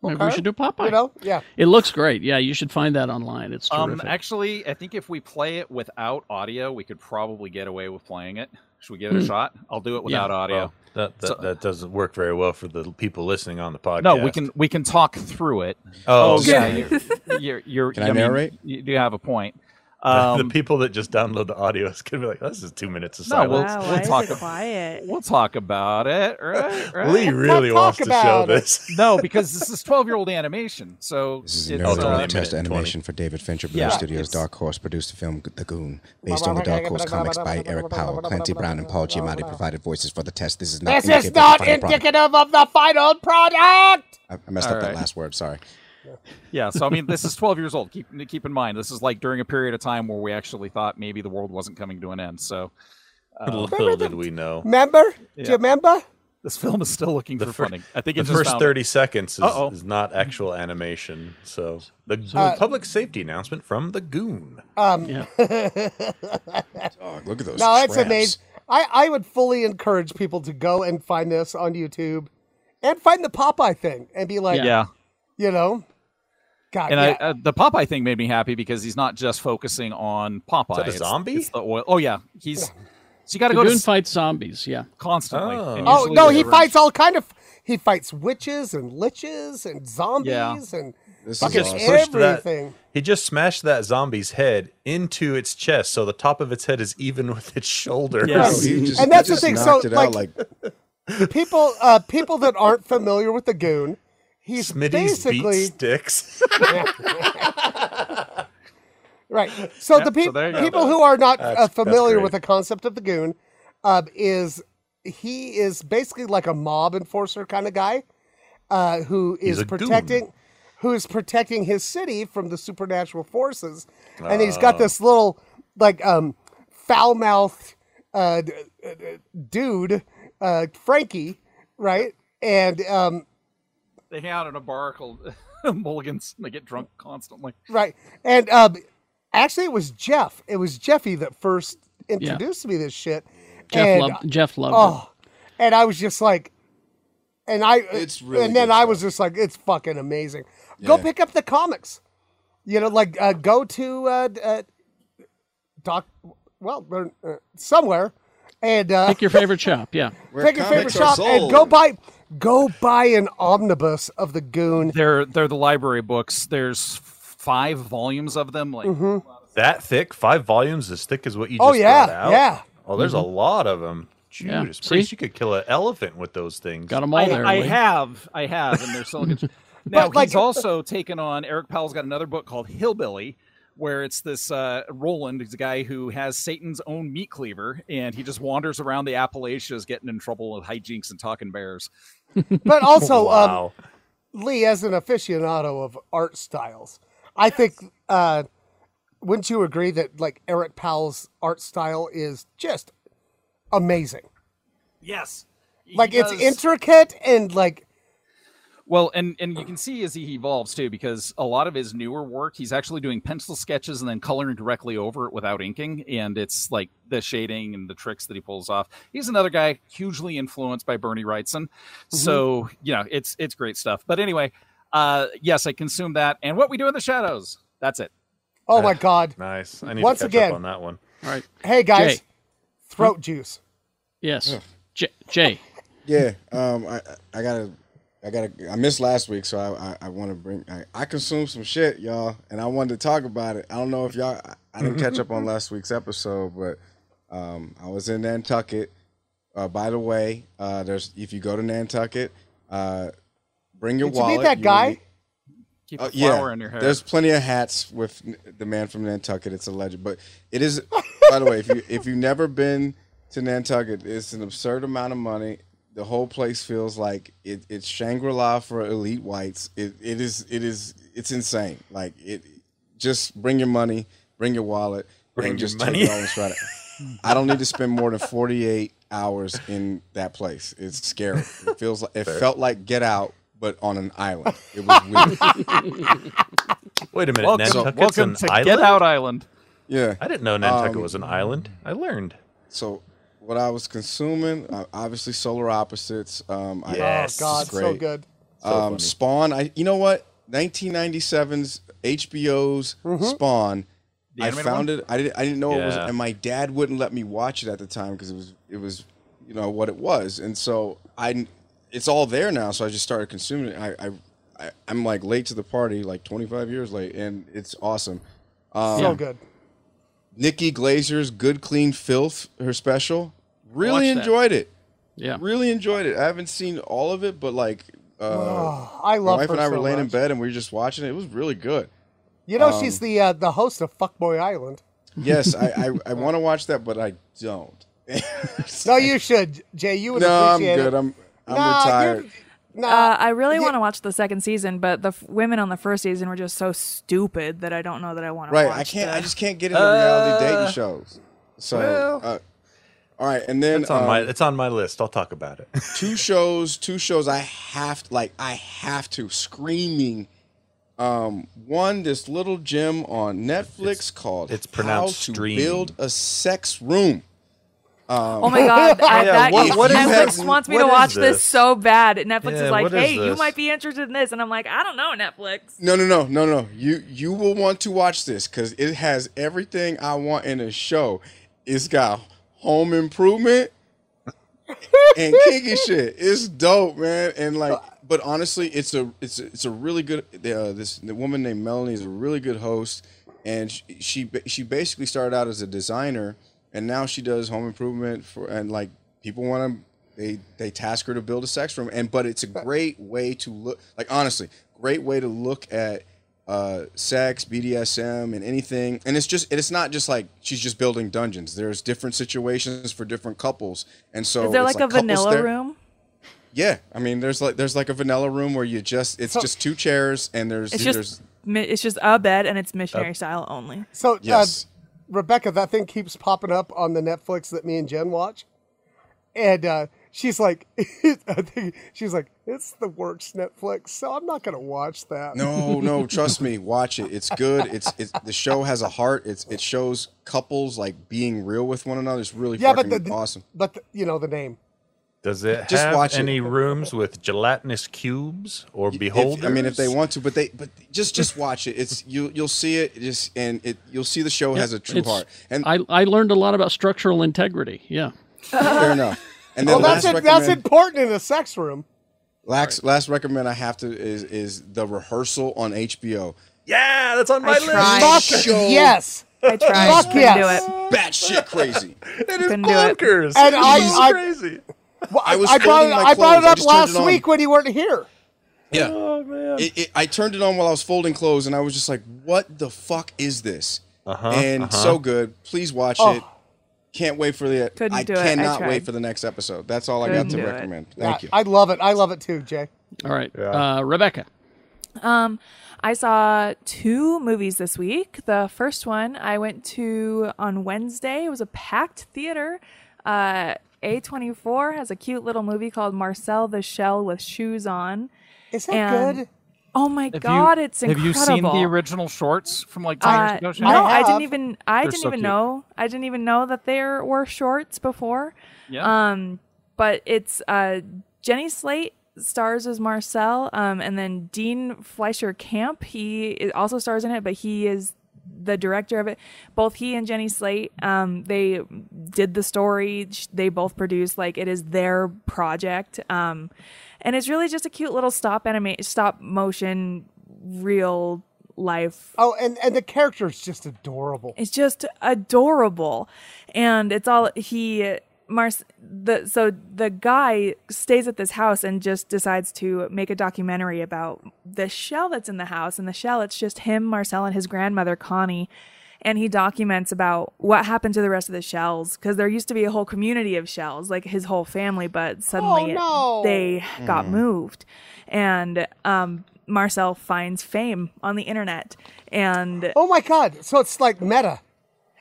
Speaker 1: Maybe we
Speaker 5: okay,"
Speaker 1: should do Popeye.
Speaker 5: You know, yeah.
Speaker 1: It looks great. Yeah, you should find that online. It's
Speaker 2: Um,
Speaker 1: terrific.
Speaker 2: actually, I think if we play it without audio, we could probably get away with playing it. Should we give it a
Speaker 1: Hmm.
Speaker 2: shot? I'll do it without
Speaker 1: Yeah.
Speaker 2: audio.
Speaker 8: Well, that that,
Speaker 2: So-
Speaker 8: that doesn't work very well for the people listening on the podcast.
Speaker 2: No, we can we can talk through it.
Speaker 8: Oh, okay.
Speaker 2: yeah, you're, you're, you're-
Speaker 8: Can I
Speaker 2: mean,
Speaker 8: narrate?
Speaker 2: you do have a point.
Speaker 8: [LAUGHS] the
Speaker 2: Um,
Speaker 8: people that just download the audio is gonna be like, "This is two minutes of
Speaker 2: No, we'll-
Speaker 8: silence."
Speaker 2: Wow,
Speaker 6: Why
Speaker 2: talk
Speaker 6: is it
Speaker 2: ab-
Speaker 6: quiet?
Speaker 2: we'll talk about it. Right, right.
Speaker 8: Lee really wants to show this.
Speaker 2: no, because this is 12 year old animation. So
Speaker 7: This is
Speaker 2: it's,
Speaker 7: an
Speaker 2: uh,
Speaker 7: original test animation for David Fincher, Blue
Speaker 2: Yeah,
Speaker 7: Studios,
Speaker 2: it's-
Speaker 7: Dark Horse, produced the film The Goon, based on the Dark Horse comics by Eric Powell, Clancy Brown, and Paul Giamatti provided voices for the test. This is not
Speaker 5: This
Speaker 7: indicative
Speaker 5: is
Speaker 7: of the
Speaker 5: not
Speaker 7: final product.
Speaker 5: indicative of the final product.
Speaker 7: I I messed
Speaker 2: All
Speaker 7: up
Speaker 2: right.
Speaker 7: that last word. Sorry.
Speaker 2: yeah. So I mean, this is 12 years old. Keep keep in mind, this is like during a period of time where we actually thought maybe the world wasn't coming to an end. So uh,
Speaker 8: [LAUGHS] Little did we know.
Speaker 5: Remember? Do
Speaker 2: Yeah.
Speaker 5: you remember?
Speaker 2: this film is still looking for funding. I think
Speaker 8: the
Speaker 2: it just
Speaker 8: first
Speaker 2: found it.
Speaker 8: 30 seconds is,
Speaker 2: Uh-oh.
Speaker 8: is not actual animation. So the
Speaker 5: Uh,
Speaker 8: public safety announcement from the goon.
Speaker 5: Um,
Speaker 7: look at those.
Speaker 5: no, it's amazing. I, I would fully encourage people to go and find this on YouTube and find the Popeye thing and be like,
Speaker 2: Yeah.
Speaker 5: you know, God,
Speaker 2: And
Speaker 5: yeah.
Speaker 2: I, uh, the Popeye thing made me happy because he's not just focusing on Popeye.
Speaker 8: that a
Speaker 2: It's-
Speaker 8: zombie?
Speaker 2: it's the oil. Oh yeah, he's. So you got to
Speaker 1: The
Speaker 2: go to
Speaker 1: Goon
Speaker 2: s-
Speaker 1: fights zombies. Yeah.
Speaker 2: constantly.
Speaker 8: Oh.
Speaker 2: and
Speaker 5: oh
Speaker 2: usually
Speaker 5: no,
Speaker 2: they're
Speaker 5: he
Speaker 2: around-
Speaker 5: fights all kind of. He fights witches and liches and zombies and
Speaker 7: This
Speaker 5: fucking
Speaker 7: is awesome.
Speaker 8: Pushed that-
Speaker 5: everything.
Speaker 8: he just smashed that zombie's head into its chest, so the top of its head is even [LAUGHS] with its shoulder.
Speaker 2: Yes.
Speaker 7: You just-
Speaker 5: And that's
Speaker 7: you
Speaker 5: the
Speaker 7: just
Speaker 5: thing, so,
Speaker 7: knocked it out
Speaker 5: like-
Speaker 7: like
Speaker 5: People, uh, people that aren't familiar with the Goon, he's
Speaker 8: Smitty's beat
Speaker 5: basically
Speaker 8: sticks. [LAUGHS]
Speaker 5: Right. So
Speaker 2: Yep, so
Speaker 5: the peop
Speaker 2: there you go.
Speaker 5: people who are not
Speaker 8: That's-
Speaker 5: uh,
Speaker 8: that's
Speaker 5: familiar
Speaker 8: great.
Speaker 5: with the concept of the goon uh, is he is basically like a mob enforcer kind of guy uh, who
Speaker 8: He's
Speaker 5: is
Speaker 8: a goon.
Speaker 5: protecting who is protecting his city from the supernatural forces, and he's
Speaker 8: Oh.
Speaker 5: got this little like um, foul mouthed uh, d- uh, dude uh, Frankie, right? And um,
Speaker 2: They hang out in a bar called [LAUGHS] Mulligan's. And they get drunk constantly.
Speaker 5: Right. And um, actually, it was Jeff. It was Jeffy that first introduced me to this shit.
Speaker 1: Jeff
Speaker 5: and,
Speaker 1: loved. Jeff loved it.
Speaker 5: Oh, and I was just like, and I, uh,
Speaker 7: It's really
Speaker 5: and then
Speaker 7: good
Speaker 5: I was just like, it's fucking amazing. Go
Speaker 7: Yeah.
Speaker 5: pick up the comics. You know, like uh, go to uh, uh, doc, well, uh, somewhere, and uh,
Speaker 1: Pick your favorite shop. Yeah.
Speaker 7: where
Speaker 5: pick your favorite
Speaker 7: comics are
Speaker 5: shop and
Speaker 7: sold.
Speaker 5: go buy, go buy an omnibus of the Goon.
Speaker 2: They're they're the library books. There's five volumes of them. Like
Speaker 8: that thick, five volumes as thick as what you just
Speaker 5: Oh, yeah,
Speaker 8: brought out.
Speaker 5: yeah.
Speaker 8: Oh, there's a lot of them.
Speaker 1: Yeah,
Speaker 8: Judas
Speaker 1: see?
Speaker 8: Priest, you could kill an elephant with those things.
Speaker 1: Got them all
Speaker 2: I,
Speaker 1: there.
Speaker 2: I
Speaker 1: Lee.
Speaker 2: have, I have, and they're still.
Speaker 5: [LAUGHS]
Speaker 2: now
Speaker 5: But, like-
Speaker 2: he's also taken on. Eric Powell's got another book called Hillbilly, where it's this uh, Roland, he's a guy who has Satan's own meat cleaver, and he just wanders around the Appalachians, getting in trouble with hijinks and talking bears.
Speaker 5: But
Speaker 1: [LAUGHS]
Speaker 5: also, um,
Speaker 8: wow.
Speaker 5: Lee, as an aficionado of art styles, I think uh, wouldn't you agree that like Eric Powell's art style is just amazing?
Speaker 2: Yes, he
Speaker 5: Like it's
Speaker 2: does-
Speaker 5: intricate and like
Speaker 2: Well, and and you can see as he evolves too, because a lot of his newer work, he's actually doing pencil sketches and then coloring directly over it without inking, and it's like the shading and the tricks that he pulls off. He's another guy hugely influenced by Bernie Wrightson, so you know it's it's great stuff. But anyway, uh, yes, I consume that, and what we do in the shadows. That's it.
Speaker 5: oh
Speaker 7: Uh,
Speaker 5: my god!
Speaker 8: Nice. I need
Speaker 5: Once
Speaker 8: to catch
Speaker 5: again-
Speaker 8: up on that one.
Speaker 1: All right.
Speaker 5: Hey guys,
Speaker 7: Hmm?
Speaker 1: Jay.
Speaker 5: throat juice.
Speaker 1: Yes.
Speaker 7: Ugh.
Speaker 1: J- Jay.
Speaker 7: Yeah, um, I I gotta, I gotta, I missed last week, so I I, I want to bring. I, I consumed some shit, y'all, and I wanted to talk about it. I don't know if y'all, I, I didn't
Speaker 5: [LAUGHS]
Speaker 7: catch up on last week's episode, but um, I was in Nantucket. Uh, by the way, uh, there's if you go to Nantucket, uh, bring your
Speaker 5: Did you meet
Speaker 7: wallet.
Speaker 5: that guy?
Speaker 2: Keep
Speaker 7: Uh,
Speaker 2: a flower in your hair.
Speaker 7: There's plenty of hats with n- the man from Nantucket. It's a legend, but it is. by the way, if you if you've never been to Nantucket, it's an absurd amount of money. The whole place feels like it, it's Shangri La for elite whites. It, it is it is it's insane. Like it, just bring your money, bring your wallet,
Speaker 8: Bring
Speaker 7: and
Speaker 8: your
Speaker 7: just
Speaker 8: money.
Speaker 7: take it all and try to. I don't need to spend more than 48 hours in that place. It's scary. It feels like it
Speaker 8: Fair.
Speaker 7: felt like Get Out, but on an island. It was weird.
Speaker 8: Wait a minute,
Speaker 7: Welcome-
Speaker 8: Nantucket's
Speaker 7: welcome
Speaker 8: an
Speaker 7: to Get
Speaker 8: island?
Speaker 7: Out
Speaker 2: Island.
Speaker 7: Yeah.
Speaker 8: I didn't know Nantucket
Speaker 7: Um,
Speaker 8: was an island. I learned.
Speaker 7: So, what I was consuming, uh, obviously, Solar Opposites. Um, I-
Speaker 8: Yes. Oh, God,
Speaker 7: it's
Speaker 8: so
Speaker 7: great.
Speaker 8: good. So
Speaker 7: Um,
Speaker 8: funny.
Speaker 7: Spawn. I. You know what? 1997's HBO's Spawn.
Speaker 8: The
Speaker 7: I
Speaker 8: animated
Speaker 7: found
Speaker 8: one?
Speaker 7: it. I didn't. I didn't know it was,
Speaker 8: Yeah.
Speaker 7: and my dad wouldn't let me watch it at the time because it was. It was, you know, what it was, and so I. It's all there now, so I just started consuming it. I. I I, I'm like late to the party, like 25 years late, and it's awesome. Um,
Speaker 5: so good.
Speaker 7: Nikki Glazer's Good Clean Filth, her special. Really
Speaker 5: Watched that.
Speaker 7: enjoyed it.
Speaker 1: Yeah.
Speaker 7: Really enjoyed it. I haven't seen all of it, but like uh,
Speaker 5: Oh, I love
Speaker 7: my wife
Speaker 5: her
Speaker 7: and I
Speaker 5: so
Speaker 7: were laying in
Speaker 5: much.
Speaker 7: bed and we were just watching it. It was really good.
Speaker 5: You know
Speaker 7: Um,
Speaker 5: she's the uh, the host of Fuckboy
Speaker 7: [LAUGHS]
Speaker 5: Island.
Speaker 7: Yes, I I, I want to watch that, but I don't. [LAUGHS]
Speaker 5: no, you should, Jay. You would
Speaker 7: No, I'm
Speaker 5: appreciate it.
Speaker 7: good. I'm I'm
Speaker 5: Nah, you're-
Speaker 7: retired.
Speaker 6: uh, I really want to watch the second season, but the f- women on the first season were just so stupid that I don't know that I want to.
Speaker 7: Right,
Speaker 6: watch
Speaker 7: I can't.
Speaker 6: the-
Speaker 7: I just can't get into
Speaker 5: Uh,
Speaker 7: reality dating shows. So,
Speaker 6: well.
Speaker 7: uh, all right, and then
Speaker 8: It's on my
Speaker 7: um,
Speaker 8: it's on my list. I'll talk about it. [LAUGHS]
Speaker 7: two shows, two shows I have like I have to screaming. Um, one this little gem on Netflix called
Speaker 8: it's pronounced
Speaker 7: How to
Speaker 8: stream.
Speaker 7: Build a Sex Room. Um,
Speaker 6: Oh my god! I, that,
Speaker 7: what- what is
Speaker 6: Netflix
Speaker 7: that?
Speaker 6: wants me
Speaker 7: What
Speaker 6: to
Speaker 7: is
Speaker 6: watch this?
Speaker 7: this?
Speaker 6: so bad. Netflix
Speaker 7: Yeah,
Speaker 6: is like,
Speaker 7: what is
Speaker 6: "Hey, you
Speaker 7: this?
Speaker 6: might be interested in this," and I'm like, "I don't know, Netflix."
Speaker 7: No, no, no, no, no. You you will want to watch this because it has everything I want in a show. It's got home improvement and kinky shit. It's dope, man. And like, but honestly, it's a it's a, it's a really good. Uh, this the woman named Melanie is a really good host, and she, she ba- she basically started out as a designer, and now she does home improvement for and like people want to they they task her to build a sex room and but it's a great way to look like honestly great way to look at uh sex bdsm and anything and it's just it's not just like she's just building dungeons there's different situations for different couples and so
Speaker 6: is there
Speaker 7: it's
Speaker 6: like, a
Speaker 7: couples
Speaker 6: vanilla
Speaker 7: ther-
Speaker 6: room?
Speaker 7: yeah i mean there's like there's like a vanilla room where you just it's
Speaker 6: So-
Speaker 7: just two chairs and there's
Speaker 6: It's
Speaker 7: there's
Speaker 6: just uh, mi- it's just a bed and it's missionary style only.
Speaker 5: So,
Speaker 7: Yes.
Speaker 5: uh, Rebecca, that thing keeps popping up on the Netflix that me and Jen watch, and uh, she's like, [LAUGHS] I think she's like, it's the worst Netflix, so I'm not gonna watch that.
Speaker 7: No, no, trust me. Watch it. It's good. It's it's the show has a heart. It's it shows couples like being real with one another. It's really
Speaker 5: yeah,
Speaker 7: fucking
Speaker 5: but the, the-
Speaker 7: awesome.
Speaker 5: But the, you know the name.
Speaker 8: Does it
Speaker 7: Just
Speaker 8: have
Speaker 7: watch it.
Speaker 8: any rooms with gelatinous cubes or beholders?
Speaker 7: If, I mean, if they want to, but they but just just watch it. It's you you'll see it just and it you'll see the show
Speaker 1: Yeah,
Speaker 7: has a true
Speaker 1: it's-
Speaker 7: heart. And
Speaker 1: I, I learned a lot about structural integrity. Yeah.
Speaker 7: [LAUGHS] fair enough. And then
Speaker 5: well, Oh, that's
Speaker 7: last
Speaker 5: it, that's
Speaker 7: recommend-
Speaker 5: important in a sex room.
Speaker 7: Last last recommend I have to is is the rehearsal on HBO.
Speaker 8: Yeah, that's on my list.
Speaker 5: Fuck yes.
Speaker 6: I tried.
Speaker 5: Fuck
Speaker 6: Couldn't
Speaker 5: yes.
Speaker 6: do
Speaker 7: Batshit crazy.
Speaker 6: it.
Speaker 8: Couldn't
Speaker 6: do it.
Speaker 8: Bonkers.
Speaker 5: And I-
Speaker 8: This is
Speaker 5: I-
Speaker 8: crazy.
Speaker 5: Well, I,
Speaker 7: I was
Speaker 5: I brought
Speaker 7: folding
Speaker 5: it,
Speaker 7: my
Speaker 5: I brought
Speaker 7: clothes.
Speaker 5: it
Speaker 7: I
Speaker 5: up
Speaker 7: just turned
Speaker 5: last
Speaker 7: it on.
Speaker 5: week when you weren't here.
Speaker 7: Yeah.
Speaker 8: Oh man.
Speaker 7: It, it, I turned it on while I was folding clothes, and I was just like, "What the fuck is this?"
Speaker 8: Uh-huh,
Speaker 7: and
Speaker 8: uh-huh.
Speaker 7: so good. Please watch
Speaker 5: Oh.
Speaker 7: it. Can't wait for the.
Speaker 6: Couldn't
Speaker 7: I
Speaker 6: do it. I
Speaker 7: cannot wait
Speaker 6: tried.
Speaker 7: for the next episode. That's all I
Speaker 6: Couldn't
Speaker 7: got
Speaker 6: do
Speaker 7: to
Speaker 6: it.
Speaker 7: recommend. Thank you.
Speaker 5: I love it. I love it too, Jay.
Speaker 1: All right. Uh, Rebecca.
Speaker 6: Um, I saw two movies this week. The first one I went to on Wednesday. It was a packed theater. Uh, A24 has a cute little movie called Marcel the Shell with Shoes On.
Speaker 5: Is that
Speaker 6: And-
Speaker 5: good?
Speaker 6: Oh my
Speaker 2: Have you-
Speaker 6: god, it's incredible.
Speaker 2: Have you seen the original shorts from like ten
Speaker 6: Uh,
Speaker 2: years ago?
Speaker 6: no,
Speaker 2: Shannon?
Speaker 6: I, didn't even. I
Speaker 2: They're
Speaker 6: didn't
Speaker 2: so
Speaker 6: even
Speaker 2: cute.
Speaker 6: know. I didn't even know that there were shorts before.
Speaker 2: Yeah.
Speaker 6: Um, but it's uh, Jenny Slate stars as Marcel, um, and then Dean Fleischer Camp. He i- also stars in it, but he is the director of it. Both he and Jenny Slate, um, they did the story. Sh- They both produced like it is their project, um, and it's really just a cute little stop anime, stop motion, real life
Speaker 5: Oh, and and the character is just adorable.
Speaker 6: it's just adorable, and it's all he Mars. The so the guy stays at this house and just decides to make a documentary about the shell that's in the house, and the shell it's just him, Marcel, and his grandmother Connie. And he documents about what happened to the rest of the shells because there used to be a whole community of shells, like his whole family, but suddenly it-
Speaker 4: no.
Speaker 6: they got
Speaker 4: Mm.
Speaker 6: moved. And um, Marcel finds fame on the internet. And
Speaker 5: oh my god, so it's like meta.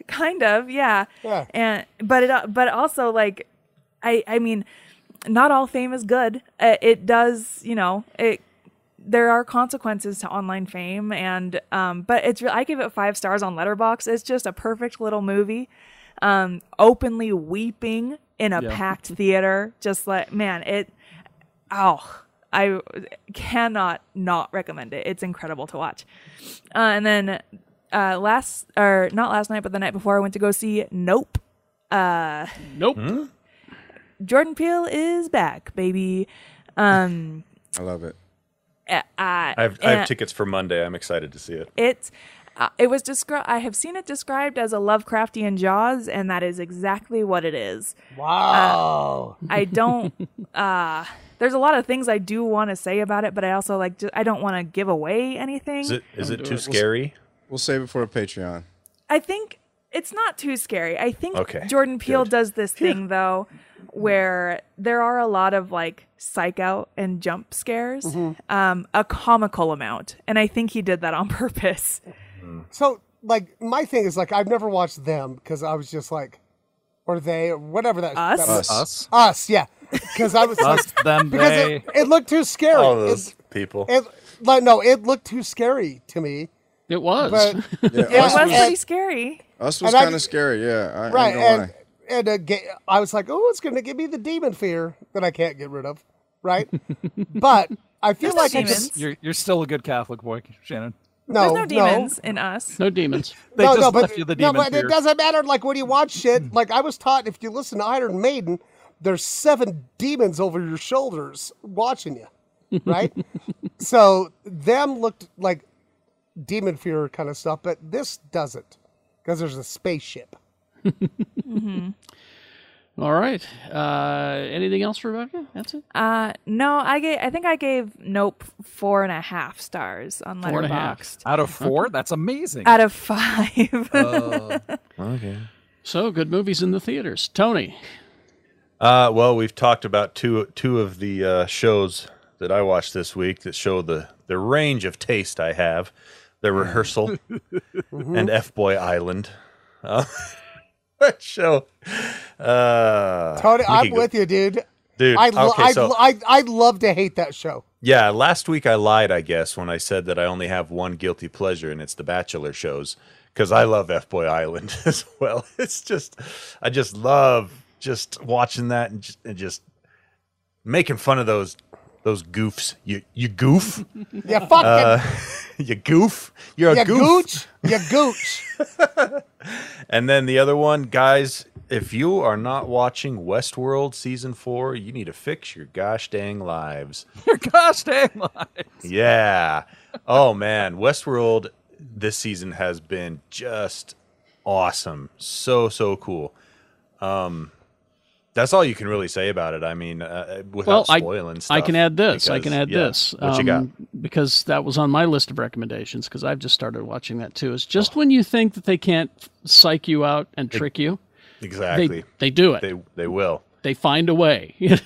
Speaker 6: kind of yeah yeah and but it but also like i i mean not all fame is good Uh, it does you know it there are consequences to online fame and um but it's re- i give it five stars on letterbox it's just a perfect little movie um openly weeping in a
Speaker 4: Yeah.
Speaker 6: packed theater just like man it oh i cannot not recommend it it's incredible to watch uh, and then uh last or not last night but the night before i went to go see nope uh
Speaker 1: nope
Speaker 8: Hmm?
Speaker 6: jordan peele is back baby um
Speaker 7: I love it.
Speaker 6: uh, I
Speaker 8: I have, I have
Speaker 6: and-
Speaker 8: tickets for Monday. I'm excited to see it.
Speaker 6: It's uh, it was described. I have seen it described as a Lovecraftian Jaws, and that is exactly what it is.
Speaker 5: Wow.
Speaker 6: I don't. uh There's a lot of things I do want to say about it, but I also like. Just, I don't want to give away anything.
Speaker 8: Is it is it too
Speaker 7: We'll s-
Speaker 8: scary?
Speaker 7: We'll save it for a Patreon.
Speaker 6: I think it's not too scary. I think
Speaker 7: Okay,
Speaker 6: Jordan Peele does this thing though, where there are a lot of like psych out and jump scares, um, a comical amount, and I think he did that on [LAUGHS] purpose.
Speaker 5: So like my thing is like I've never watched them because I was just like, or they or whatever that
Speaker 6: Us?
Speaker 5: that was-
Speaker 2: Us.
Speaker 5: us yeah because I was
Speaker 2: Us,
Speaker 5: like,
Speaker 2: them,
Speaker 5: because
Speaker 2: they.
Speaker 5: it, it looked too scary.
Speaker 8: All
Speaker 5: It-
Speaker 8: Oh, those people.
Speaker 5: It, like no, it looked too scary to me.
Speaker 1: It was.
Speaker 6: [LAUGHS]
Speaker 5: But,
Speaker 7: Yeah,
Speaker 6: It was pretty
Speaker 5: and-
Speaker 6: scary.
Speaker 7: Us was
Speaker 5: And I-
Speaker 7: kind of scary. Yeah, I,
Speaker 5: right,
Speaker 7: I ain't
Speaker 5: and and uh, ga- I was like, oh, it's going to give me the demon fear that I can't get rid of,
Speaker 6: [LAUGHS]
Speaker 5: right? but I feel like I just
Speaker 2: you're you're still a good Catholic boy, Shannon.
Speaker 5: Oh, No,
Speaker 6: There's no demons in
Speaker 1: [LAUGHS]
Speaker 6: us.
Speaker 1: No demons.
Speaker 2: They
Speaker 5: no,
Speaker 2: just
Speaker 5: no, but,
Speaker 2: left you the
Speaker 5: no,
Speaker 2: demon
Speaker 5: but
Speaker 2: fear. Hmm.
Speaker 5: it doesn't matter. Like when you watch shit, like I was taught, if you listen to Iron Maiden, there's seven demons over your shoulders watching you,
Speaker 2: [LAUGHS]
Speaker 5: right? so them looked like demon fear kind of stuff, but this doesn't because there's a spaceship.
Speaker 1: All right. Uh, anything else, Rebecca? That's it.
Speaker 6: Uh, no, I gave. I think I gave Nope four and a half stars on
Speaker 1: Four and a half.
Speaker 6: Letterboxd.
Speaker 2: Out of four, that's amazing.
Speaker 6: Out of five.
Speaker 1: Uh.
Speaker 8: Okay.
Speaker 1: So good movies in the theaters. Tony.
Speaker 8: Uh, well, we've talked about two two of the uh, shows that I watched this week that show the the range of taste I have. The rehearsal and F Boy Island. Uh, [LAUGHS] that show. Uh,
Speaker 5: Tony,
Speaker 8: we
Speaker 5: I'm
Speaker 8: could go-
Speaker 5: with you, dude.
Speaker 8: Dude,
Speaker 5: I lo-
Speaker 8: okay,
Speaker 5: I'd,
Speaker 8: so-
Speaker 5: lo- I'd, I'd love to hate that show.
Speaker 8: Yeah, last week I lied, I guess, when I said that I only have one guilty pleasure, and it's the Bachelor shows, because I love F Boy Island [LAUGHS] as well. It's just, I just love just watching that and just, and just making fun of those those goofs. You you goof.
Speaker 2: [LAUGHS]
Speaker 5: You fucking,
Speaker 8: Uh, [LAUGHS] you goof. You're a
Speaker 5: you
Speaker 8: goof.
Speaker 5: gooch, you gooch.
Speaker 8: And then the other one, guys, if you are not watching Westworld season four, you need to fix your gosh dang lives.
Speaker 2: Your [LAUGHS] gosh dang lives.
Speaker 8: [LAUGHS] Yeah. Oh man, Westworld this season has been just awesome. So so cool. Um that's all you can really say about it. I mean, uh, without
Speaker 1: I-
Speaker 8: spoiling
Speaker 1: I,
Speaker 8: stuff.
Speaker 1: can add this. I
Speaker 8: because-
Speaker 1: can add
Speaker 8: yeah,
Speaker 1: this.
Speaker 8: What you got?
Speaker 1: um, Because that was on my list of recommendations because I've just started watching that too. It's
Speaker 8: Oh.
Speaker 1: just when you think that they can't psych you out and trick you,
Speaker 8: Exactly.
Speaker 1: they do it.
Speaker 8: They they will.
Speaker 1: they find a way. [LAUGHS]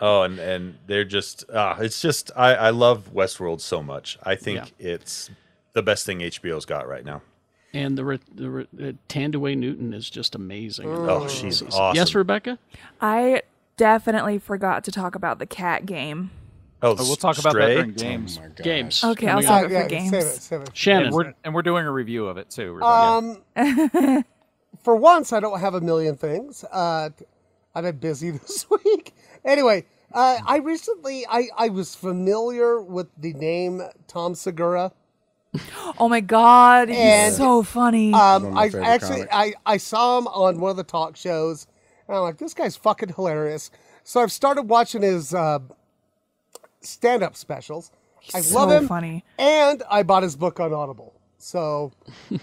Speaker 8: Oh, and and they're just ah, it's just I I love Westworld so much. I think it's the best thing HBO's got right now.
Speaker 1: and the, re- the, re- the Tandaway Newton is just amazing. in
Speaker 8: Oh,
Speaker 1: that
Speaker 8: she's
Speaker 1: season.
Speaker 8: awesome.
Speaker 1: Yes, Rebecca?
Speaker 6: [LAUGHS] I definitely forgot to talk about the cat game.
Speaker 8: Oh,
Speaker 2: we'll talk about that
Speaker 8: Stray?
Speaker 2: during games.
Speaker 1: Games.
Speaker 6: Okay, I'll
Speaker 1: Coming
Speaker 6: save
Speaker 1: up.
Speaker 6: it for games.
Speaker 5: save it, save it.
Speaker 1: Shannon.
Speaker 2: And we're, and we're doing a review of it too. Rebecca.
Speaker 5: Um, for once, I don't have a million things. Uh, I've been busy [LAUGHS] this week. Anyway, uh, I recently I, I was familiar with the name Tom Segura,
Speaker 4: Oh my god, he's
Speaker 5: And,
Speaker 4: so funny.
Speaker 5: Um, I actually I, I saw him on one of the talk shows, and I'm like, this guy's fucking hilarious. So I've started watching his uh, stand up specials. I
Speaker 4: He's
Speaker 5: love
Speaker 4: so
Speaker 5: him.
Speaker 4: funny.
Speaker 5: And I bought his book on Audible. So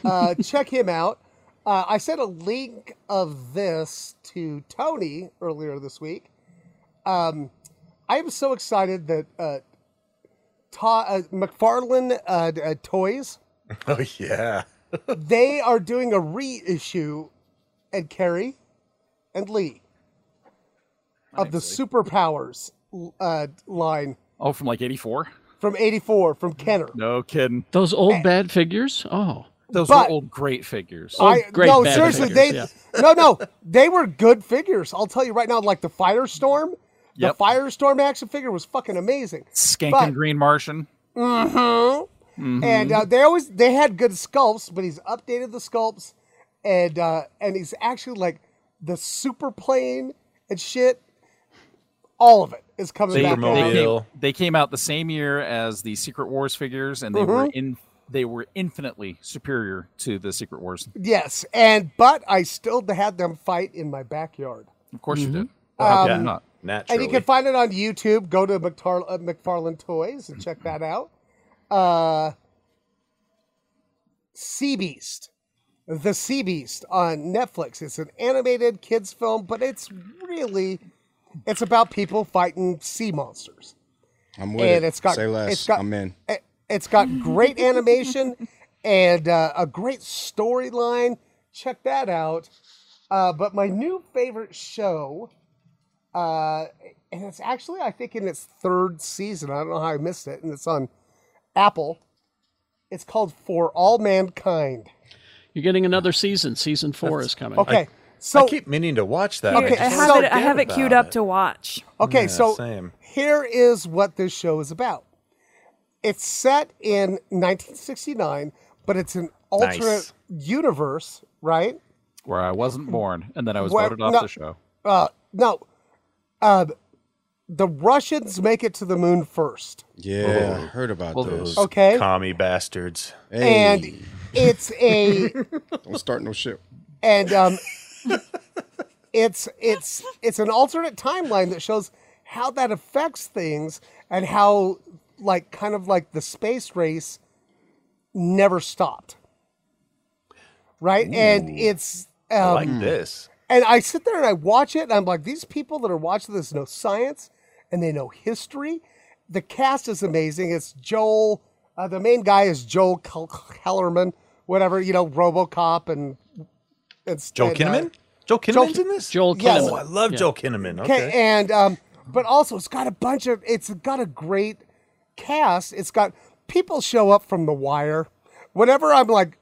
Speaker 5: uh, check him out. Uh, I sent a link of this to Tony earlier this week. Um, I am so excited that uh, Ta- uh, McFarlane uh, uh, Toys
Speaker 8: [LAUGHS] Oh yeah.
Speaker 5: they are doing a reissue and Carrie and Lee of the Superpowers uh, line
Speaker 2: Oh, from like '84.
Speaker 5: from 84 from Kenner.
Speaker 2: No kidding.
Speaker 1: Those old bad figures. Oh,
Speaker 2: Those
Speaker 5: But-
Speaker 2: were
Speaker 5: Oh,
Speaker 2: old great figures.
Speaker 5: I, no, seriously, they no, no, they were good figures. I'll tell you right now, like the Firestorm,
Speaker 2: Yep.
Speaker 5: the Firestorm action figure was fucking amazing.
Speaker 2: Skank
Speaker 5: But-
Speaker 2: and Green Martian.
Speaker 5: Mhm.
Speaker 2: Mhm.
Speaker 5: And uh, they always they had good sculpts, but he's updated the sculpts, and uh, and he's actually like the super plane and shit. All of it is coming
Speaker 2: they,
Speaker 5: back.
Speaker 2: they
Speaker 5: out.
Speaker 2: came, they came out the same year as the Secret Wars figures, and they were
Speaker 5: Mhm.
Speaker 2: in they were infinitely superior to the Secret Wars.
Speaker 5: Yes, and but I still had them fight in my backyard.
Speaker 2: Of course you did.
Speaker 5: Well, how could Um, you
Speaker 8: not?
Speaker 5: And you can find it on YouTube. Go to McTar- uh, McFarlane Toys and check that out. Uh, sea Beast. The Sea Beast on Netflix. It's an animated kids film, but it's really it's about people fighting sea monsters.
Speaker 7: I'm with
Speaker 5: and
Speaker 7: it.
Speaker 5: it's got
Speaker 7: Say less.
Speaker 5: it's got
Speaker 7: I'm in.
Speaker 5: it- Eh, It's got great animation and uh, a great storyline. Check that out. Uh, but my new favorite show, uh, and it's actually I think in its third season. I don't know how I missed it, and it's on Apple. It's called For All Mankind.
Speaker 1: You're getting another season. Season four is coming.
Speaker 5: Okay,
Speaker 8: So I keep meaning to watch that.
Speaker 5: Okay,
Speaker 8: just
Speaker 5: I have it-
Speaker 8: forget
Speaker 5: I have it
Speaker 8: about
Speaker 5: queued up
Speaker 8: it.
Speaker 6: to watch.
Speaker 5: Okay,
Speaker 8: Yeah,
Speaker 5: so
Speaker 8: same.
Speaker 5: here is what this show is about. It's set in 1969, but it's an alternate
Speaker 2: Nice.
Speaker 5: universe, right?
Speaker 2: Where I wasn't born, and then I was
Speaker 5: Well,
Speaker 2: voted off
Speaker 5: no-
Speaker 2: the show.
Speaker 5: Uh, no, uh, the Russians make it to the moon first,
Speaker 7: Yeah,
Speaker 8: Oh.
Speaker 7: I heard about
Speaker 8: Well,
Speaker 7: those.
Speaker 8: those
Speaker 5: Okay.
Speaker 8: Commie bastards.
Speaker 5: and it's a
Speaker 7: don't start no shit.
Speaker 5: and um, it's it's it's an alternate timeline that shows how that affects things and how like kind of like the space race never stopped right and it's um,
Speaker 8: I like this.
Speaker 5: and i sit there and i watch it and i'm like these people that are watching this know science and they know history the cast is amazing it's joel uh, the main guy is joel Kel- kellerman whatever you know robocop and, and
Speaker 8: Joel
Speaker 5: and, uh,
Speaker 8: Kinnaman? Joel Kinnaman's in this?
Speaker 1: Joel
Speaker 5: Yes. Kinnaman.
Speaker 8: Oh, I love Joel Kinnaman.
Speaker 5: Okay,
Speaker 8: Okay.
Speaker 5: and um, but also it's got a bunch of it's got a great cast. It's got people show up from The Wire. Whenever I'm like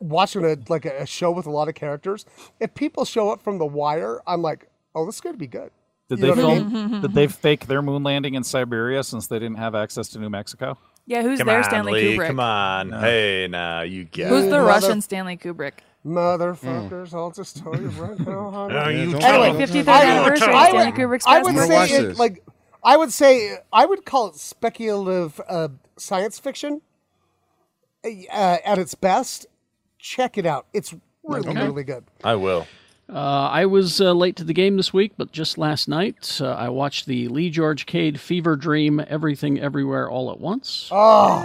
Speaker 5: watching a like a, a show with a lot of characters, if people show up from The Wire, I'm like, oh, this is gonna be good.
Speaker 2: Did
Speaker 5: You
Speaker 2: they
Speaker 5: know what I
Speaker 2: film? Did they fake their moon landing in Siberia since they didn't have access to New Mexico?
Speaker 6: Yeah, who's
Speaker 8: come
Speaker 6: there,
Speaker 8: on,
Speaker 6: Stanley
Speaker 8: Lee,
Speaker 6: Kubrick?
Speaker 8: Come on. Hey, now you get
Speaker 6: Who's
Speaker 8: it.
Speaker 6: the
Speaker 5: Mother-
Speaker 6: Russian Stanley Kubrick?
Speaker 5: Motherfuckers, I'll just tell you right now. how
Speaker 8: Now
Speaker 5: it
Speaker 8: you
Speaker 5: is.
Speaker 8: tell
Speaker 5: Anyway,
Speaker 8: them.
Speaker 6: 53rd
Speaker 5: I would-
Speaker 6: anniversary
Speaker 5: I
Speaker 6: Stanley
Speaker 5: would-
Speaker 6: Kubrick's
Speaker 5: I would
Speaker 6: passport.
Speaker 5: say
Speaker 6: Watch
Speaker 5: it,
Speaker 6: this.
Speaker 5: like I would say I would call it speculative uh, science fiction uh, at its best. Check it out. It's really
Speaker 1: Okay.
Speaker 5: really good.
Speaker 8: I will.
Speaker 1: Uh, I was uh, late to the game this week, but just last night uh, I watched the Lee George Cade Fever Dream Everything Everywhere All at Once.
Speaker 5: Oh,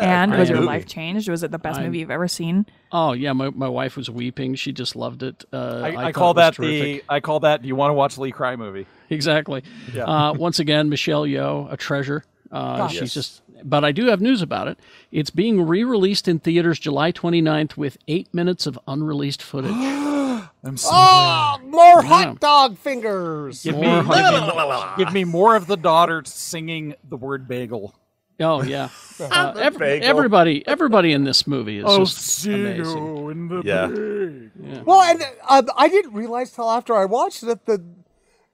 Speaker 6: and
Speaker 1: great
Speaker 6: was your
Speaker 1: movie.
Speaker 6: life changed? Was it the best
Speaker 1: I'm-
Speaker 6: movie you've ever seen?
Speaker 1: Oh, yeah, my, my wife was weeping. She just loved it. Uh,
Speaker 2: I, I,
Speaker 1: thought
Speaker 2: call
Speaker 1: it was
Speaker 2: that the
Speaker 1: terrific.
Speaker 2: I call that. Do you want to watch Lee Cry movie?
Speaker 1: [LAUGHS] Exactly.
Speaker 2: Yeah.
Speaker 1: Uh, once again, Michelle Yeoh, a treasure. Uh,
Speaker 2: Gosh.
Speaker 1: she's
Speaker 2: Yes.
Speaker 1: just. But I do have news about it. It's being re-released in theaters July 29th with eight minutes of unreleased footage.
Speaker 2: [GASPS] I'm so
Speaker 5: oh, more
Speaker 1: Yeah.
Speaker 5: hot dog fingers.
Speaker 2: Give me,
Speaker 1: More honey.
Speaker 2: give me more of the daughter singing the word bagel.
Speaker 1: Oh yeah, Uh,
Speaker 2: The
Speaker 1: ev-
Speaker 2: bagel. Oh,
Speaker 1: everybody, everybody in this movie is
Speaker 2: I'll
Speaker 1: just
Speaker 2: see you
Speaker 1: amazing.
Speaker 2: in the
Speaker 8: Yeah.
Speaker 2: bagel.
Speaker 5: Well, and uh, I didn't realize till after I watched it the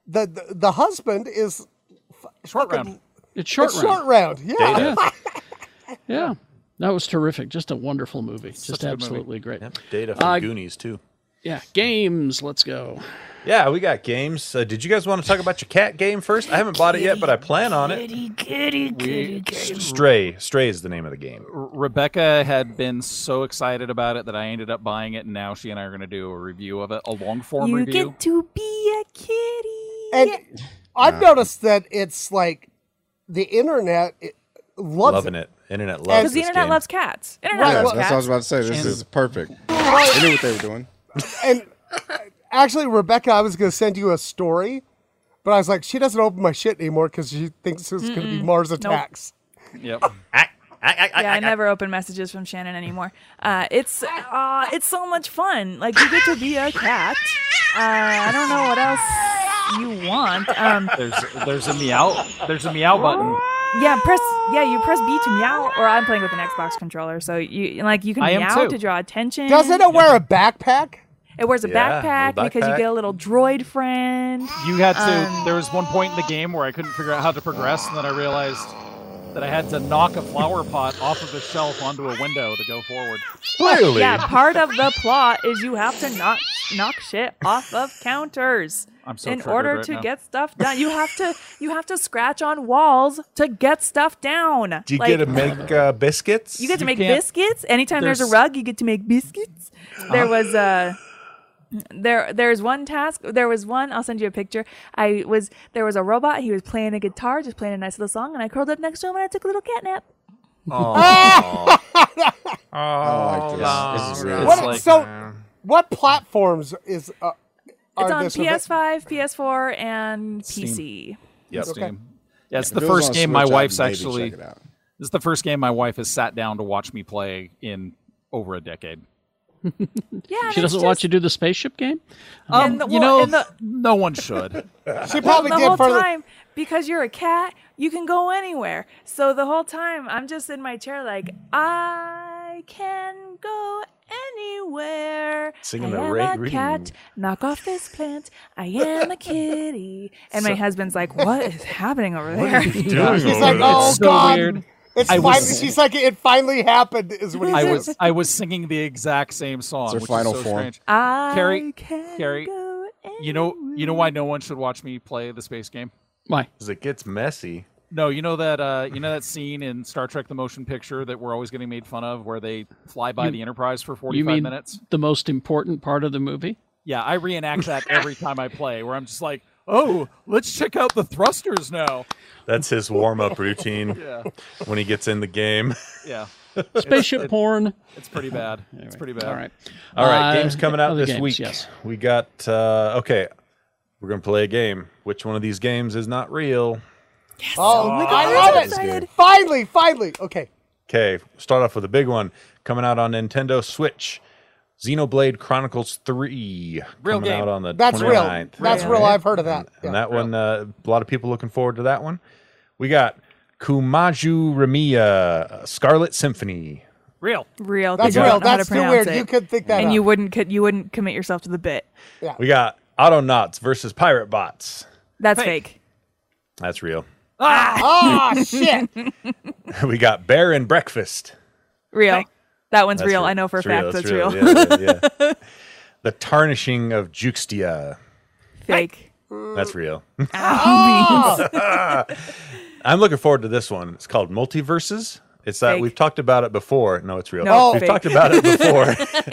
Speaker 5: the the, the husband is f-
Speaker 2: Short
Speaker 5: fucking-
Speaker 2: round.
Speaker 1: It's short
Speaker 5: It's
Speaker 1: round.
Speaker 5: short round. Yeah.
Speaker 8: Data.
Speaker 1: Yeah, that was terrific. Just a wonderful movie.
Speaker 2: such
Speaker 1: just
Speaker 2: a good movie.
Speaker 1: absolutely great.
Speaker 8: Yep, Data from
Speaker 1: Uh,
Speaker 8: Goonies, too.
Speaker 1: Yeah, games. Let's go.
Speaker 8: Yeah, we got games. Uh, did you guys want to talk about your cat game first? I haven't bought it yet, but I plan on it.
Speaker 2: We-
Speaker 8: Stray. Stray is the name of the game.
Speaker 2: R- Rebecca had been so excited about it that I ended up buying it, and now she and I are going to do a review of it, a long form
Speaker 6: You
Speaker 2: review.
Speaker 6: get to be a kitty.
Speaker 5: And I've
Speaker 8: Wow.
Speaker 5: noticed that it's like the internet it loves
Speaker 8: Loving
Speaker 5: it.
Speaker 8: it. Internet loves
Speaker 6: Because the
Speaker 8: this
Speaker 6: internet
Speaker 8: game.
Speaker 6: loves cats. Internet
Speaker 5: Right,
Speaker 7: Yeah,
Speaker 6: loves
Speaker 7: that's what I
Speaker 6: cats.
Speaker 7: was about to say. This is perfect.
Speaker 5: Right.
Speaker 7: They knew what they were doing.
Speaker 5: And uh, actually, Rebecca, I was going to send you a story, but I was like, she doesn't open my shit anymore because she thinks it's going to be
Speaker 6: Mm-mm.
Speaker 5: Mars
Speaker 6: Nope.
Speaker 5: attacks.
Speaker 2: Yep.
Speaker 6: yeah, I, never open messages from Shannon anymore. Uh, it's uh, it's so much fun. Like you get to be a cat. Uh, I don't know what else you want. Um,
Speaker 2: There's there's a meow there's a meow button.
Speaker 6: yeah, press yeah you press B to meow. Or I'm playing with an Xbox controller, so you like you can
Speaker 5: I am
Speaker 6: meow
Speaker 5: too.
Speaker 6: to draw attention.
Speaker 5: Doesn't it wear a backpack?
Speaker 6: It wears a
Speaker 2: Yeah,
Speaker 6: backpack,
Speaker 2: little
Speaker 6: because you
Speaker 2: backpack.
Speaker 6: get a little droid friend.
Speaker 2: You had to.
Speaker 6: Um,
Speaker 2: there was one point in the game where I couldn't figure out how to progress, and then I realized that I had to knock a flower pot off of a shelf onto a window to go forward.
Speaker 6: Yeah, part of the plot is you have to knock knock shit off of counters.
Speaker 2: I'm so
Speaker 6: in
Speaker 2: triggered
Speaker 6: order
Speaker 2: right
Speaker 6: to
Speaker 2: now.
Speaker 6: get stuff done, you have to you have to scratch on walls to get stuff down.
Speaker 8: Do you
Speaker 6: Like,
Speaker 8: get to make uh, biscuits?
Speaker 6: you get to make
Speaker 8: can't-
Speaker 6: biscuits. Anytime there's, a
Speaker 8: there's-
Speaker 6: rug, you get to make biscuits. There
Speaker 8: Uh-huh.
Speaker 6: was a there there's one task. There was one. I'll send you a picture. I was there was a robot. He was playing a guitar, just playing a nice little song, and I curled up next to him and I took a little cat nap.
Speaker 8: Aw.
Speaker 5: I
Speaker 8: like this. This is Long good.
Speaker 5: What,
Speaker 8: run.
Speaker 5: so, what platforms is uh, are
Speaker 6: It's on
Speaker 5: this
Speaker 6: PS5, PS4, and PC.
Speaker 2: Yep.
Speaker 5: Okay.
Speaker 2: Steam. Yeah, it's
Speaker 5: If
Speaker 2: the
Speaker 5: it was
Speaker 2: first
Speaker 5: on
Speaker 2: game my
Speaker 5: Switch, I'd
Speaker 2: wife's
Speaker 5: maybe
Speaker 2: actually.
Speaker 5: check it out.
Speaker 2: This is the first game my wife has sat down to watch me play in over a decade.
Speaker 6: Yeah,
Speaker 1: she doesn't want you to do the spaceship game.
Speaker 2: Um, you know, no one should.
Speaker 5: She
Speaker 6: Well,
Speaker 5: probably
Speaker 6: the
Speaker 5: did
Speaker 6: whole
Speaker 5: for the-
Speaker 6: time because you're a cat, you can go anywhere. So the whole time I'm just in my chair like I can go anywhere.
Speaker 8: Singing
Speaker 6: I
Speaker 8: the
Speaker 6: am
Speaker 8: Ray
Speaker 6: a
Speaker 8: Reed.
Speaker 6: cat. Knock off this plant. I am a kitty. And my
Speaker 2: So-
Speaker 6: husband's like, "What is happening over there?"
Speaker 5: She's like, oh
Speaker 2: It's so
Speaker 5: god,
Speaker 2: weird.
Speaker 5: it's
Speaker 2: I
Speaker 5: finally.
Speaker 2: was-
Speaker 5: she's like, it finally happened. Is what he
Speaker 2: I
Speaker 5: says.
Speaker 2: was I was singing the exact same song.
Speaker 7: It's her
Speaker 2: which
Speaker 7: final
Speaker 2: is so
Speaker 7: form.
Speaker 2: Strange.
Speaker 6: [LAUGHS] I
Speaker 2: Carrie, Carrie, you know, you know why no one should watch me play the space game?
Speaker 1: Why?
Speaker 8: Because it gets messy.
Speaker 2: No, you know that uh, you know that scene in Star Trek: The Motion Picture that we're always getting made fun of, where they fly by
Speaker 1: You-
Speaker 2: the Enterprise for
Speaker 1: you
Speaker 2: forty-five
Speaker 1: mean
Speaker 2: minutes.
Speaker 1: the most important part of the movie?
Speaker 2: Yeah, I
Speaker 1: [LAUGHS]
Speaker 2: reenact that every time I play, where I'm just like, "Oh, let's check out the thrusters now."
Speaker 8: That's his warm up
Speaker 5: [LAUGHS]
Speaker 8: routine
Speaker 2: Yeah.
Speaker 8: when he gets in the game. [LAUGHS]
Speaker 2: Yeah,
Speaker 1: Spaceship
Speaker 2: It's- it-
Speaker 1: porn. [LAUGHS]
Speaker 2: It's pretty bad. It's pretty bad.
Speaker 1: All right.
Speaker 8: All right,
Speaker 1: Uh,
Speaker 8: games coming out
Speaker 1: other
Speaker 8: this
Speaker 1: games,
Speaker 8: week.
Speaker 1: Yes.
Speaker 8: We got uh, okay. We're gonna play a game. Which one of these games is not real?
Speaker 5: Oh,
Speaker 8: my God,
Speaker 5: I
Speaker 8: I'm
Speaker 5: love
Speaker 8: so
Speaker 5: it!
Speaker 8: excited.
Speaker 5: Finally, finally. Okay,
Speaker 8: Okay, start off with a big one coming out on Nintendo Switch. Xenoblade Chronicles 3
Speaker 5: Real
Speaker 8: coming
Speaker 5: game.
Speaker 8: out on the
Speaker 5: that's real.
Speaker 8: 29th.
Speaker 5: That's real. I've heard of that.
Speaker 8: And that one, uh, a lot of people looking forward to that one. We got Kumaju Remiya, Scarlet Symphony.
Speaker 2: Real.
Speaker 6: Real.
Speaker 5: That's
Speaker 6: 'cause you
Speaker 5: real.
Speaker 6: don't know how to
Speaker 5: That's too
Speaker 6: pronounce
Speaker 5: weird.
Speaker 6: it.
Speaker 5: You could think that
Speaker 6: And
Speaker 5: up.
Speaker 6: you wouldn't could you wouldn't commit yourself to the bit.
Speaker 8: We got Autonauts versus Pirate Bots.
Speaker 6: That's fake.
Speaker 8: That's real. [LAUGHS]
Speaker 5: Ah,
Speaker 6: [LAUGHS]
Speaker 5: shit.
Speaker 8: we got Bear and Breakfast.
Speaker 6: Real. That one's
Speaker 8: That's
Speaker 6: real. I know for a
Speaker 8: It's
Speaker 6: fact
Speaker 8: real.
Speaker 6: that's
Speaker 8: It's
Speaker 6: real.
Speaker 8: Yeah, yeah,
Speaker 6: [LAUGHS]
Speaker 8: yeah. the Tarnishing of Juxtia.
Speaker 6: [LAUGHS] Fake.
Speaker 8: That's real. [LAUGHS]
Speaker 6: Ow, beans.
Speaker 8: I'm looking forward to this one. It's called Multiverses. It's that
Speaker 6: Fake.
Speaker 8: we've talked about it before. No, it's real.
Speaker 5: No,
Speaker 8: we've
Speaker 5: fake.
Speaker 8: talked about
Speaker 6: [LAUGHS]
Speaker 8: it before.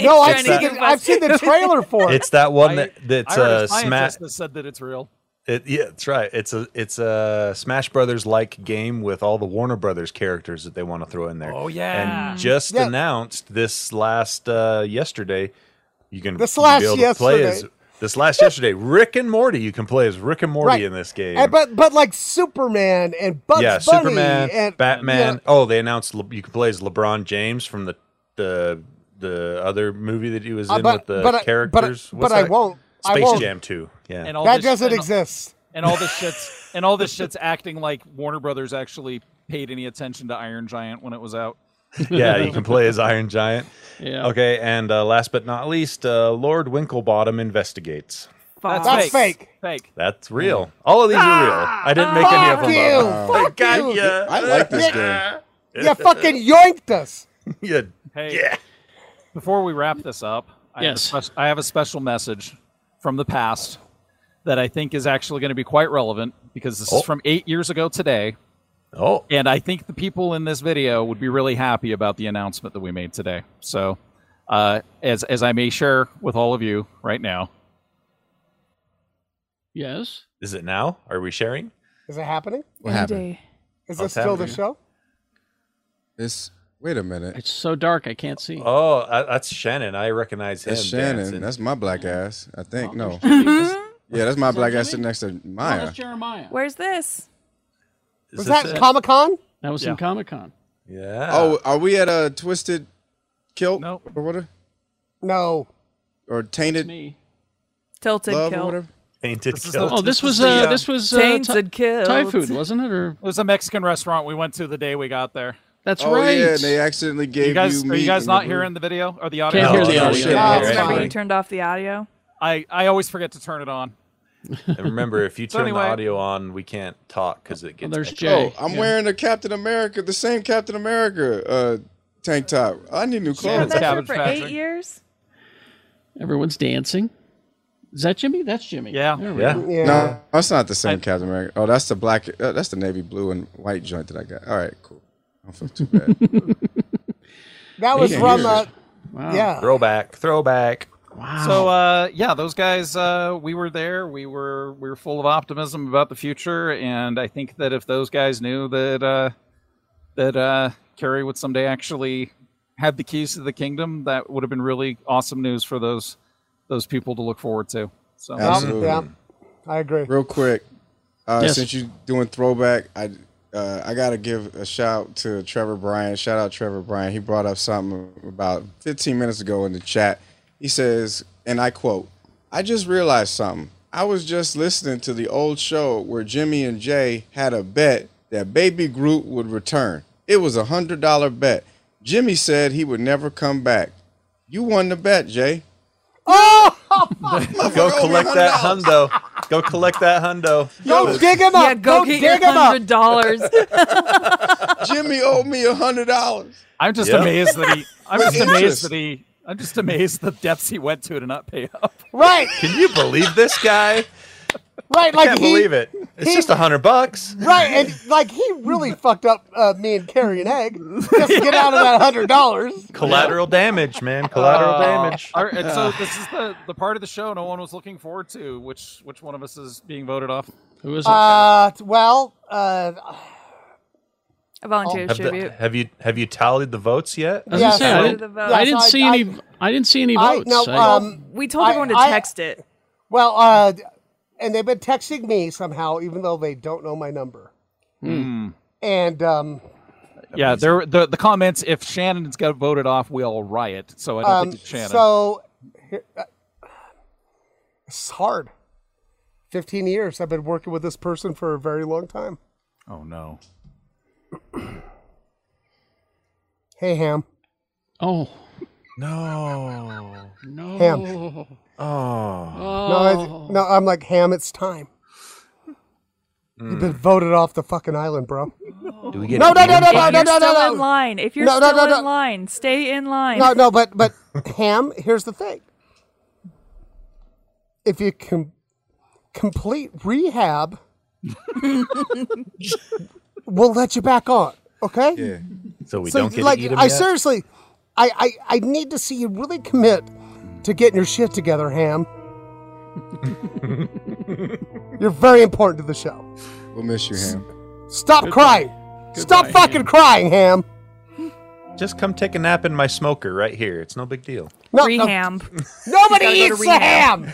Speaker 5: no, I've
Speaker 8: It's
Speaker 5: seen,
Speaker 8: that-
Speaker 5: it, I've seen the trailer for it.
Speaker 8: It's that one that,
Speaker 2: I
Speaker 8: that's
Speaker 2: heard
Speaker 8: uh,
Speaker 2: a
Speaker 8: smash.
Speaker 2: scientist that said that it's real.
Speaker 8: It, yeah, that's right. It's a it's a Smash Brothers like game with all the Warner Brothers characters that they want to throw in there.
Speaker 2: Oh, yeah.
Speaker 8: And just
Speaker 5: Yeah.
Speaker 8: announced this last uh, yesterday, you can
Speaker 5: This last
Speaker 8: be able to play as
Speaker 5: yesterday.
Speaker 8: this last yesterday Rick and Morty. You can play as Rick and Morty
Speaker 5: Right.
Speaker 8: in this game.
Speaker 5: And, but but like Superman and Bugs
Speaker 8: yeah,
Speaker 5: Bunny
Speaker 8: Superman,
Speaker 5: and
Speaker 8: Batman.
Speaker 5: yeah.
Speaker 8: Oh, they announced Le- you can play as LeBron James from the the the other movie that he was
Speaker 5: Uh,
Speaker 8: in
Speaker 5: but-
Speaker 8: with the
Speaker 5: but I- but I-
Speaker 8: characters.
Speaker 5: but
Speaker 8: What's
Speaker 5: I
Speaker 8: that?
Speaker 5: won't. I
Speaker 8: Space
Speaker 5: won't.
Speaker 8: Jam Two. Yeah,
Speaker 2: And all
Speaker 5: that
Speaker 2: this-
Speaker 5: doesn't
Speaker 2: and-
Speaker 5: exist.
Speaker 2: and all this
Speaker 5: [LAUGHS]
Speaker 2: shit's and all this shit's acting like Warner Brothers actually paid any attention to Iron Giant when it was out. [LAUGHS]
Speaker 8: yeah, you can play as Iron Giant.
Speaker 1: Yeah.
Speaker 8: Okay, and uh, last but not least, uh, Lord Winklebottom investigates.
Speaker 6: False.
Speaker 8: [LAUGHS]
Speaker 5: That's fake.
Speaker 2: Fake.
Speaker 8: That's
Speaker 2: Hmm.
Speaker 8: real. All of these are real. I didn't make any of
Speaker 5: Fuck
Speaker 8: them
Speaker 5: you!
Speaker 8: up.
Speaker 5: Fuck
Speaker 8: Got
Speaker 5: you!
Speaker 8: ya.
Speaker 7: I like this game.
Speaker 5: You fucking yoinked us.
Speaker 8: Yeah.
Speaker 2: [LAUGHS] Hey. Before we wrap this up, I, have a
Speaker 1: Yes.
Speaker 2: spec- I have a special message from the past that I think is actually going to be quite relevant because this
Speaker 8: Oh.
Speaker 2: is from eight years ago today.
Speaker 8: Oh.
Speaker 2: And I think the people in this video would be really happy about the announcement that we made today. So, uh, as, as I may share with all of you right now.
Speaker 1: Yes.
Speaker 8: Is it now? Are we sharing?
Speaker 5: Is it happening?
Speaker 8: What happened?
Speaker 5: Is
Speaker 8: What's
Speaker 5: this still the
Speaker 8: Oh, happening?
Speaker 5: show?
Speaker 7: This. Wait a minute.
Speaker 1: It's so dark I can't see.
Speaker 8: Oh, uh, that's Shannon. I recognize him.
Speaker 7: That's Shannon.
Speaker 8: dancing.
Speaker 7: That's my black ass. I
Speaker 2: [LAUGHS]
Speaker 7: think no.
Speaker 1: Jimmy.
Speaker 7: yeah, that's my
Speaker 1: Is that
Speaker 7: black
Speaker 1: Jimmy?
Speaker 7: ass sitting next to
Speaker 1: No,
Speaker 7: Maya.
Speaker 1: that's Jeremiah.
Speaker 6: Where's this?
Speaker 7: Is
Speaker 5: Was
Speaker 7: this
Speaker 5: that
Speaker 7: it?
Speaker 5: Comic Con?
Speaker 1: That was
Speaker 7: Yeah.
Speaker 1: in Comic Con.
Speaker 8: Yeah.
Speaker 7: Oh, are we at a twisted kilt?
Speaker 2: No.
Speaker 7: Or what?
Speaker 5: No.
Speaker 7: Or tainted
Speaker 1: me.
Speaker 6: Tilted
Speaker 7: love or
Speaker 6: kill.
Speaker 7: whatever.
Speaker 8: Tainted
Speaker 2: This is
Speaker 7: kilt.
Speaker 2: the-
Speaker 1: Oh, this was
Speaker 2: is the,
Speaker 1: uh, this was uh,
Speaker 6: Tainted
Speaker 1: Thai-
Speaker 6: Kilt.
Speaker 1: Thai food, wasn't it? Or
Speaker 2: It was a Mexican restaurant we went to the day we got there.
Speaker 1: that's
Speaker 7: oh
Speaker 1: right.
Speaker 7: yeah, and they accidentally gave
Speaker 2: you guys, are
Speaker 7: meat
Speaker 2: you guys
Speaker 7: in
Speaker 2: not
Speaker 7: the
Speaker 2: hearing
Speaker 7: room.
Speaker 2: the video or the audio?
Speaker 1: Can't hear the
Speaker 8: Oh,
Speaker 1: audio.
Speaker 8: shit.
Speaker 1: Yeah,
Speaker 8: Right.
Speaker 1: it's
Speaker 6: Remember you turned off the audio?
Speaker 2: I, I always forget to turn it on.
Speaker 8: And remember, if you
Speaker 2: So
Speaker 8: turn
Speaker 2: anyway-
Speaker 8: the audio on, we can't talk because it
Speaker 1: Well,
Speaker 8: gets.
Speaker 1: there's
Speaker 8: echoed.
Speaker 1: Jay.
Speaker 7: Oh, I'm
Speaker 1: Yeah.
Speaker 7: wearing a Captain America, the same Captain America uh, tank top. I need new
Speaker 6: You were
Speaker 2: [LAUGHS]
Speaker 7: clothes.
Speaker 2: That's
Speaker 6: there
Speaker 2: Cabbage
Speaker 6: for
Speaker 2: Patch.
Speaker 6: eight years?
Speaker 1: Everyone's dancing. Is that Jimmy? That's Jimmy.
Speaker 2: Yeah.
Speaker 1: There we
Speaker 8: Yeah.
Speaker 1: go.
Speaker 5: Yeah.
Speaker 7: No, that's not the same
Speaker 2: I-
Speaker 7: Captain America. Oh, that's the black. Uh, that's the navy blue and white joint that I got. All right, cool. I don't
Speaker 2: [LAUGHS]
Speaker 7: feel too bad.
Speaker 5: That was
Speaker 7: Yeah,
Speaker 5: from
Speaker 7: here.
Speaker 5: uh,
Speaker 1: Wow.
Speaker 5: yeah.
Speaker 6: Oh.
Speaker 8: Throwback. Throwback.
Speaker 1: Wow.
Speaker 2: So uh, yeah, those guys. Uh, we were there. We were we were full of optimism about the future, and I think that if those guys knew that uh, that uh, Kerry would someday actually have the keys to the kingdom, that would have been really awesome news for those those people to look forward to. So
Speaker 8: Mm.
Speaker 7: Absolutely.
Speaker 5: Yeah, I agree.
Speaker 7: Real quick, uh,
Speaker 1: Yes.
Speaker 7: since you doing throwback, I uh, I gotta give a shout to Trevor Bryan. Shout out Trevor Bryan. He brought up something about 15 minutes ago in the chat. He says, and I quote, "I just realized something. I was just listening to the old show where Jimmy and Jay had a bet that Baby Groot would return. It was a hundred dollar bet. Jimmy said he would never come back. You won the bet, Jay.
Speaker 8: Go collect that hundo. Go collect that hundo.
Speaker 5: Go dig him up.
Speaker 6: yeah, go,
Speaker 5: go
Speaker 6: get
Speaker 5: dig
Speaker 6: your
Speaker 5: him up.
Speaker 6: hundred
Speaker 5: [LAUGHS]
Speaker 6: dollars.
Speaker 7: Jimmy owed me a hundred dollars."
Speaker 2: I'm just
Speaker 8: Yep.
Speaker 2: amazed that he. I'm
Speaker 7: With
Speaker 2: just amazed
Speaker 7: interest.
Speaker 2: that he. I'm just amazed the depths he went to to not pay up.
Speaker 5: Right,
Speaker 8: Can you believe this guy?
Speaker 5: right.
Speaker 8: I
Speaker 5: Like
Speaker 8: can't
Speaker 5: he,
Speaker 8: believe it. It's
Speaker 5: he-
Speaker 8: just a hundred bucks.
Speaker 5: Right, and like he really fucked up uh, me and Carrie and Egg just to get out of that hundred dollars.
Speaker 8: Collateral damage, man.
Speaker 5: Oh,
Speaker 8: Collateral
Speaker 5: uh,
Speaker 8: damage.
Speaker 2: [LAUGHS] All right, and so this is the, the part of the show no one was looking forward to. Which which one of us is being voted off?
Speaker 1: Who is it?
Speaker 5: Uh, well, uh,
Speaker 6: I volunteer to
Speaker 8: Have, the-
Speaker 6: tribute.
Speaker 8: have you have you tallied the votes yet?
Speaker 1: I was gonna
Speaker 5: yes,
Speaker 1: say, I
Speaker 6: I-
Speaker 1: didn't,
Speaker 6: Yes,
Speaker 1: I didn't
Speaker 5: I-
Speaker 1: see
Speaker 5: I-
Speaker 1: any. I didn't see any
Speaker 5: I-
Speaker 1: votes.
Speaker 5: no,
Speaker 1: I-
Speaker 5: um,
Speaker 6: we told
Speaker 5: I-
Speaker 6: everyone to
Speaker 5: I-
Speaker 6: text it.
Speaker 5: well, uh, and they've been texting me somehow, even though they don't know my number. And um,
Speaker 2: Yeah, there the the comments. If Shannon's got voted off, we all riot. So I don't
Speaker 5: um,
Speaker 2: think it's Shannon.
Speaker 5: so here- uh, it's hard. Fifteen years I've been working with this person for a very long time.
Speaker 2: oh no.
Speaker 5: Hey, Ham.
Speaker 1: oh
Speaker 8: No.
Speaker 1: no.
Speaker 5: Ham.
Speaker 8: Oh.
Speaker 5: No,
Speaker 1: Oh.
Speaker 5: I, no, I'm like Ham. It's time. You've been voted off the fucking island, bro.
Speaker 8: Hmm. Do we get
Speaker 5: No,
Speaker 8: it?
Speaker 5: no, no, no,
Speaker 6: If
Speaker 5: no,
Speaker 6: you're
Speaker 5: no, no,
Speaker 6: still
Speaker 5: no,
Speaker 6: in
Speaker 5: no,
Speaker 6: line, if you're
Speaker 5: No, no,
Speaker 6: still
Speaker 5: no, no.
Speaker 6: in line, stay in line.
Speaker 5: no, no. But but [LAUGHS] Ham, here's the thing. If you can complete
Speaker 6: [LAUGHS]
Speaker 5: rehab, we'll let you back on. Okay.
Speaker 7: Yeah.
Speaker 8: So we
Speaker 5: So
Speaker 8: don't get
Speaker 5: like,
Speaker 8: to eat 'em
Speaker 5: I
Speaker 8: yet?
Speaker 5: seriously, I, I I need to see you really commit to getting your shit
Speaker 8: [LAUGHS]
Speaker 5: together, Ham. You're very important to the show.
Speaker 7: We'll miss you, Ham.
Speaker 5: Stop crying. Stop
Speaker 1: Goodbye,
Speaker 5: fucking
Speaker 1: Ham.
Speaker 5: crying, Ham.
Speaker 8: Just come take a nap in my smoker right here. It's no big deal.
Speaker 5: No, no, [LAUGHS]
Speaker 6: Reham. Gotta
Speaker 5: nobody
Speaker 6: go to
Speaker 5: eats the
Speaker 6: rehab.
Speaker 5: ham.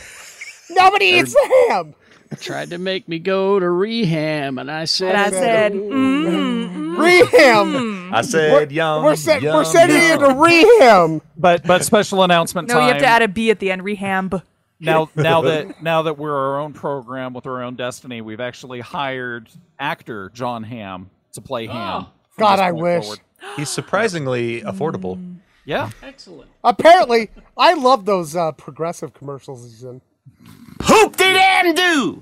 Speaker 5: Nobody eats the ham.
Speaker 1: tried to make me go to rehab, and I said,
Speaker 6: And I said, mm,
Speaker 5: Reham.
Speaker 8: I said,
Speaker 5: Mm-hmm. We're,
Speaker 8: yum.
Speaker 5: we're, sen-
Speaker 8: yum,
Speaker 5: we're sending
Speaker 8: yum.
Speaker 5: you to reham.
Speaker 2: But but special announcement
Speaker 6: no,
Speaker 2: time.
Speaker 6: you have to add a B at the end. Reham.
Speaker 2: now now that now that we're our own program with our own destiny, we've actually hired actor John Ham to play Ham. from
Speaker 5: God,
Speaker 2: this
Speaker 5: I
Speaker 2: point
Speaker 5: wish.
Speaker 2: forward.
Speaker 8: He's surprisingly affordable.
Speaker 2: Mm. Yeah,
Speaker 1: excellent.
Speaker 5: Apparently, I love those uh, progressive commercials he's in.
Speaker 2: that was-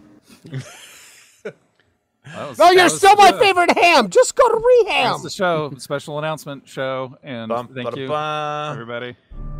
Speaker 5: No,
Speaker 2: that
Speaker 5: Oh, you're
Speaker 2: was-
Speaker 5: still my
Speaker 2: yeah.
Speaker 5: favorite ham. Just go to reham.
Speaker 2: That's the show, special announcement show, and
Speaker 8: Bum,
Speaker 2: thank you
Speaker 8: ba-da-ba.
Speaker 2: everybody.